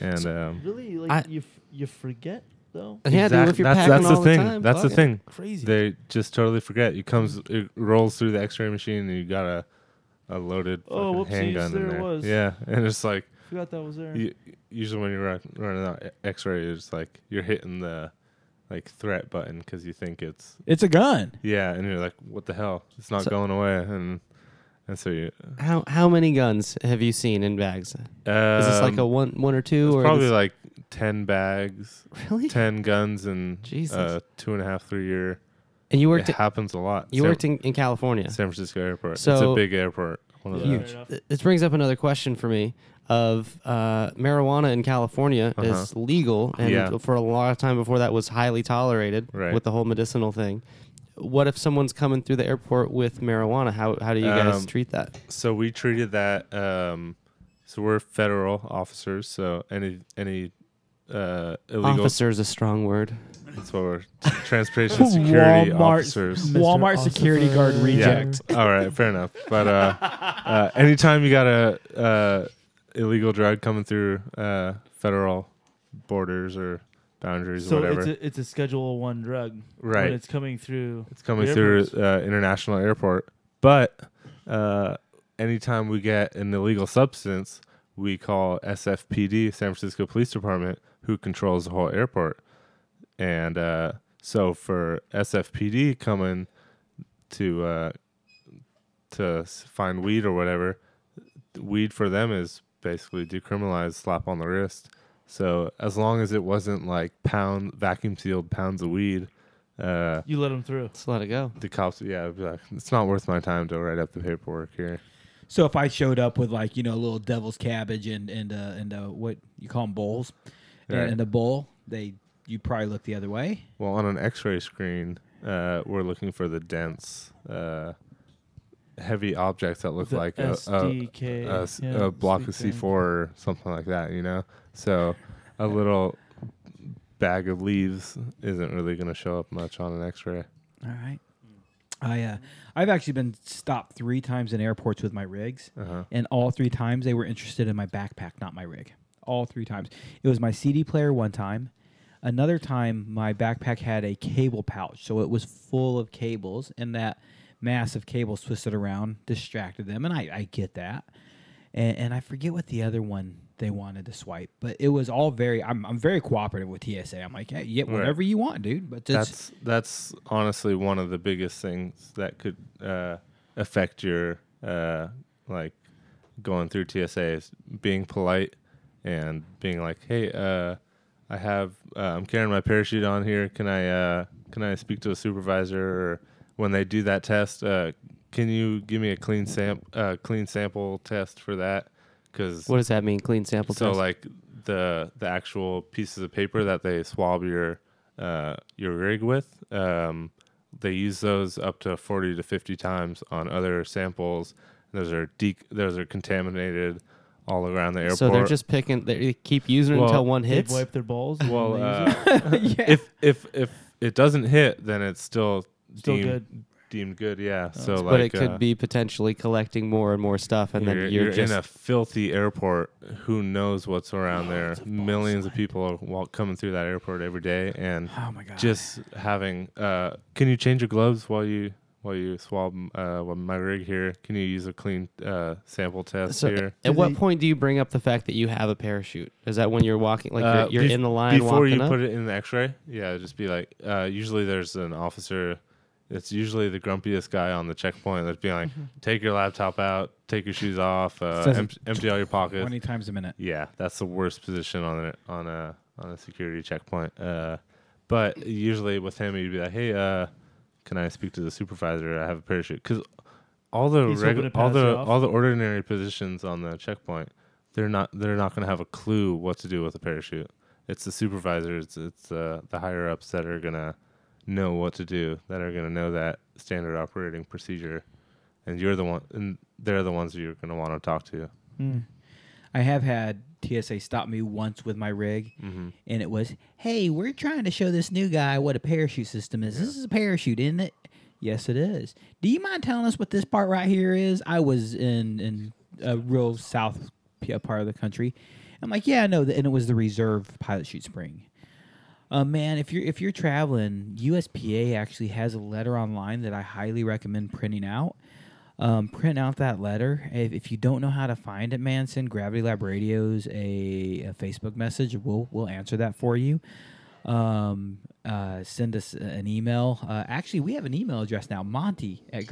And um, Really? Like, I- you, f- you forget, though? Yeah, dude, if exact- you're that's packing that's all the thing. time, that's the fuck it. thing. Crazy. They just totally forget. It comes, it rolls through the X-ray machine, and you got a a loaded Oh, fucking whoopsies, handgun there in it there. was. Yeah, and it's like forgot that was there. you, usually when you're run, running out e- X-ray, it's like you're hitting the like threat button because you think it's It's a gun. yeah, and you're like, what the hell? It's not So- going away, and and so you. How how many guns have you seen in bags? Is Um, this like a one one or two it's or probably is- like ten bags, really? ten guns, and Jesus. uh, two and a half, three year And you It worked. happens a lot. you San- worked in, in California. San Francisco Airport. it's a So- big airport. One of Fair the, enough. Th- This brings up another question for me. Of uh, marijuana in California is Uh-huh. legal, and Yeah. for a lot of time before that was highly tolerated Right. with the whole medicinal thing. What if someone's coming through the airport with marijuana? How how do you guys Um, treat that? so we treated that. Um, so we're federal officers. So any any uh, illegal. Officer is a strong word. That's what we're transportation security Walmart- officers. Walmart security guard reject. Yeah. All right, fair enough. But uh, uh, anytime you got a uh, illegal drug coming through uh, federal borders or boundaries So or whatever, it's it's, a, it's a Schedule One drug. Right. When it's coming through. coming the through airports. uh, international airport. But uh, anytime we get an illegal substance, we call SFPD, San Francisco Police Department, who controls the whole airport. And uh, so for SFPD coming to uh, to s- find weed or whatever, weed for them is basically decriminalized, slap on the wrist. So as long as it wasn't like pound vacuum sealed pounds of weed, uh, You let them through. Let's let it go. the cops, yeah, would be like, it's not worth my time to write up the paperwork here. So if I showed up with like you know a little devil's cabbage and and uh, and uh, what you call them bowls, Right. and, and a bowl, they you probably look the other way. Well, on an X-ray screen, uh, we're looking for the dense, uh, heavy objects that look The like a, a, SDK. a s- yeah, a block of SDK. C4 or something like that, you know. So a little bag of leaves isn't really going to show up much on an X-ray. All right. I uh, I've actually been stopped three times in airports with my rigs, Uh-huh. and all three times they were interested in my backpack, not my rig. All three times, it was my CD player one time. Another time, my backpack had a cable pouch, so it was full of cables, and that mass of cables twisted around distracted them, and I, I get that. And, and I forget what the other one they wanted to swipe, but it was all very. I'm, I'm very cooperative with TSA. I'm like, hey, you get Right. whatever you want, dude. But just that's that's honestly one of the biggest things that could uh, affect your uh, like going through TSA is being polite and being like, hey, uh, I have uh, I'm carrying my parachute on here. Can I uh, can I speak to a supervisor or when they do that test? Uh, can you give me a clean sam- uh, clean sample test for that? Because What does that mean? Clean sample so test. like the the actual pieces of paper that they swab your uh, your rig with, um, they use those up to forty to fifty times on other samples. Those are de- those are contaminated all around the airport. so they're just picking. They keep using it Well, until one They hits. wipe their balls. and well, they use uh, it. if if if it doesn't hit, then it's still Still deemed, good. Deemed good, yeah. so like, Oh, but it could uh, be potentially collecting more and more stuff, and you're, then you're you're, just in a filthy airport. Who knows what's around there? Millions of people are walk, coming through that airport every day, and Oh my God. just having. Uh, can you change your gloves while you while you swab uh, while my rig here? Can you use a clean uh, sample test So, here? at what point do you bring up the fact that you have a parachute? Is that when you're walking, like Uh, you're, you're bef- in the line before walking you up? put it in the X-ray. Yeah, it'd just be like. Uh, usually, there's an officer. It's usually the grumpiest guy on the checkpoint that's being like, "Take your laptop out, take your shoes off, uh, Mm-hmm. Says it empt- empty all your pockets." twenty times a minute. Yeah, that's the worst position on a on a on a security checkpoint. Uh, but usually with him, he'd be like, "Hey, uh, can I speak to the supervisor? I have a parachute." Because all the He's hoping regu- to all pass the you off. all the ordinary positions on the checkpoint, they're not they're not gonna have a clue what to do with a parachute. It's the supervisors, it's, it's uh, the higher ups that are gonna know what to do, that are gonna know that standard operating procedure, and you're the one, and they're the ones you're gonna want to talk to. I have had TSA stop me once with my rig, and it was, "Hey, we're trying to show this new guy what a parachute system is. This is a parachute, isn't it? Yes, it is. Do you mind telling us what this part right here is? I was in in a real south p- uh, part of the country. I'm like, yeah, I know, and it was the reserve pilot chute spring. Uh, man, if you're if you're traveling, USPA actually has a letter online that I highly recommend printing out. Um, print out that letter. If, if you don't know how to find it, man, send Gravity Lab Radio's a, a Facebook message. We'll we'll answer that for you. Um, uh, send us an email. Uh, actually, we have an email address now, Monty at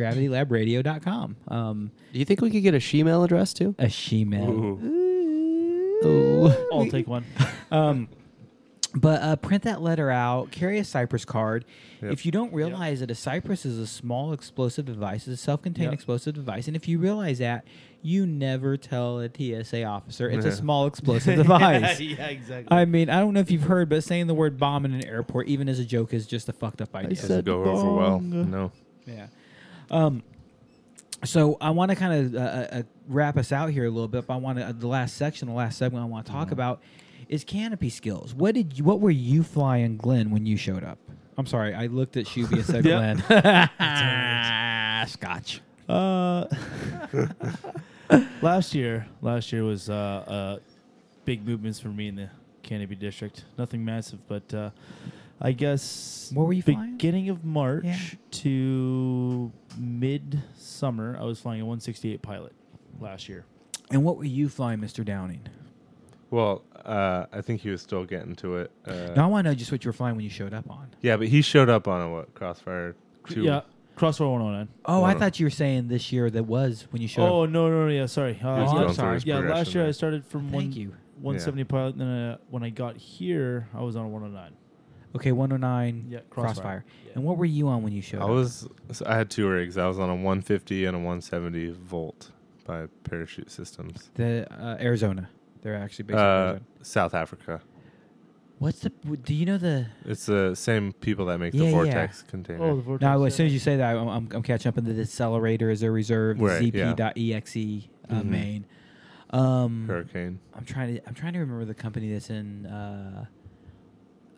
gravitylabradio.com. Um, do you think we could get a shemale address too? a she-man. Ooh. I'll take one. But uh, print that letter out. Carry a Cypress card. Yep. If you don't realize that a Cypress is a small explosive device, it's a self-contained Yep. explosive device, and if you realize that, you never tell a TSA officer it's a small explosive device. yeah, exactly. I mean, I don't know if you've heard, but saying the word bomb in an airport, even as a joke, is just a fucked up idea. Doesn't go over well. No. Yeah. Um, so I want to kind of uh, uh, wrap us out here a little bit. But I want to uh, the last section, the last segment I want to talk about is canopy skills. What did you, what were you flying, Glenn, when you showed up? I'm sorry, I looked at Shuby and said Yeah. Glenn. Scotch. Uh, last year, last year was uh, uh, big movements for me in the Canopy District. Nothing massive, but uh, I guess Where were you flying? beginning of March Yeah. to mid summer, I was flying a 168 Pilot last year. And what were you flying, Mr. Downing? Well, uh, I think he was still getting to it. Uh, Now I want to know just what you were flying when you showed up on. Yeah, but he showed up on a what Crossfire two. Yeah, Crossfire 109. Oh, I Wow. thought you were saying this year that was when you showed up. Oh no, no, no, yeah, sorry. Uh, He's yeah, going through his Yeah, last progression year I there. started from one, Thank you. 170 Pilot, and then uh, when I got here, I was on a 109. Okay, 109 Yeah, Crossfire. Crossfire. Yeah. And what were you on when you showed I up? was. so I had two rigs. I was on a 150 and a 170 volt by Parachute Systems, the uh, Arizona. They're actually based in uh, Arizona. South Africa. What's the? w- Do you know the? It's the same people that make Yeah, the yeah. Vortex container. Oh, the Vortex. No, yeah. as soon as you say that, I'm, I'm, I'm catching up. And the decelerator is a reserve Right, yeah. zp.exe uh, Mhm. main. Um, Hurricane. I'm trying to I'm trying to remember the company that's in uh,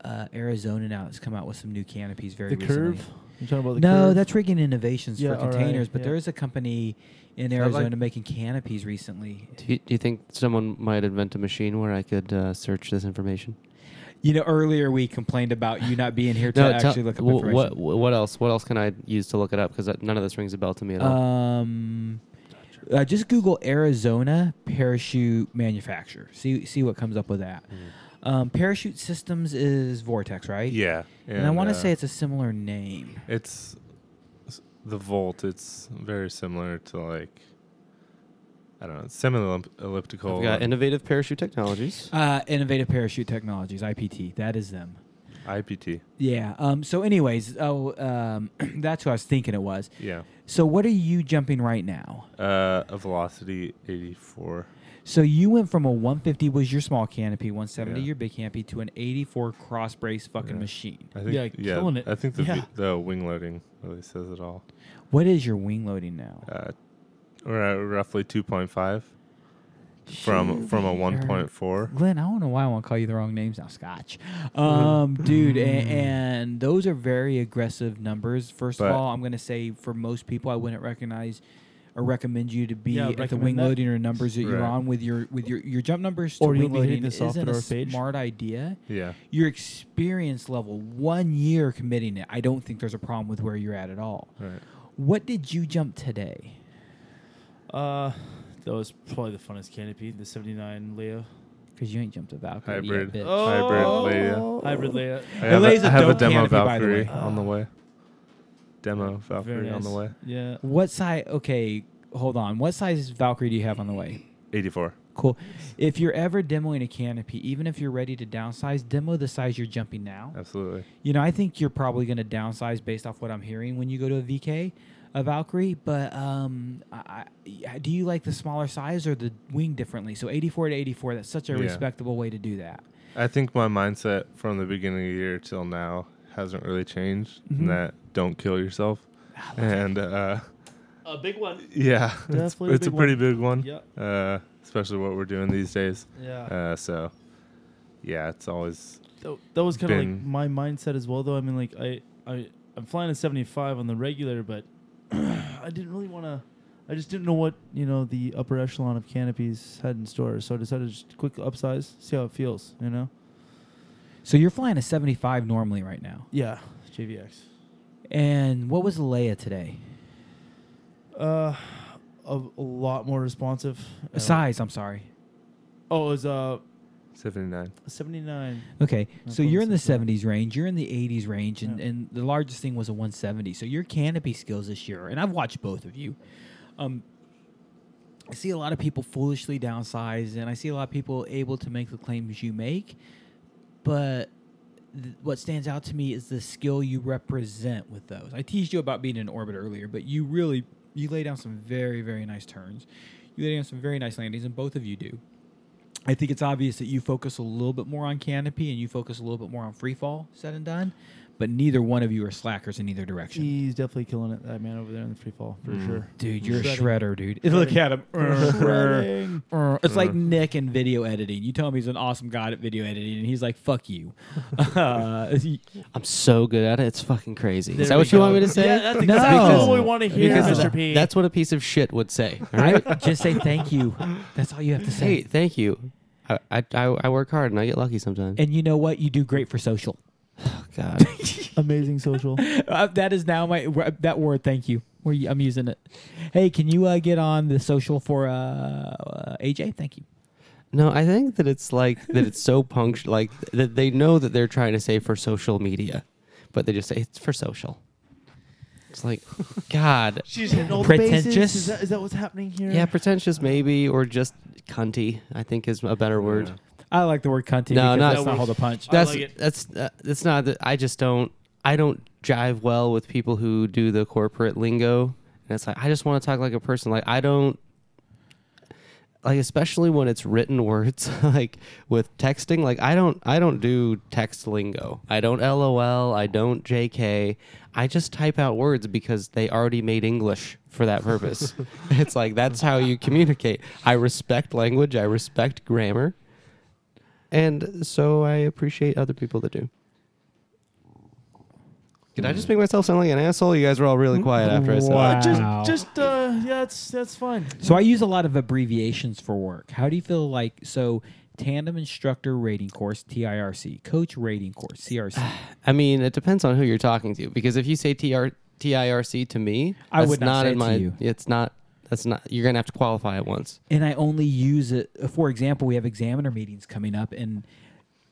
uh, Arizona now. that's come out with some new canopies very the recently. curve. You talking about the no, curve? that's Rigging Innovations Yeah, for all right, containers. But yeah. there is a company in that like- Arizona making canopies recently. Do you, do you think someone might invent a machine where I could uh, search this information? You know, earlier we complained about you not being here to tell- actually look up wh- information. what wh- what else? What else can I use to look it up? Because none of this rings a bell to me at Uh, all. Um, uh, just Google Arizona parachute manufacturer. See see what comes up with that. Um, parachute Systems is Vortex, right? Yeah. And, I want to uh, say it's a similar name. it's s- the volt. It's very similar to like I don't know, semi elliptical. I've got innovative parachute technologies. Uh, Innovative Parachute Technologies (IPT). That is them. IPT. Yeah. Um, so, anyways, oh, um, that's who I was thinking it was. Yeah. So, what are you jumping right now? Uh, a velocity 84. So, you went from a 150 was your small canopy, 170 Yeah. your big canopy, to an 84 cross brace fucking Yeah. machine. I think, Yeah, killing it. I think the v- Yeah. the wing loading really says it all. What is your wing loading now? Uh, we're at roughly 2.5 from from a Shooter. 1.4. Glenn, I don't know why I want to call you the wrong names now. Scotch, um, dude, Hmm. and, and those are very aggressive numbers. First But- of all, I'm gonna say for most people, I wouldn't recognize or recommend you to be Yeah, at the recommend wing that. loading or numbers that you're Right. on with your with your your jump numbers. To Or you'll wing be loading hitting the isn't software a page. smart idea. Yeah. Your experience level, one year committing it, I don't think there's a problem with where you're at at all. Right. What did you jump today? Uh, that was probably the funnest canopy, the 79 Leo. Because you ain't jumped a Valkyrie Hybrid. yet, bitch. Oh, Hybrid Oh. Leo. Hybrid Leo. I have, lays a, a I have a dope demo canopy, by the Valkyrie way. on the Oh. way. Demo Valkyrie on the way. Yeah. What size? Okay, hold on. What size Valkyrie do you have on the way? 84. Cool. If you're ever demoing a canopy, even if you're ready to downsize, demo the size you're jumping now. Absolutely. You know, I think you're probably going to downsize based off what I'm hearing when you go to a VK, a Valkyrie. But um, I, I, do you like the smaller size or the wing differently? So 84 to 84. That's such a Yeah. respectable way to do that. I think my mindset from the beginning of the year till now hasn't really changed. Mhm. Mm-hmm. And that don't kill yourself. And uh, A big one. yeah, it's, Definitely a it's a big pretty one. big one. Yeah. Uh, especially what we're doing these days. Yeah. Uh, so yeah, it's always Tho- that was kind of like been- my mindset as well, though. I mean, like I, I, I'm flying a 75 on the regular, but I didn't really want to. I just didn't know what you know the upper echelon of canopies had in store, so I decided to just quick upsize, see how it feels. You know. So you're flying a 75 normally right now. Yeah. JVX. And what was Leia today? Uh, a, a lot more responsive. Uh, size, I'm sorry. Oh, it was uh 79. 79. Okay, That's so what you're it in the says there. 70s range, you're in the 80s range, and, Yeah. and the largest thing was a 170. So your canopy skills this year, and I've watched both of you. Um, I see a lot of people foolishly downsize, and I see a lot of people able to make the claims you make, but th- what stands out to me is the skill you represent with those. I teased you about being in orbit earlier, but you really you lay down some very very nice turns. You lay down some very nice landings, and both of you do. I think it's obvious that you focus a little bit more on canopy and you focus a little bit more on free fall, said and done. But neither one of you are slackers in either direction. He's definitely killing it, that man over there in the free fall for sure. Dude, you're Shredding. Uh, a shredder, dude. Look at him. Shredding. Uh, It's like Nick in video editing. You tell him he's an awesome god at video editing, and he's like, "Fuck you." Uh, he- I'm so good at it. It's fucking crazy. Is There that we what you go. want me to say? Yeah, No. that's exactly what we Because- want to hear, because of Mr. that- P. That's what a piece of shit would say. All right. I just say thank you. That's all you have to say. hey, thank you. I, I I I work hard and I get lucky sometimes. And you know what? You do great for social. Oh, God. amazing social. Uh, that is now my that word. Thank you. We're, I'm using it. Hey, can you uh, get on the social for uh, uh, AJ? Thank you. No, I think that it's like that it's so punctual, like that they know that they're trying to say for social media, but they just say it's for social. It's like, God, She's hitting all the bases. Pretentious. Is that- is that what's happening here? yeah, pretentious maybe, or just cunty. I think is a better word. I like the word cunty. No, not- because that's not hold a punch. That's like it. that's uh, that's not. The, I just don't. I don't jive well with people who do the corporate lingo, and it's like I just want to talk like a person. Like I don't. Like especially when it's written words, like with texting. Like I don't, I don't do text lingo. I don't LOL. I don't JK. I just type out words because they already made English for that purpose. it's like that's how you communicate. I respect language. I respect grammar. And so I appreciate other people that do. Did I Mm. just make myself sound like an asshole? You guys were all really quiet after I said Uh, that. Wow. just, just uh, yeah, that's that's fine. So I use a lot of abbreviations for work. How do you feel like so tandem instructor rating course TIRC, coach rating course CRC? I mean, it depends on who you're talking to because if you say TR, TIRC to me, I that's would not in say it to my. you. It's not. That's not. You're gonna have to qualify it once. and I only use it. For example, we have examiner meetings coming up, and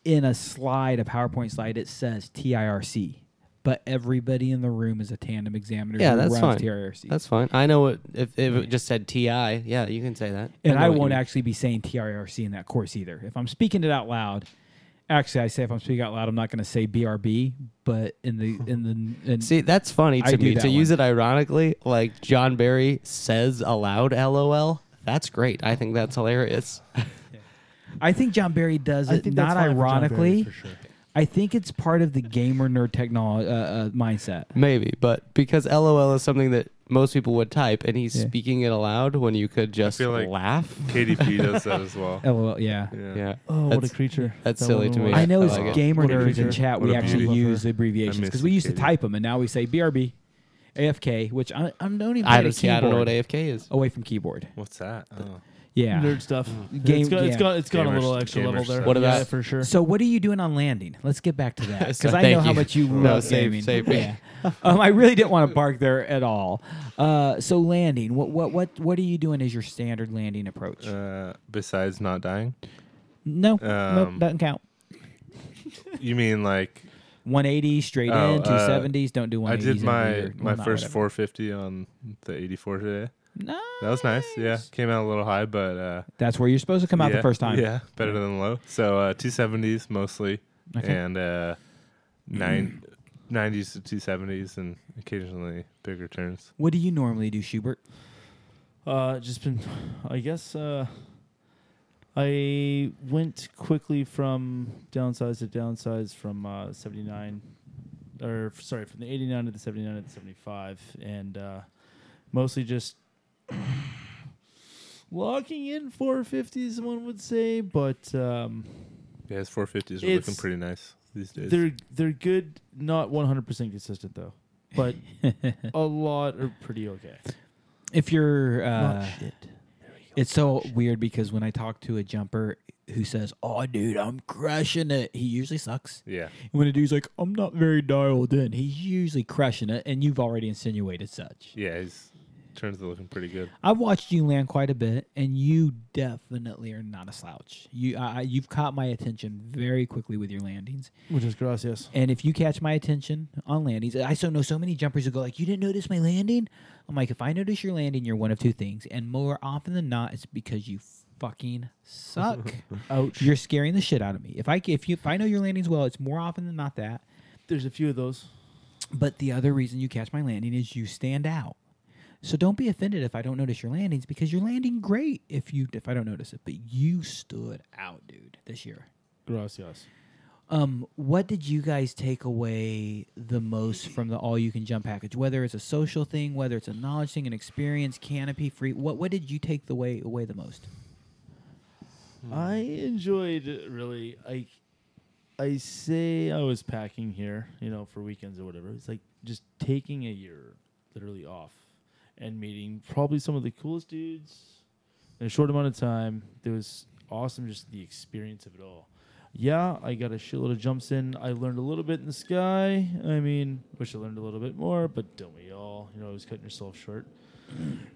in a slide, a PowerPoint slide, it says TIRC, but everybody in the room is a tandem examiner. Yeah, who that's runs fine. TIRC. That's fine. I know it. If, if it just said TI, yeah, you can say that. and know I what you won't mean. actually be saying TRRC in that course either. If I'm speaking it out loud, actually, I say if I'm speaking out loud, I'm not going to say BRB, but in the in the in, See, that's funny I to do me. that To use one. it ironically, like John Barry says aloud, LOL. That's great. I think that's hilarious. I think John Barry does I it think not that's fine for John Barry, ironically. for sure. I think it's part of the gamer nerd technology uh, uh, mindset. Maybe, but because LOL is something that most people would type, and he's speaking it aloud when you could just feel like- laugh. KDP does that as well. LOL, yeah. Yeah, Oh, what That's- a creature! that's That silly woman to me. was- I know I as like it. gamer What a nerds in creature. chat, What we a actually beauty. use abbreviations miss because the we used to kitty. type them, and now we say BRB, AFK, which I, I don't even. I play the don't, see, I don't know what keyboard AFK is. away from keyboard. What's that? Oh. Yeah, Nerd stuff. Game- it's gone, it's yeah. gone, it's gone a Gamer little s- extra gamer level there. stuff. What Yeah, about- for sure? So what are you doing on landing? Let's get back to that So because I thank know how you. much you No, love save- gaming. save me. Yeah. um, I really didn't want to bark there at all. Uh, so landing, what what what what are you doing as your standard landing approach? Uh, besides not dying, no, nope, um, doesn't count. you mean like 180 straight Oh, in, uh, 270s. don't do I 180s. did my every- my well, first whatever. 450 on the 84 today. No, That was nice. Yeah, came out a little high, but uh, that's where you're supposed to come out yeah, the first time. Yeah, better than low. So uh, 270s mostly, Okay. and uh, nine. 90s to 270s and occasionally bigger turns. What do you normally do, Schubert? Uh, just been, I guess. Uh, I went quickly from downsize to downsize from uh, seventy nine, or f- sorry, from the eighty nine to the seventy nine to the seventy five, and uh, mostly just locking in four fifties. One would say, but um, Yeah, his 450s are looking It's- pretty nice these days. they're they're good. Not one hundred percent consistent though, but a lot are pretty okay. If you're Not uh, shit. It's so weird because when I talk to a jumper who says, "Oh, dude, I'm crushing it," he usually sucks. yeah. When a dude's like, "I'm not very dialed in," he's usually crushing it, and you've already insinuated such. Yeah, his turns are looking pretty good. I've watched you land quite a bit, and you definitely are not a slouch. You, I, I- you've caught my attention very quickly with your landings. Which is gracias. And if you catch my attention on landings, I so know so many jumpers who go like, "You didn't notice my landing." I'm like, if I notice your landing, you're one of two things, and more often than not, it's because you fucking suck. Ouch. You're scaring the shit out of me. If I c- if you if I know your landings well, it's more often than not that. There's a few of those. But the other reason you catch my landing is you stand out. So don't be offended if I don't notice your landings because you're landing great if you if I don't notice it. But you stood out, dude, this year. Gracias. Um, what did you guys take away the most from the all you can jump package? Whether it's a social thing, whether it's a knowledge thing, an experience, canopy free, what what did you take the way away the most? I enjoyed it, really. I I say I was packing here, you know, for weekends or whatever. It's like just taking a year literally off and meeting probably some of the coolest dudes in a short amount of time. It was awesome just the experience of it all. Yeah, I got a shitload of jumps in. I learned a little bit in the sky. I mean, wish I learned a little bit more, but don't we all? You know, always cutting yourself short.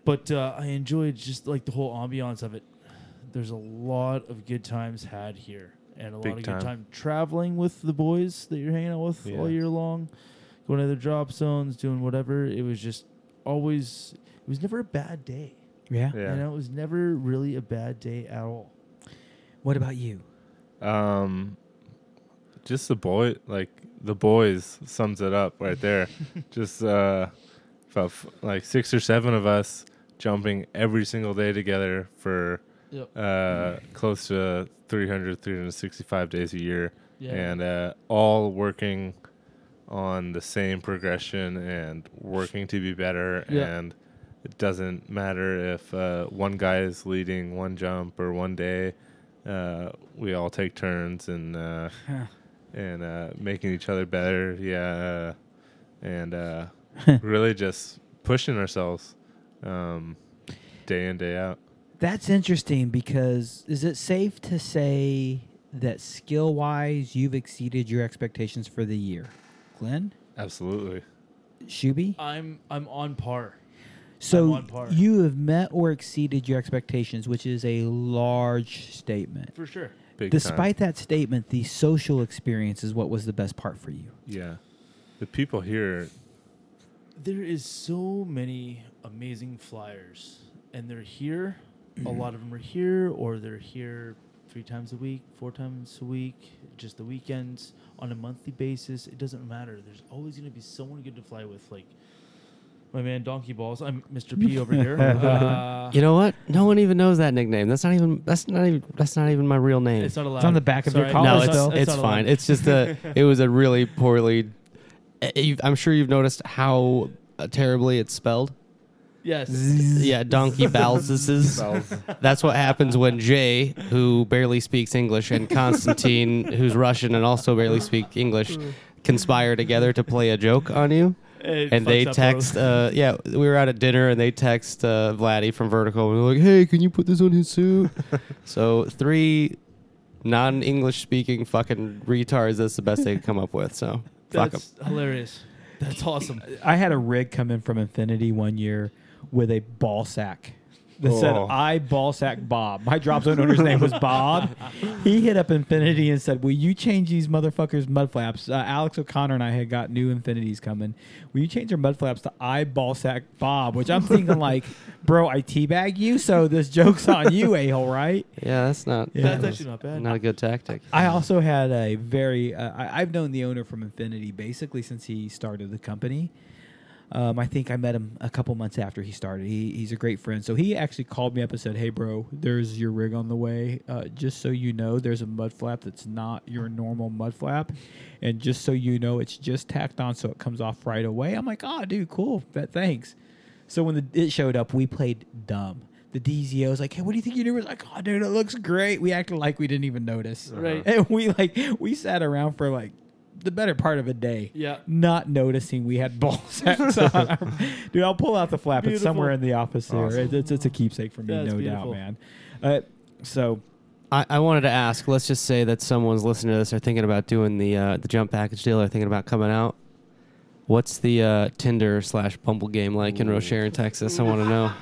But uh, I enjoyed just like the whole ambiance of it. There's a lot of good times had here, and a Big lot of time. good time traveling with the boys that you're hanging out with Yeah. all year long, going to the drop zones, doing whatever. It was just always. It was never a bad day. Yeah. Yeah. You know, it was never really a bad day at all. What about you? Um, just the boy, like the boys, sums it up right there. just uh, about f- like six or seven of us jumping every single day together for Yep. uh, close to 300, 365 days a year, Yeah. and uh, all working on the same progression and working to be better Yeah. and. It doesn't matter if uh, one guy is leading one jump or one day uh, we all take turns and uh, and uh, making each other better. Yeah, and uh, really just pushing ourselves um, day in day out. That's interesting because is it safe to say that skill wise you've exceeded your expectations for the year? Glenn? Absolutely. Shuby? I'm I'm on par. I'm So on par. you have met or exceeded your expectations, which is a large statement. For sure. Big time. Despite that statement, the social experience is what was the best part for you. yeah, the people here. There is so many amazing flyers, and they're here. a Mm-hmm. lot of them are here, or they're here three times a week, four times a week, just the weekends, on a monthly basis. It doesn't matter. There's always going to be someone good to fly with, like my man Donkey Balls. I'm Mr. P over here. Uh, You know what? No one even knows that nickname. That's not even. That's not even. That's not even my real name. it's not allowed. It's on the back of your Sorry. collar, no, Oh, it's so- not- it's not fine. allowed. It's just a. It was a really poorly. I- you- I'm sure you've noticed how uh, terribly it's spelled. yes. Yeah, donkey balses. That's what happens when Jay, who barely speaks English, and Constantine, who's Russian and also barely speak English, conspire together to play a joke on you. It and they fucks up text, uh, yeah, we were out at dinner and they text uh, Vladdy from Vertical. And they're like, hey, can you put this on his suit? so, three non English speaking fucking retards, that's the best they could come up with. So, fuck 'em. That's hilarious. That's awesome. I had a rig come in from Infinity one year with a ball sack that said, Oh. I ball sack Bob. My drop zone owner's name was Bob. He hit up Infinity and said, Will you change these motherfuckers' mud flaps? Uh, Alex O'Connor and I had got new Infinities coming. Will you change your mud flaps to I ball sack Bob? Which I'm thinking, like, bro, I teabag you, so this joke's on you, a hole, right? Yeah, that's not. Yeah. That's actually not bad. Not a good tactic. I also had a very. Uh, I, I've known the owner from Infinity basically since he started the company. Um, I think I met him a couple months after he started. He, he's a great friend. So he actually called me up and said, "Hey, bro, there's your rig on the way. Uh, just so you know, there's a mud flap that's not your normal mud flap, and just so you know, it's just tacked on so it comes off right away." I'm like, "Oh, dude, cool. That thanks." So when the, it showed up, we played dumb. The DZO was like, "Hey, what do you think your new?" was like, "Oh, dude, it looks great." We acted like we didn't even notice, Right. And we like we sat around for like the better part of a day, Yeah. not noticing we had ball sacks on. Our, dude, I'll pull out the flap. It's somewhere in Beautiful. the office here. Awesome. It- It's, it's a keepsake for me, That's no beautiful. doubt, man. Uh, so I, I wanted to ask. Let's just say that someone's listening to this, are thinking about doing the uh, the jump package deal, or thinking about coming out. What's the uh, Tinder slash Bumble game like in Rochelle, Texas? I want to know.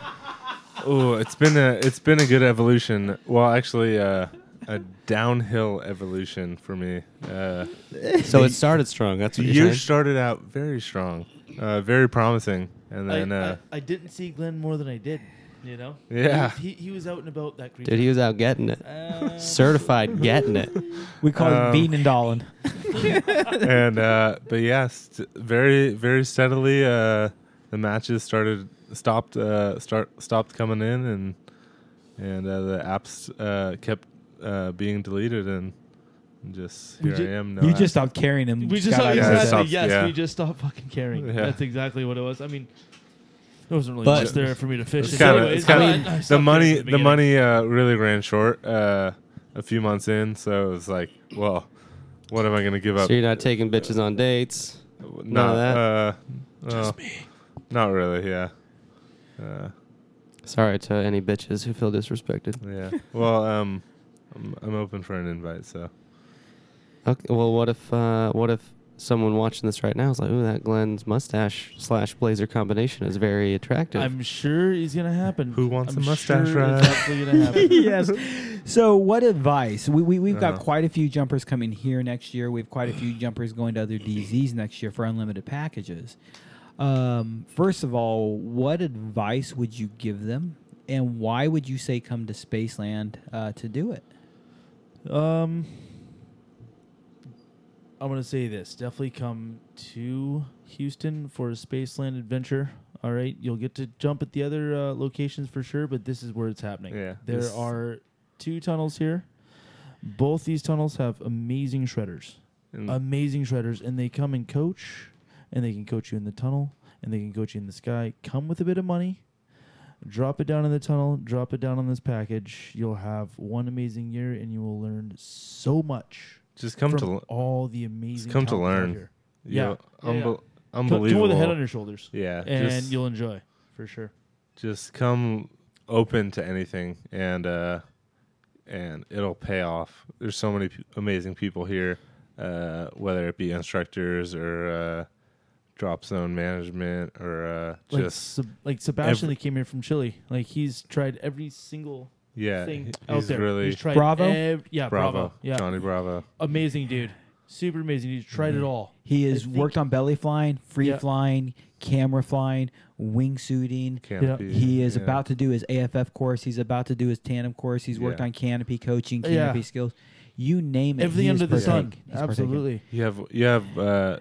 Oh, it's been a it's been a good evolution. Well, actually, uh, a downhill evolution for me. Uh, So it started strong. That's the what year you're saying. started out very strong, uh, very promising, and I, then uh, I, I didn't see Glenn more than I did. You know? Yeah. He, he was out and about that green. Dude, he was out getting it. Uh, Certified getting it. We call Um, it beating and dolling. and uh, but yeah, st- very very steadily uh, the matches started stopped uh, start stopped coming in and and uh, the apps uh, kept uh, being deleted and just We here ju- I am. No you app. just stopped carrying him. we just Scott, stopped, I Yeah, exactly, said. stopped, yes, yeah. we just stopped fucking caring. Yeah. That's exactly what it was. I mean, there wasn't really But- much there for me to fish. it's in kind of anyways, it's kind but I of the stopped money caring at the, beginning. money uh, really ran short uh, a few months in, so it was like, well, what am I gonna give up? So you're not taking bitches on dates. none Not, of that? Uh, just me. Not really. Yeah. Uh, Sorry to any bitches who feel disrespected. Yeah. Well, um, I'm, I'm open for an invite, so Okay, well, what if uh, what if someone watching this right now is like, "Ooh, that Glenn's mustache slash blazer combination is very attractive." I'm sure it's gonna happen. Who wants I'm a mustache sure ride? It's absolutely gonna happen. yes. So, what advice? We, we, we've got Uh-huh. quite a few jumpers coming here next year. We have quite a few jumpers going to other DZs next year for unlimited packages. Um, first of all, what advice would you give them? And why would you say come to Spaceland uh, to do it? Um, I'm gonna say this: definitely come to Houston for a Spaceland adventure. All right, you'll get to jump at the other uh, locations for sure, but this is where it's happening. Yeah, there this- are two tunnels here. Both these tunnels have amazing shredders, and amazing shredders, and they come and coach, and they can coach you in the tunnel, and they can coach you in the sky. Come with a bit of money. Drop it down in the tunnel, drop it down on this package. You'll have one amazing year and you will learn so much just come from to l- all the amazing. come to talent out learn. here. you know, yeah, yeah. unbe- Come, unbelievable. come with a head on your shoulders, yeah, and just you'll enjoy for sure. just come open to anything, and uh, and it'll pay off. There's so many p- amazing people here, uh, whether it be instructors or uh, drop zone management or uh, Like just Seb- like Sebastian every- that came here from Chile, like he's tried every single yeah, thing he- out he's there. really he's tried Bravo? ev- yeah, Bravo, yeah, Johnny Bravo. amazing dude, super amazing. He's tried Mm-hmm. it all. He I has think- worked on belly flying, free Yeah. flying, camera flying, wingsuiting. Canopy, He is yeah. about to do his AFF course. He's about to do his tandem course. He's worked Yeah. on canopy coaching, Yeah. canopy skills. You name it. Everything he is under the sun, partake- he's partaking. absolutely. You have you have uh,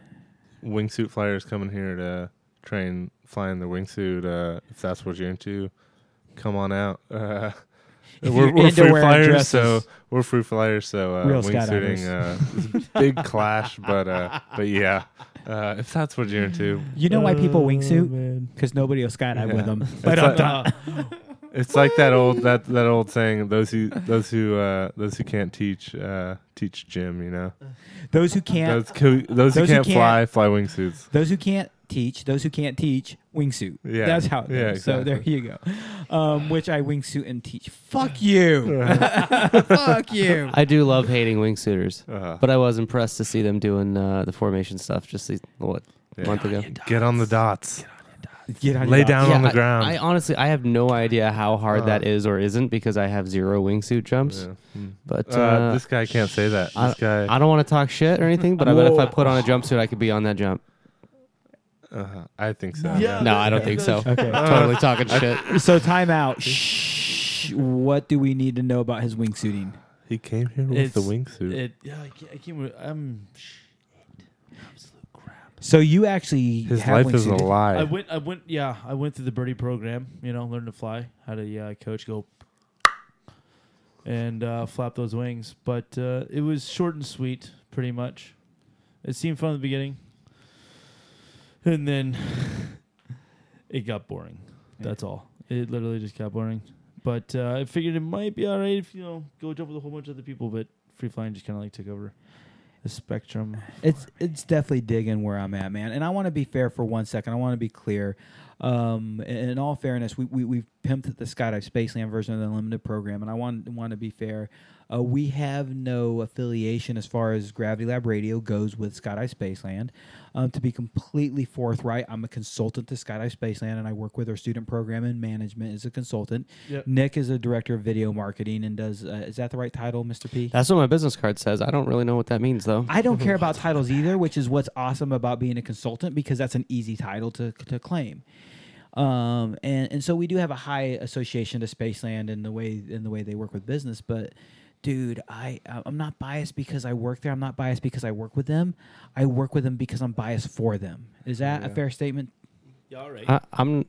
wingsuit flyers coming here to train flying the wingsuit. Uh, if that's what you're into, come on out. Uh, If we're you're we're into free wearing flyers, dresses. so we're free flyers, so uh, Real wingsuiting uh, is a big clash. But uh, but yeah, uh, if that's what you're into, You know why people Oh, wingsuit? man. Because nobody will skydive Yeah. with them. it's But like, Uh, it's like that old that that old saying: those who those who uh, those who can't teach uh, teach gym. You know, those who can't, those, who those who Those who can't can't- fly fly wingsuits. those who can't teach, those who can't teach, wingsuit. Yeah. That's how it Yeah, goes. So there exactly. you go. Um, which I wingsuit and teach. Fuck you. Fuck you. I do love hating wingsuiters, Uh, but I was impressed to see them doing uh, the formation stuff just these, what Yeah. a month ago. Get on the dots. Get out Lay of your down Yeah, on the I- ground. I, honestly, I have no idea how hard Uh. that is or isn't because I have zero wingsuit jumps. Yeah. But Uh, uh, this guy can't say that. This I- guy. I don't want to talk shit or anything. But I bet if I put on a jumpsuit, I could be on that jump. uh, I think so. Yeah. No, I don't think so. Okay. totally talking shit. So time out. Shh. What do we need to know about his wingsuiting? He came here with It's- the wingsuit. it, yeah, I can't. I can't re- I'm. Absolute crap. So you actually His have life is a wingsuited. lie. I went. I went. Yeah, I went through the birdie program. You know, learned to fly. Had a uh, coach go and uh, flap those wings, but uh, it was short and sweet, pretty much. It seemed fun at the beginning, and then it got boring. That's all. It literally just got boring. But uh, I figured it might be all right if you know go jump with a whole bunch of other people, but free flying just kind of like took over the spectrum. It's it's definitely digging where I'm at, man. And I want to be fair for one second. I want to be clear. Um, and in all fairness, we, we we've pimped the Skydive Spaceland version of the limited program, and I want want to be fair. Uh, we have no affiliation as far as Gravity Lab Radio goes with Skydive Spaceland. Um, to be completely forthright, I'm a consultant to Skydive Spaceland, and I work with our student program and management as a consultant. Yep. Nick is a director of video marketing, and does uh, is that the right title, Mr. P? That's what my business card says. I don't really know what that means though. I don't care about titles either, which is what's awesome about being a consultant because that's an easy title to, to claim. Um, and and so we do have a high association to Spaceland and the way and the way they work with business, but. Dude, I I- I'm not biased because I work there. I'm not biased because I work with them. I work with them because I'm biased for them. Is that a fair statement? Yeah, all right. I, I'm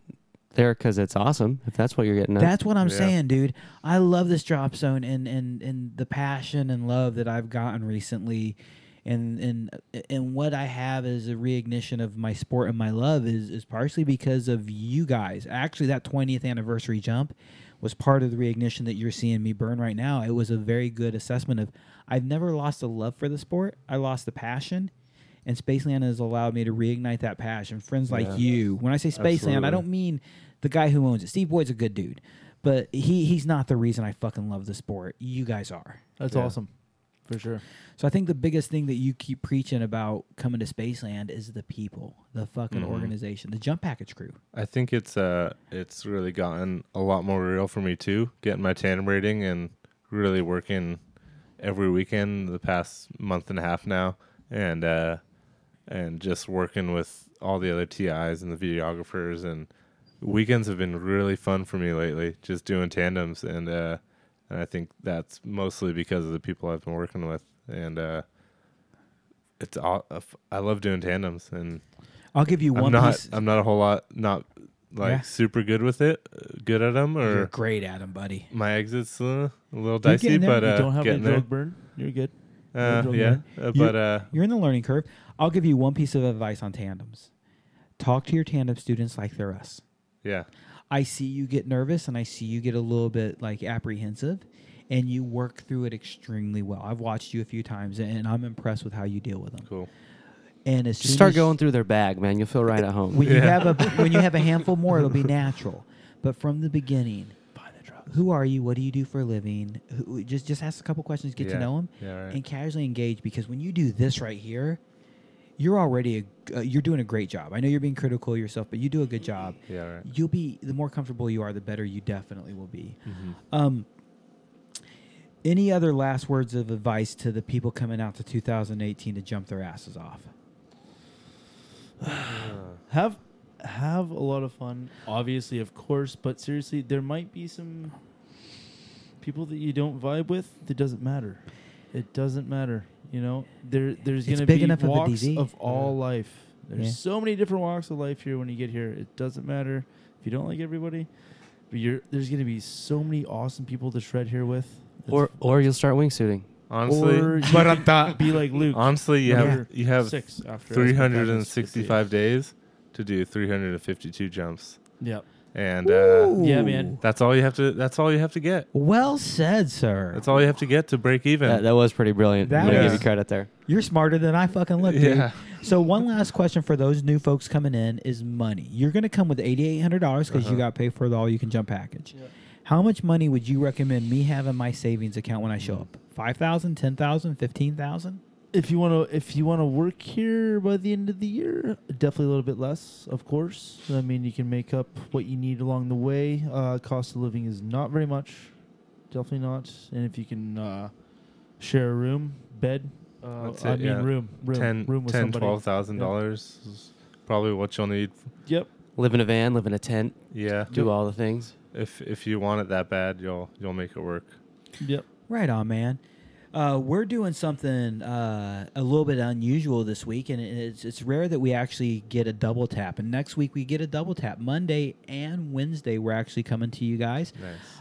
there because it's awesome. If that's what you're getting at. That's what I'm saying, dude. I love this drop zone and and and the passion and love that I've gotten recently, and and and what I have is a reignition of my sport and my love is is partially because of you guys. Actually, that 20th anniversary jump was part of the reignition that you're seeing me burn right now. It was a very good assessment of I've never lost a love for the sport. I lost the passion. And Spaceland has allowed me to reignite that passion. Friends like Yeah. you. When I say Spaceland, I Absolutely. don't don't mean the guy who owns it. Steve Boyd's a good dude, but he he's not the reason I fucking love the sport. You guys are. That's Yeah. awesome, for sure. So I think the biggest thing that you keep preaching about coming to Spaceland is the people, the fucking Mm-hmm. organization, the jump package crew. I think it's uh it's really gotten a lot more real for me too, getting my tandem rating and really working every weekend the past month and a half now and uh and just working with all the other TIs and the videographers and weekends have been really fun for me lately, just doing tandems and uh and I think that's mostly because of the people I've been working with and uh it's all I love doing tandems and I'll give you one I'm not. piece. I'm not a whole lot. Not like Yeah. super good with it. uh, Good at them, You're or great at him, buddy. my exits uh, a little dicey, getting there. but you uh, don't have any getting there. drug burn. You're good. Uh, drug yeah, burn. uh, but uh, You're in the learning curve. I'll give you one piece of advice on tandems. Talk to your tandem students like they're us. yeah, I see you get nervous and I see you get a little bit like apprehensive and you work through it extremely well. I've watched you a few times and I'm impressed with how you deal with them. cool. And as Just soon start as- going through their bag, man. You'll feel right at home. when you have a when you have a handful more, it'll be natural. But from the beginning, who are you? What do you do for a living? Who, just just ask a couple questions, get to Yeah. know them, Yeah, right. and casually engage. Because when you do this right here, you're already a, uh, you're doing a great job. I know you're being critical of yourself, but you do a good job. Yeah, right. You'll be the more comfortable you are, the better you definitely will be. Mm-hmm. Um, any other last words of advice to the people coming out to 2018 to jump their asses off? Have have a lot of fun, obviously, of course, but seriously, there might be some people that you don't vibe with. It doesn't matter. It doesn't matter. You know, there there's It's gonna big be enough of a walks disease. all life. There's Yeah. so many different walks of life here when you get here. It doesn't matter if you don't like everybody, but you're there's gonna be so many awesome people to shred here with. It's or or you'll start wingsuiting. Honestly, Or you but be like Luke. honestly, you when have you're you have six after 365 days to do 352 jumps, Yep. and uh, Yeah, Ooh. man. that's all you have to. That's all you have to get. Well said, sir. That's all you have to get to break even. That, that was pretty brilliant. That I'm gonna was- give you credit there. You're smarter than I fucking look, dude. Yeah. So one last question for those new folks coming in is money. You're gonna come with eighty eight hundred dollars because Uh-huh. you got paid for the all you can jump package. How much money would you recommend me have in my savings account when I Hmm. show up? Five thousand, ten thousand, fifteen thousand? if you want to if you want to work here by the end of the year definitely a little bit less of course i mean you can make up what you need along the way uh, cost of living is not very much definitely not and if you can uh, share a room bed uh, That's i it, mean yeah. room room Ten, room with ten, somebody twelve thousand dollars is probably what you'll need. yep Live in a van, live in a tent, Yeah, do all the things. if if you want it that bad, you'll you'll make it work. yep Right on, man. Uh, we're doing something uh, a little bit unusual this week, and it's, it's rare that we actually get a double tap. And next week we get a double tap. Monday and Wednesday, we're actually coming to you guys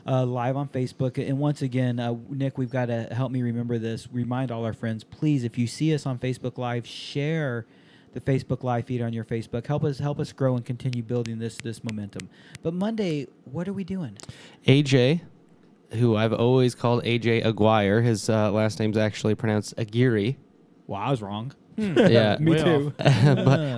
uh, live on Facebook. And once again, uh, Nick, we've got to help me remember this. Remind all our friends, please, if you see us on Facebook Live, share the Facebook live feed on your Facebook. Help us help us grow and continue building this this momentum. But Monday, what are we doing? AJ, who I've always called AJ Aguirre. His uh, last name's actually pronounced Aguirre. Well, I was wrong. yeah, Way too. but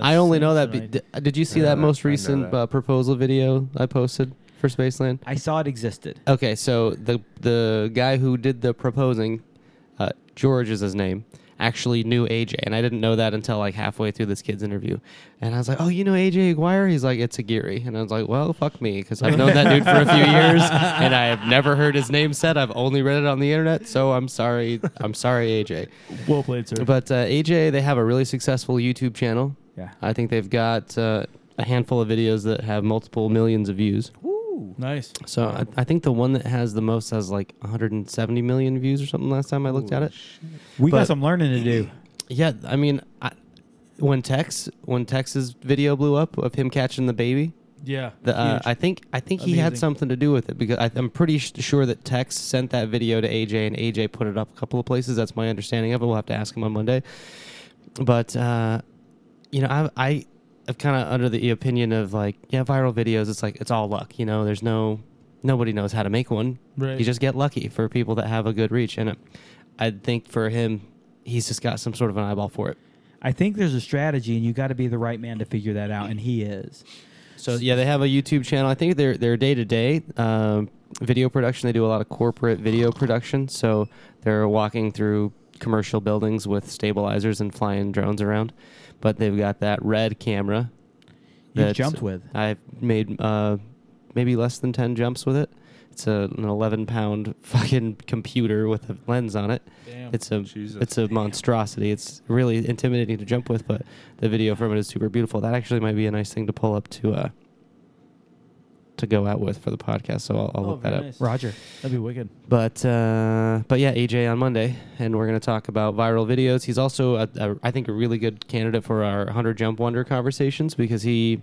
I only know that. Be- Samsonite. d- did you see Yeah, that I most know recent that. Uh, proposal video I posted for Spaceland? I saw it existed. Okay, so the the guy who did the proposing, uh, George is his name, actually knew AJ, and I didn't know that until like halfway through this kid's interview. And I was like, "Oh, you know AJ Aguirre?" He's like, "It's Aguirre," and I was like, "Well, fuck me," because I've known that dude for a few years, and I have never heard his name said. I've only read it on the internet, so I'm sorry. I'm sorry, AJ. well played sir But uh, AJ, they have a really successful YouTube channel. Yeah. I think they've got uh, a handful of videos that have multiple millions of views. Nice. So I, I think the one that has the most has like 170 million views or something. Last time I looked at it, We got But- some learning to do. Yeah, I mean, I, when Tex when Tex's video blew up of him catching the baby, Yeah. the, uh, huge. I think I think he had Amazing. something to do with it because I, I'm pretty sh- sure that Tex sent that video to AJ and AJ put it up a couple of places. That's my understanding of it. We'll have to ask him on Monday. But uh, you know, I I am kind of under the opinion of like, yeah, viral videos. It's like it's all luck. You know, there's no nobody knows how to make one. Right. You just get lucky for people that have a good reach, and I think for him, he's just got some sort of an eyeball for it. I think there's a strategy, and you got to be the right man to figure that out, and he is. So yeah, they have a YouTube channel. I think they're they're day to day um, video production. They do a lot of corporate video production. So they're walking through commercial buildings with stabilizers and flying drones around. But they've got that red camera. You that's- jumped with. I've made uh, maybe less than ten jumps with it. It's a, an eleven pound fucking computer with a lens on it. Damn. It's a Jesus. it's a monstrosity. It's really intimidating to jump with, but the video from it is super beautiful. That actually might be a nice thing to pull up to uh to go out with for the podcast. So I'll, I'll Oh, look that very up. nice. Roger. That'd be wicked. But uh, but yeah, AJ on Monday, and we're gonna talk about viral videos. He's also a, a, I think a really good candidate for our hundred jump wonder conversations because he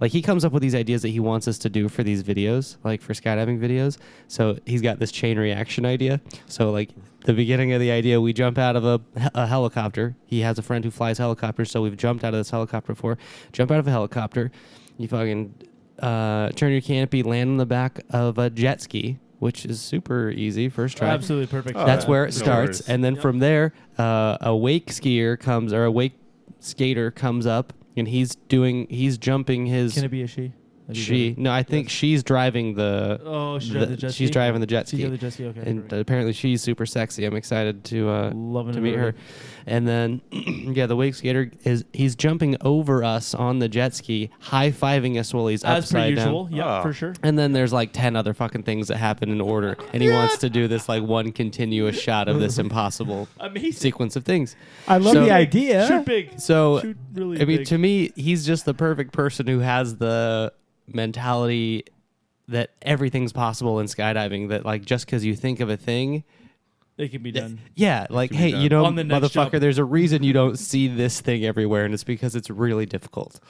like he comes up with these ideas that he wants us to do for these videos, like for skydiving videos. So he's got this chain reaction idea. So like the beginning of the idea, we jump out of a, a helicopter. He has a friend who flies helicopters, so we've jumped out of this helicopter before. Jump out of a helicopter, you fucking uh, turn your canopy, land on the back of a jet ski, which is super easy first try. Absolutely perfect. Oh, That's yeah. where it No starts, worries. and then from there, uh, a wake skier comes or a wake skater comes up, and he's doing he's jumping his Can it be a she? That'd be she. better. No, I think she's driving the. Oh, she the- drives the jet she's ski? driving the jet She ski. drove the jet ski, okay, and perfect. apparently she's super sexy. I'm excited to uh, Loving to it meet her. already. And then, yeah, the wake skater is he's jumping over us on the jet ski, high fiving us while he's As per upside down. usual. Yeah, Oh. for sure. And then there's like 10 other fucking things that happen in order. And he wants to do this like one continuous shot of this impossible Amazing. sequence of things. I love So- the idea. Shoot big. So, Shoot really I mean, big. to me, he's just the perfect person who has the mentality that everything's possible in skydiving, that like just because you think of a thing, it can be done. yeah, like, be hey, done. you know, On the next motherfucker, job. there's a reason you don't see this thing everywhere, and it's because it's really difficult.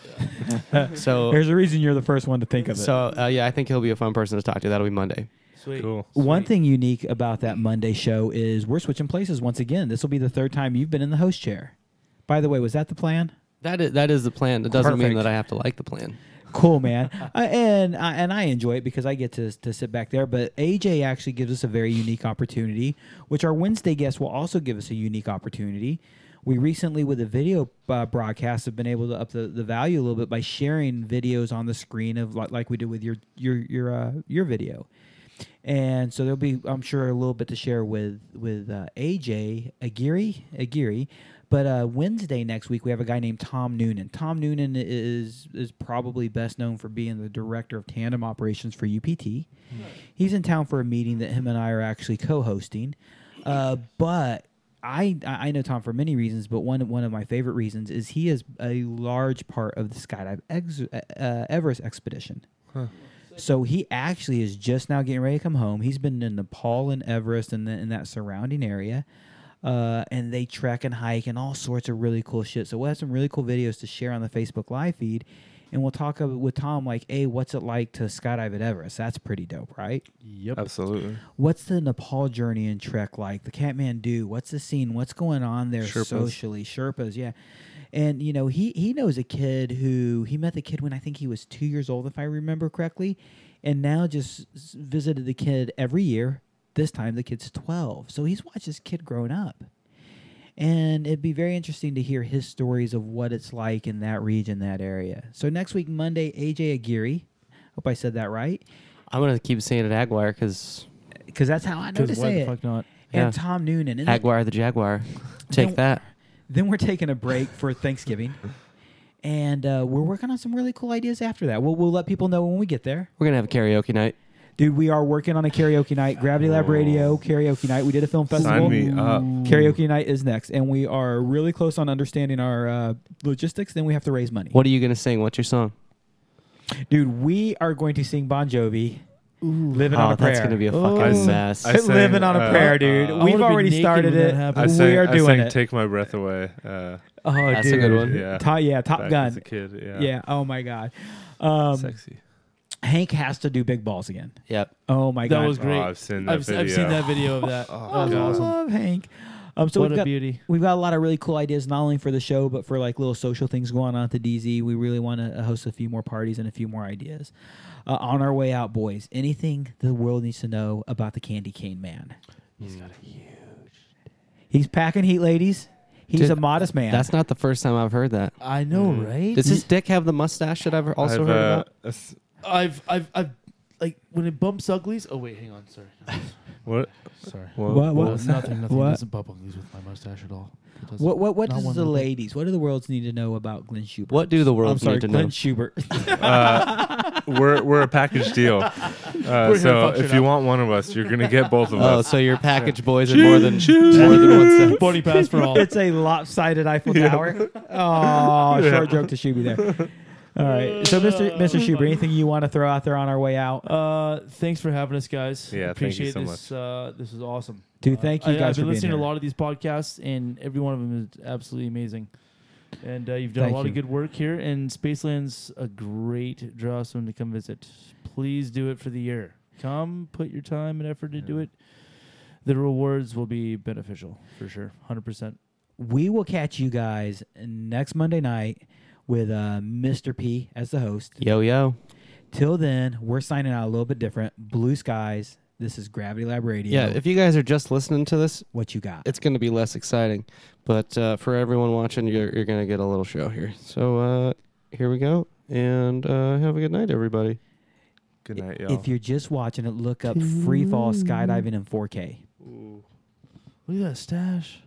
so, There's a reason you're the first one to think of it. so uh, yeah, I think he'll be a fun person to talk to. That'll be Monday. Sweet. Cool. One thing unique about that Monday show is we're switching places once again. This will be the third time you've been in the host chair. By the way, was that the plan? That is, that is the plan. It doesn't mean Perfect. that I have to like the plan. Cool, man. uh, and I and I enjoy it because I get to to sit back there. But AJ actually gives us a very unique opportunity, which our Wednesday guest will also give us a unique opportunity. We recently, with a video uh, broadcast, have been able to up the, the value a little bit by sharing videos on the screen of like, like we did with your your your uh, your video. And so there'll be, I'm sure, a little bit to share with with uh, AJ Aguirre Aguirre. But uh, Wednesday next week we have a guy named Tom Noonan. Tom Noonan is is probably best known for being the director of tandem operations for UPT. He's in town for a meeting that him and I are actually co-hosting. Uh, but I I I know Tom for many reasons, but one one of my favorite reasons is he is a large part of the skydive ex- uh, Everest expedition. So he actually is just now getting ready to come home. He's been in Nepal and Everest and then in that surrounding area. Uh, and they trek and hike and all sorts of really cool shit. So we'll have some really cool videos to share on the Facebook live feed. And we'll talk ab- with Tom like, hey, what's it like to skydive at Everest? That's pretty dope, right? Absolutely. What's the Nepal journey and trek like? The Kathmandu, what's the scene? What's going on there socially? Sherpas, yeah. And you know, he he knows a kid who he met the kid when I think he was two years old, if I remember correctly, and now just s- visited the kid every year. This time the kid's twelve, so he's watched this kid growing up. And it'd be very interesting to hear his stories of what it's like in that region, that area. So next week, Monday, AJ Aguirre. Hope I said that right. I'm gonna keep saying it Aguirre because Because that's how I know to Because why say the it. fuck not? Yeah. And Tom Noonan. And then- Aguirre the Jaguar. Take Don't- that. Then we're taking a break for Thanksgiving, and uh, we're working on some really cool ideas after that. We'll, we'll let people know when we get there. We're gonna have a karaoke night. Dude, we are working on a karaoke night. Gravity Lab Radio karaoke night. We did a film Sign festival. me up. Karaoke night is next, and we are really close on understanding our uh, logistics. Then we have to raise money. What are you gonna sing? What's your song? Dude, we are going to sing Bon Jovi. Living on Oh, a prayer. that's gonna be a fucking I s- mess. I sang, Living on a uh, prayer, dude. uh, I We've wanna be already naked started when that it. happens. I sang, we are I sang doing it. Take My Breath Away. Uh, Oh, That's a dude. good one. yeah. Top, yeah, Top back Gun. As a kid, yeah. yeah. Oh my God. Um, Sexy. Hank has to do big balls again. Yep. Oh my That God. was great. Oh, I've seen that I've, s- video. I've seen that video of that. Oh, I that was awesome. love Hank. Um, so what we've a got, beauty. we've got a lot of really cool ideas, not only for the show, but for like little social things going on at the DZ. We really want to uh, host a few more parties and a few more ideas. Uh, on our way out, boys, anything the world needs to know about the Candy Cane Man? He's got a huge. He's packing heat, ladies. He's Did- a modest man. That's not the first time I've heard that. I know, right? Does his dick have the mustache that I've also I've, heard uh, about? s- I've, I've, I've, like when it bumps uglies. Oh wait, hang on. Sorry, What? sorry. What? What- Well, it's nothing. Nothing What? doesn't bump uglies with my mustache at all. It doesn't. what what what Not does one the little bit. ladies? What do the worlds need to know about Glenn Schubert? What do the I'm world sorry, need to Glenn know? Schubert. Uh, we're we're a package deal. Uh, gonna so fuck shit if you up. want one of us, you're gonna get both of Oh, us. so your package boys in more than more than one set. Bunny pass for all. it's a lopsided Eiffel Tower. Oh, short joke to Shuby there. All right. So, Mr. Mr. Shuber, anything you want to throw out there on our way out? Uh, thanks for having us, guys. Yeah, thank you appreciate so this. Uh, this is awesome, Dude, Uh, thank you I, guys I've for been being listening to here. a lot of these podcasts, and every one of them is absolutely amazing. And uh, you've done Thank a lot you. of good work here, and Spaceland's a great draw someone to come visit. Please do it for the year. Come, put your time and effort into it. The rewards will be beneficial for sure, hundred percent. We will catch you guys next Monday night with uh, Mr. P as the host. Yo yo. Till then, we're signing out a little bit different. Blue skies. This is Gravity Lab Radio. Yeah, if you guys are just listening to this, what you got? it's going to be less exciting. But uh, for everyone watching, you're, you're going to get a little show here. So uh, here we go. And uh, have a good night, everybody. Good night, y'all. If you're just watching it, look up free fall skydiving in 4K. Look at that stash.